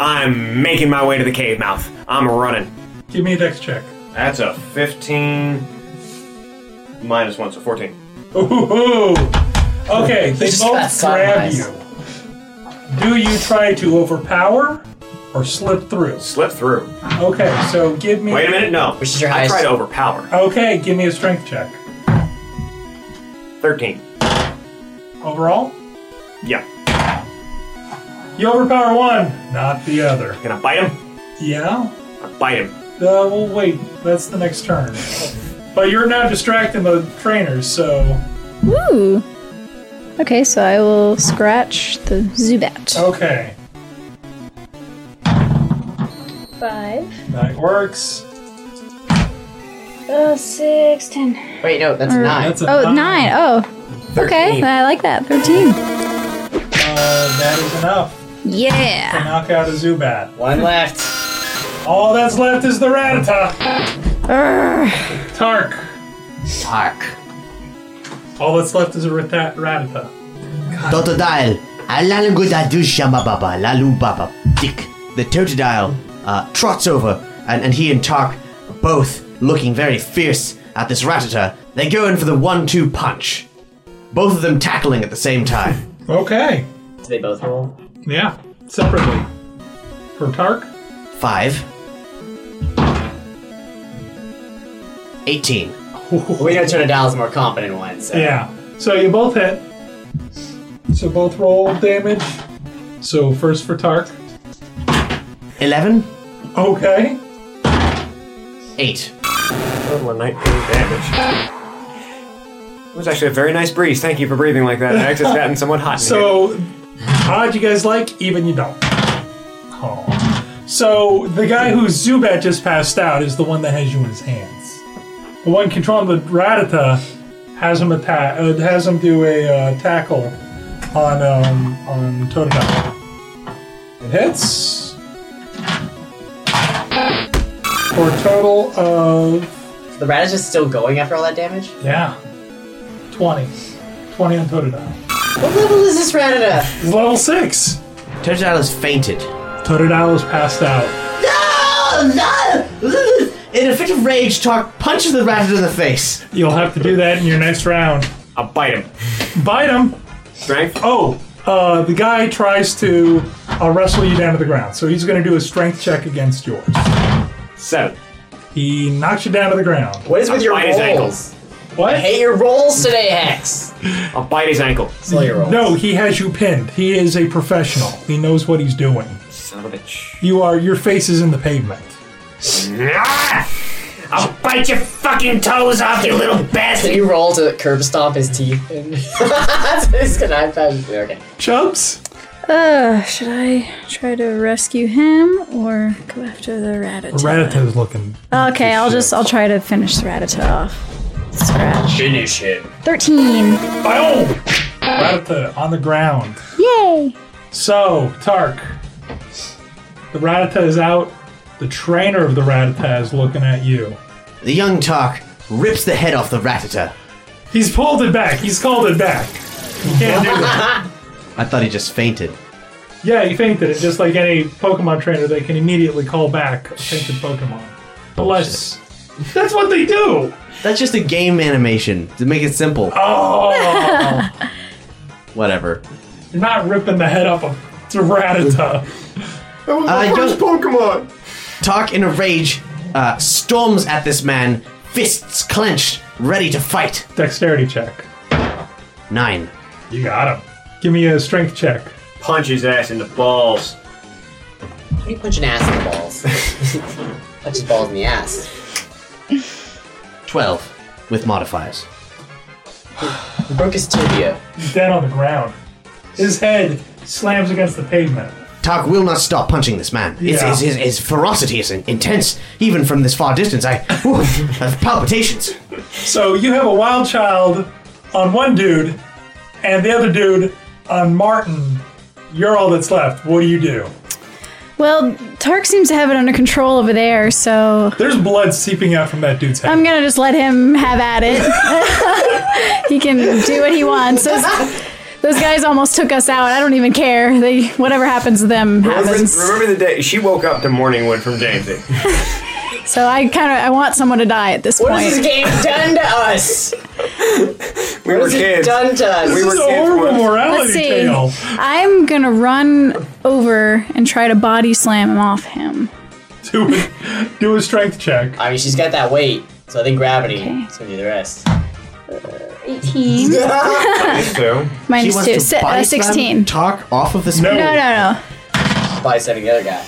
[SPEAKER 3] I'm making my way to the cave mouth. I'm running.
[SPEAKER 2] Give me a dex check.
[SPEAKER 3] That's a 15 minus 1, so 14.
[SPEAKER 2] Ooh. Okay, they
[SPEAKER 5] just got
[SPEAKER 2] both grab
[SPEAKER 5] sodomized.
[SPEAKER 2] you. Do you try to overpower or slip through?
[SPEAKER 3] Slip through.
[SPEAKER 2] Okay, so give me.
[SPEAKER 3] Wait a minute, no.
[SPEAKER 5] Which is your
[SPEAKER 3] I
[SPEAKER 5] highest?
[SPEAKER 3] tried to overpower.
[SPEAKER 2] Okay, give me a strength check.
[SPEAKER 3] 13.
[SPEAKER 2] Overall,
[SPEAKER 3] Yeah.
[SPEAKER 2] you overpower one, not the other.
[SPEAKER 3] Can I bite him?
[SPEAKER 2] Yeah.
[SPEAKER 3] I bite him.
[SPEAKER 2] Uh, well, wait. That's the next turn. But you're now distracting the trainers, so
[SPEAKER 4] Woo. Okay, so I will scratch the Zubat.
[SPEAKER 2] okay,
[SPEAKER 4] Five.
[SPEAKER 2] that works.
[SPEAKER 4] Oh, six, ten.
[SPEAKER 5] Wait, no, that's nine.
[SPEAKER 2] That's a
[SPEAKER 4] Oh, nine. Oh. Okay, I like that. Thirteen.
[SPEAKER 2] Uh, that is enough to
[SPEAKER 4] Yeah.
[SPEAKER 2] knock out a Zubat.
[SPEAKER 5] One left.
[SPEAKER 2] All that's left is the Rattata.
[SPEAKER 4] Urgh.
[SPEAKER 2] Tark.
[SPEAKER 6] Tark.
[SPEAKER 2] All that's left is a rata- Rattata.
[SPEAKER 6] Totodile. Alalangudadu shamababa, lalubaba, dick. The Totodile uh, trots over, and, and he and Tark, both looking very fierce at this Rattata, they go in for the one two punch. Both of them tackling at the same time.
[SPEAKER 2] Okay.
[SPEAKER 5] Do they both roll?
[SPEAKER 2] Yeah. Separately. For Tark.
[SPEAKER 6] Five. 18.
[SPEAKER 5] *laughs* Well, we know Totodile is a more competent one, so.
[SPEAKER 2] Yeah. So you both hit. So both roll damage. So first for Tark.
[SPEAKER 6] 11?
[SPEAKER 2] Okay.
[SPEAKER 6] 8.
[SPEAKER 3] Total of 19 damage. It was actually a very nice breeze. Thank you for breathing like that.
[SPEAKER 2] *laughs*
[SPEAKER 3] Max, it's gotten somewhat hot. in here.
[SPEAKER 2] So odd you guys like, even you don't. Oh. So the guy who Zubat just passed out is the one that has you in his hands. The one controlling the Ratata has him attack. Uh, has him do a uh, tackle on um, on Totodile. It hits for a total of
[SPEAKER 5] The rat is just still going after all that damage?
[SPEAKER 2] yeah, twenty. Twenty on Totodile.
[SPEAKER 5] *laughs* What level is this rat at?
[SPEAKER 2] It's level six.
[SPEAKER 6] Totodile has fainted.
[SPEAKER 2] Totodile is passed out.
[SPEAKER 6] No! Oh, No! In a fit of rage, Tark punches the rat in the face.
[SPEAKER 2] You'll have to do that in your next round.
[SPEAKER 3] I'll bite him.
[SPEAKER 2] Bite him.
[SPEAKER 3] Strength?
[SPEAKER 2] Oh, uh, the guy tries to uh, wrestle you down to the ground. So he's going to do a strength check against yours.
[SPEAKER 3] Seven.
[SPEAKER 2] He knocks you down to the ground.
[SPEAKER 5] What is with your
[SPEAKER 3] Bite his
[SPEAKER 5] rolls?
[SPEAKER 3] ankles.
[SPEAKER 2] What?
[SPEAKER 5] Hey, your rolls today, Hex.
[SPEAKER 3] I'll bite his ankle.
[SPEAKER 5] Slow your rolls.
[SPEAKER 2] No, he has you pinned. He is a professional. He knows what he's doing.
[SPEAKER 3] Son of a bitch.
[SPEAKER 2] You are your face is in the pavement.
[SPEAKER 3] Ah! I'll bite your fucking toes off, you little
[SPEAKER 5] Did
[SPEAKER 3] bastard!
[SPEAKER 5] you roll to curb stomp his teeth? *laughs* And he's gonna *laughs* high five. Okay.
[SPEAKER 2] Chubs.
[SPEAKER 4] Uh, should I try to rescue him or go after the ratata?
[SPEAKER 2] Ratata is looking.
[SPEAKER 4] Okay, I'll just I'll try to finish the ratata off. Scratch.
[SPEAKER 5] Finish him.
[SPEAKER 4] Thirteen.
[SPEAKER 2] Boom! Ratata on the ground.
[SPEAKER 4] Yay!
[SPEAKER 2] So, Tark, the Ratata is out. The trainer of the Ratata is looking at you.
[SPEAKER 6] The young Tark rips the head off the ratata.
[SPEAKER 2] He's pulled it back. He's called it back. You can't do that.
[SPEAKER 6] I thought he just fainted.
[SPEAKER 2] Yeah, you fainted it. Just like any Pokemon trainer, they can immediately call back a fainted Pokemon. Unless. That's what they do!
[SPEAKER 6] That's just a game animation to make it simple.
[SPEAKER 2] Oh!
[SPEAKER 6] *laughs* Whatever.
[SPEAKER 2] You're not ripping the head off of a Ratata.
[SPEAKER 6] Uh, young Pokemon! Tark, in a rage, uh, storms at this man, fists clenched, ready to fight.
[SPEAKER 2] Dexterity check.
[SPEAKER 6] Nine.
[SPEAKER 2] You got him. Give me a strength check.
[SPEAKER 3] Punch his ass in the balls.
[SPEAKER 5] How do you punch an ass in the balls?
[SPEAKER 3] *laughs*
[SPEAKER 5] punch his balls in the ass.
[SPEAKER 6] Twelve. With modifiers.
[SPEAKER 5] He broke his tibia.
[SPEAKER 2] He's dead on the ground. His head slams against the pavement.
[SPEAKER 6] Tark will not stop punching this man. His,
[SPEAKER 2] Yeah.
[SPEAKER 6] his, his, his ferocity is in- intense, even from this far distance. I whew, I *laughs* have palpitations.
[SPEAKER 2] So you have a wild child on one dude, and the other dude on Martin. You're all that's left. What do you do?
[SPEAKER 4] Well, Tark seems to have it under control over there, so
[SPEAKER 2] There's blood seeping out from that dude's head.
[SPEAKER 4] I'm gonna just let him have at it. *laughs* he can do what he wants. Those, those guys almost took us out. I don't even care. They whatever happens to them
[SPEAKER 3] Remember,
[SPEAKER 4] happens.
[SPEAKER 3] remember the day she woke up to Morningwood from Jamesy.
[SPEAKER 4] So I kind of I want someone to die at this
[SPEAKER 5] What
[SPEAKER 4] point.
[SPEAKER 5] has this game done to us?
[SPEAKER 3] *laughs* We were
[SPEAKER 5] What has it
[SPEAKER 3] kids.
[SPEAKER 5] done to us?
[SPEAKER 3] Uh, We were
[SPEAKER 2] It's a
[SPEAKER 3] kids
[SPEAKER 2] horrible
[SPEAKER 3] once.
[SPEAKER 2] morality
[SPEAKER 4] Let's see.
[SPEAKER 2] tale. *laughs*
[SPEAKER 4] I'm gonna run over and try to body slam him
[SPEAKER 2] *laughs*
[SPEAKER 4] off him.
[SPEAKER 2] Do a, do a strength check.
[SPEAKER 5] I mean, she's got that weight, so I think gravity
[SPEAKER 4] Okay.
[SPEAKER 5] is gonna do the rest. *laughs*
[SPEAKER 2] *laughs*
[SPEAKER 4] 18
[SPEAKER 3] So,
[SPEAKER 6] He
[SPEAKER 4] minus
[SPEAKER 6] wants
[SPEAKER 4] two,
[SPEAKER 6] to
[SPEAKER 4] Si-
[SPEAKER 6] body
[SPEAKER 4] uh,
[SPEAKER 6] slam
[SPEAKER 4] 16.
[SPEAKER 6] Tark off of this
[SPEAKER 2] No.
[SPEAKER 6] man.
[SPEAKER 4] No, no, no.
[SPEAKER 5] Body stabbing the other guy.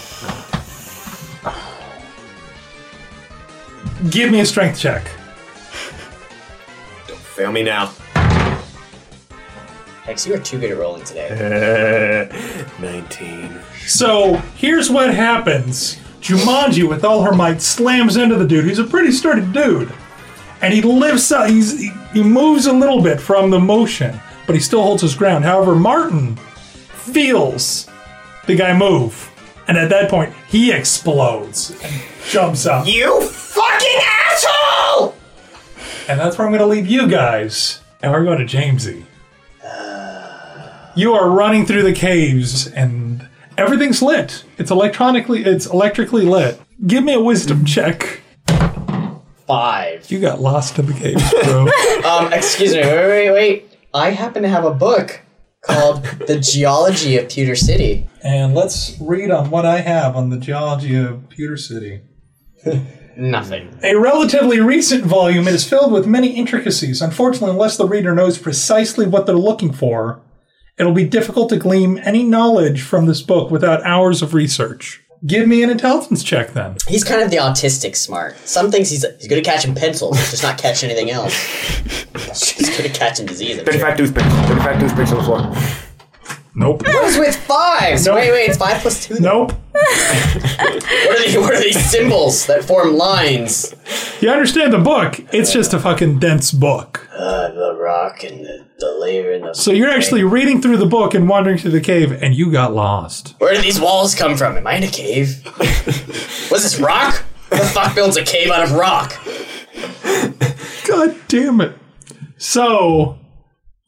[SPEAKER 2] Give me a strength check.
[SPEAKER 3] don't fail me now.
[SPEAKER 5] Hex, you are too good at rolling today.
[SPEAKER 3] *laughs* Uh, 19.
[SPEAKER 2] So here's what happens. Jumanji, with all her might, slams into the dude. He's a pretty sturdy dude, and he lifts up. He's he- he moves a little bit from the motion, but he still holds his ground. However, Martin feels the guy move, and at that point, he explodes and jumps up.
[SPEAKER 3] You fucking asshole!
[SPEAKER 2] And that's where I'm going to leave you guys. And we're going to Jamesy. You are running through the caves, and everything's lit. It's electronically, it's electrically lit. Give me a wisdom check.
[SPEAKER 5] Five.
[SPEAKER 2] You got lost in the caves, bro.
[SPEAKER 5] Um, excuse me, wait, wait, wait. I happen to have a book *laughs* called The Geology of Pewter City. *laughs*
[SPEAKER 2] and let's read on what I have on the geology of Pewter City.
[SPEAKER 5] Nothing.
[SPEAKER 12] A relatively recent volume, it is filled with many intricacies. Unfortunately, unless the reader knows precisely what they're looking for, it'll be difficult to glean any knowledge from this book without hours of research. Give me an intelligence check then.
[SPEAKER 5] He's kind of the autistic smart. Some things he's he's good at catching pencils, he's just not catching
[SPEAKER 2] *laughs*
[SPEAKER 5] anything else. he's good at catching disease. I'm
[SPEAKER 3] Thirty
[SPEAKER 5] sure.
[SPEAKER 3] five toothpicks. Thirty five toothpicks on the floor.
[SPEAKER 2] Nope.
[SPEAKER 5] It's with fives. Wait, wait, it's five plus two.
[SPEAKER 2] nope.
[SPEAKER 5] What, are the, what are these symbols that form lines?
[SPEAKER 2] You understand the book? It's just a fucking dense book.
[SPEAKER 5] Uh, the rock and the, the layer and the.
[SPEAKER 2] So you're actually reading through the book and wandering through the cave, and you got lost.
[SPEAKER 5] Where do these walls come from? Am I in a cave? Was this rock? Who the fuck builds a cave out of rock?
[SPEAKER 2] God damn it. So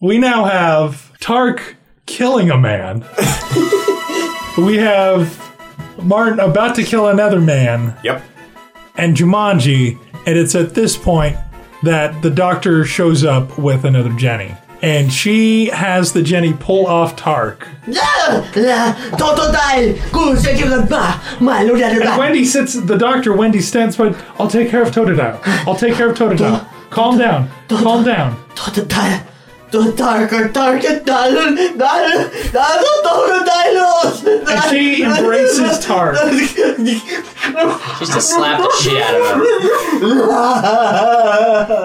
[SPEAKER 2] we now have Tark killing a man. *laughs* we have Martin about to kill another man
[SPEAKER 3] Yep.
[SPEAKER 2] and Jumanji. And it's at this point that the doctor shows up with another Jenny. And she has the Jenny pull off Tark.
[SPEAKER 7] Toto die! Goose, give them back! My lord,
[SPEAKER 2] Wendy sits, the doctor, Wendy stands by, I'll take care of Totodile. I'll take care of Totodile. Calm down. Calm down.
[SPEAKER 7] Toto die! The darker target, Dalun, Dalun, Dalun, Toto die, Lord!
[SPEAKER 2] And she embraces
[SPEAKER 3] *laughs*
[SPEAKER 2] Tark.
[SPEAKER 5] Just to slap the shit out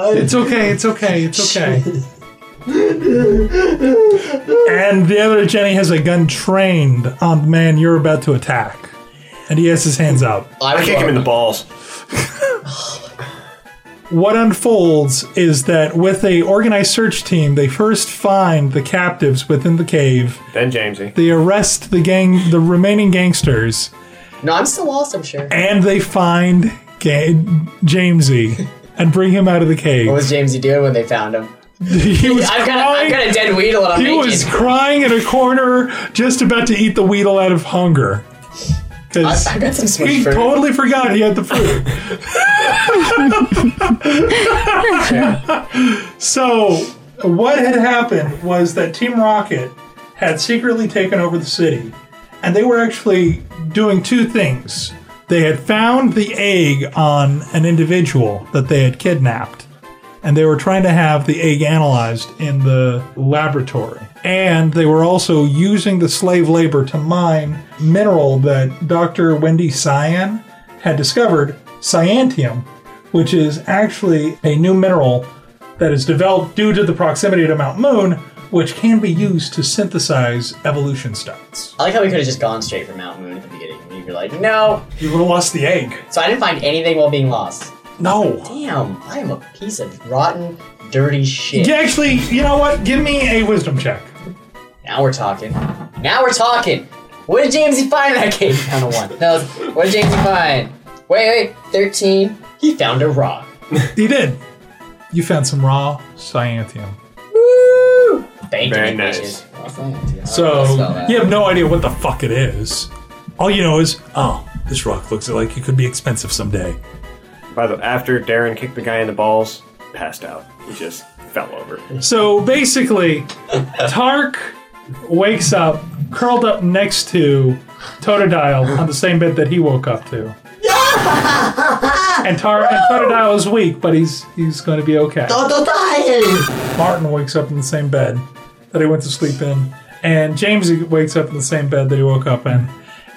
[SPEAKER 5] of him.
[SPEAKER 2] It's okay, it's okay, it's okay. and the other Jenny has a gun trained on the man you're about to attack. And he has his hands up.
[SPEAKER 5] I
[SPEAKER 3] I
[SPEAKER 5] would
[SPEAKER 3] kick him in the balls.
[SPEAKER 2] What unfolds is that with a organized search team, they first find the captives within the cave.
[SPEAKER 3] Then Jamesy.
[SPEAKER 2] They arrest the gang the remaining gangsters,
[SPEAKER 5] No, I'm still lost, I'm sure.
[SPEAKER 2] and they find Ga- Jamesy and bring him out of the cave.
[SPEAKER 5] What was Jamesy doing when they found him? *laughs*
[SPEAKER 2] he was
[SPEAKER 5] I've got,
[SPEAKER 2] crying.
[SPEAKER 5] I've got a dead weedle and I'm
[SPEAKER 2] He
[SPEAKER 5] making
[SPEAKER 2] was crying in a corner, just about to eat the Weedle out of hunger.
[SPEAKER 5] I've,
[SPEAKER 2] Because
[SPEAKER 5] I've got some
[SPEAKER 2] he
[SPEAKER 5] smush fruit.
[SPEAKER 2] totally forgot he had the fruit.
[SPEAKER 5] *laughs*
[SPEAKER 12] So, what had happened was that Team Rocket had secretly taken over the city, and they were actually doing two things.
[SPEAKER 2] they had found the egg on an individual that they had kidnapped, and they were trying to have the egg analyzed in the laboratory. And they were also using the slave labor to mine mineral that Dr. Wendy Cyan had discovered, cyantium, which is actually a new mineral that is developed due to the proximity to Mount Moon, which can be used to synthesize evolution studies.
[SPEAKER 5] I like how we could have just gone straight from Mount Moon at the beginning. We were like, no.
[SPEAKER 2] You would have lost the egg.
[SPEAKER 5] So I didn't find anything while being lost.
[SPEAKER 2] No.
[SPEAKER 5] Damn, I am a piece of rotten, dirty shit.
[SPEAKER 2] Yeah, actually, you know what? Give me a wisdom check.
[SPEAKER 5] Now we're talking. Now we're talking. What did Jamesy find in
[SPEAKER 3] *laughs*
[SPEAKER 5] that cave? Found a one. No, what did Jamesy find? Wait, wait, thirteen. He found a rock.
[SPEAKER 2] You did. You found some raw cyanthium.
[SPEAKER 5] Thank
[SPEAKER 3] Very
[SPEAKER 5] you,
[SPEAKER 3] nice.
[SPEAKER 5] bitches.
[SPEAKER 2] So
[SPEAKER 5] I'll spell that.
[SPEAKER 2] you have no idea what the fuck it is. All you know is, oh, this rock looks like it could be expensive someday.
[SPEAKER 3] By the after Darren kicked the guy in the balls, passed out. He just fell over.
[SPEAKER 2] So basically, Tark wakes up curled up next to Totodile on the same bed that he woke up to. and Tar and Totodile is weak, but he's he's going to be okay.
[SPEAKER 7] Toto die!
[SPEAKER 2] Martin wakes up in the same bed that he went to sleep in, and James wakes up in the same bed that he woke up in.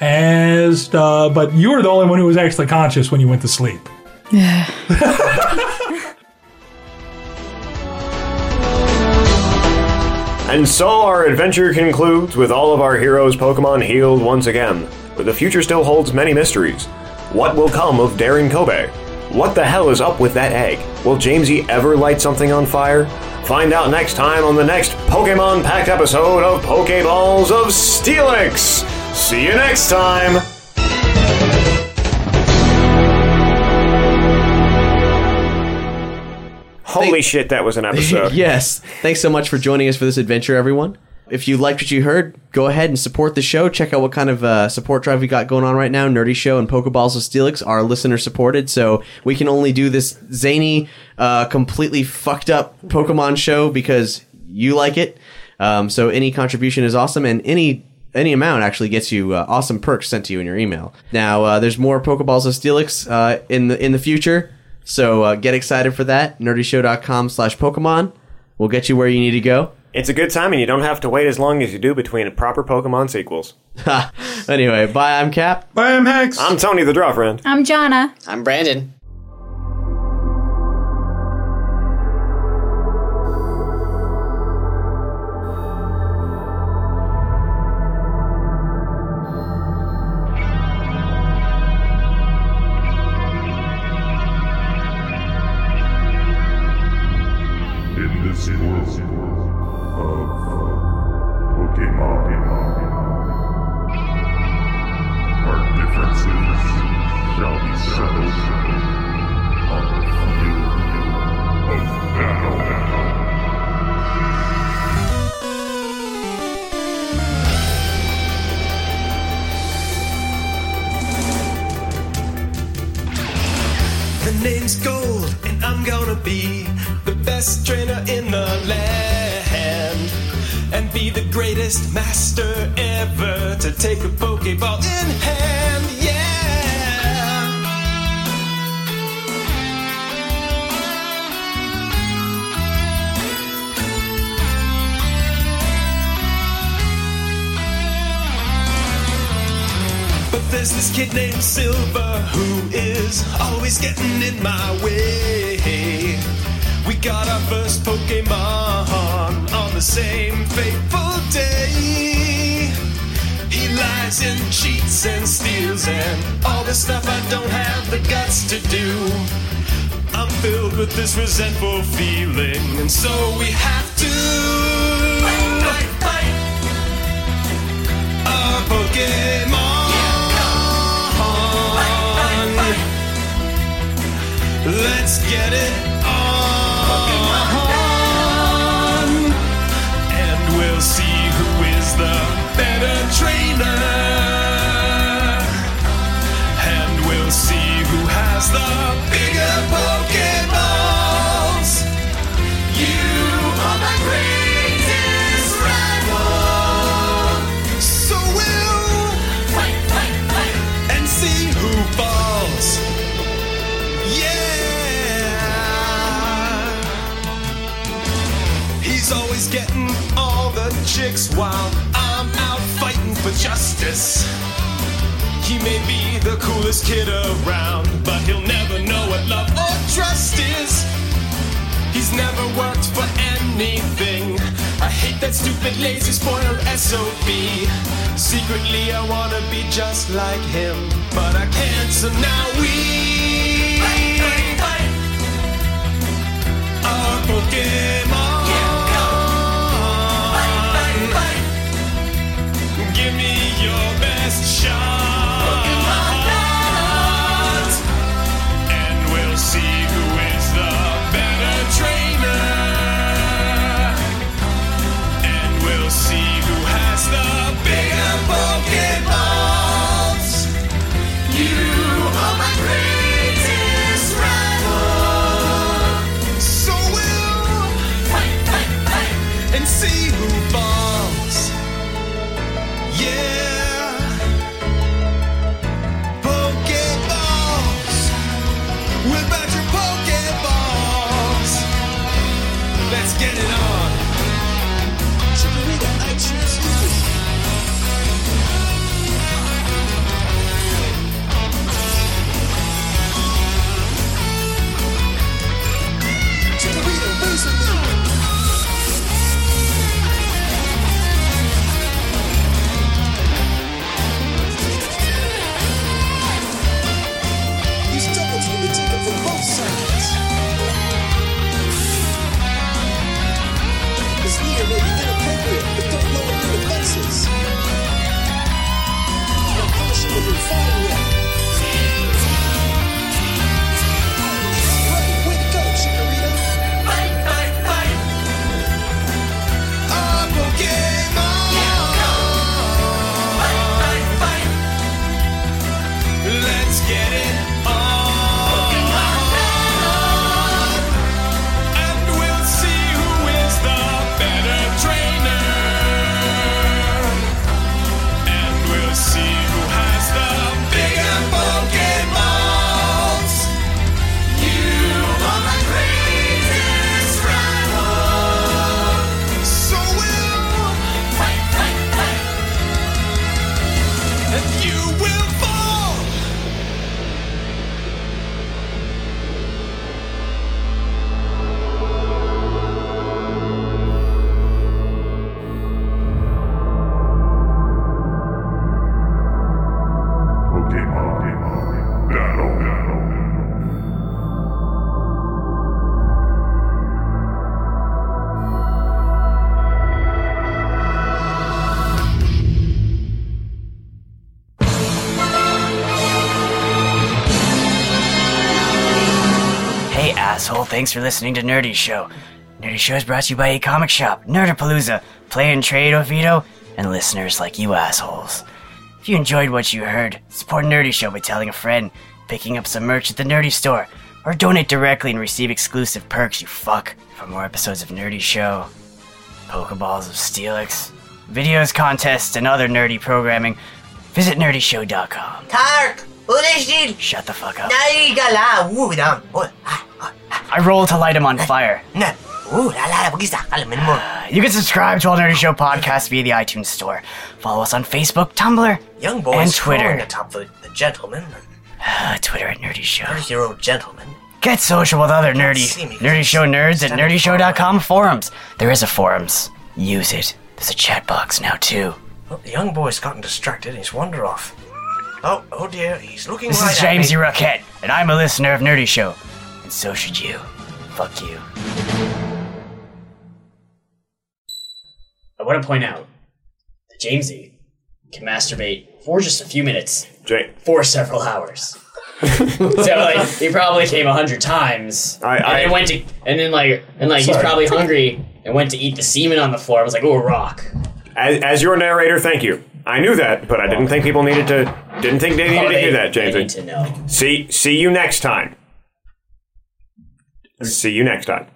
[SPEAKER 2] As uh, but you were the only one who was actually conscious when you went to sleep.
[SPEAKER 3] And so our adventure concludes with all of our heroes' Pokemon healed once again. But the future still holds many mysteries. What will come of Darren Kobe? What the hell is up with that egg? Will Jamesy ever light something on fire? Find out next time on the next Pokemon Packed episode of Pokeballs of Steelix! See you next time! Holy shit, that was an
[SPEAKER 1] *laughs*
[SPEAKER 3] episode.
[SPEAKER 1] yes. Thanks so much for joining us for this adventure, everyone. If you liked what you heard, go ahead and support the show. Check out what kind of uh, support drive we got going on right now. Nerdy Show and Pokeballs of Steelix are listener supported, so we can only do this zany, uh, completely fucked up Pokemon show because you like it. Um, so any contribution is awesome, and any
[SPEAKER 6] any amount actually gets you uh, awesome perks sent to you in your email. Now, uh, there's more Pokeballs of Steelix uh, in the in the future, so uh, get excited for that. Nerdyshow.com/pokemon will get you where you need to go.
[SPEAKER 3] It's a good time, and you don't have to wait as long as you do between proper Pokemon sequels.
[SPEAKER 6] *laughs* Anyway, bye. I'm Cap.
[SPEAKER 2] Bye, I'm Hex.
[SPEAKER 3] I'm Tony the Draw Friend.
[SPEAKER 4] I'm Jonna.
[SPEAKER 5] I'm Brandon.
[SPEAKER 7] in this world of Pokemon. Our differences shall be settled on the field of battle.
[SPEAKER 13] The name's Gold, and I'm gonna be the best trainer in the land. And be the greatest master ever to take a Pokeball in hand, yeah! But there's this kid named Silver who is always getting in my way. We got our first Pokemon on the same fateful day. He lies and cheats and steals and all the stuff I don't have the guts to do. I'm filled with this resentful feeling, and so we have to fight, fight, our Pokemon. Let's get it on. And we'll see who is the better trainer. And we'll see who has the bigger Pokeballs. You are my greatest rival. So we'll fight, fight, fight. And see who falls. Yeah. He's always getting all the chicks while I'm out fighting for justice. He may be the coolest kid around, but he'll never know what love or trust is. He's never worked for anything. I hate that stupid lazy spoiled SOB. Secretly, I wanna be just like him, but I can't, so now we. Our Pokemon. Give me your best shot and we'll see who is the better trainer. And we'll see who has the bigger Pokeballs. You are my greatest rival. So we'll fight,
[SPEAKER 14] asshole. Thanks for listening to Nerdy Show. Nerdy Show is brought to you by a comic shop, Nerdapalooza, Play and Trade Oviedo, and listeners like you assholes. If you enjoyed what you heard, support Nerdy Show by telling a friend, picking up some merch at the Nerdy Store, or donate directly and receive exclusive perks, you fuck. For more episodes of Nerdy Show, Pokeballs of Steelix, videos, contests, and other nerdy programming, visit nerdyshow.com.
[SPEAKER 6] Tark, ulaşın.
[SPEAKER 14] Shut the fuck up.
[SPEAKER 6] Nari gala, woo down.
[SPEAKER 14] I roll to light him on
[SPEAKER 6] *laughs*
[SPEAKER 14] fire.
[SPEAKER 6] Woo la la, bagisa, alamin mo.
[SPEAKER 14] You can subscribe to All Nerdy Show podcast via the iTunes Store. Follow us on Facebook, Tumblr,
[SPEAKER 6] Young boys
[SPEAKER 14] and
[SPEAKER 6] calling
[SPEAKER 14] Twitter.
[SPEAKER 6] the top the, the gentleman.
[SPEAKER 14] *sighs* Twitter at Nerdy Show.
[SPEAKER 6] Nerdy Hero Gentleman.
[SPEAKER 14] Get social with other nerdy,
[SPEAKER 6] see me.
[SPEAKER 14] nerdy show nerds at nerdyshow.com forums. There is a forums. Use it. There's a chat box now too.
[SPEAKER 6] Well, the young boy's gotten distracted and he's wandered off. Oh, oh dear, he's looking
[SPEAKER 14] This
[SPEAKER 6] right
[SPEAKER 14] is
[SPEAKER 6] at
[SPEAKER 14] James E.
[SPEAKER 6] me.
[SPEAKER 14] Roquette, and I'm a listener of Nerdy Show, and so should you. Fuck you.
[SPEAKER 5] I want to point out that Jamesy can masturbate for just a few minutes, for
[SPEAKER 3] *laughs*
[SPEAKER 5] several hours. so like he probably came a hundred times, and
[SPEAKER 3] I-
[SPEAKER 5] then went to, and then like, and like he's
[SPEAKER 3] Sorry.
[SPEAKER 5] probably hungry and went to eat the semen on the floor. I was like, oh, a rock.
[SPEAKER 3] As, as your narrator, thank you. I knew that, but I didn't think people needed to. Didn't think they needed to hear that, James.
[SPEAKER 5] to know.
[SPEAKER 3] See, see you next time. See you next time.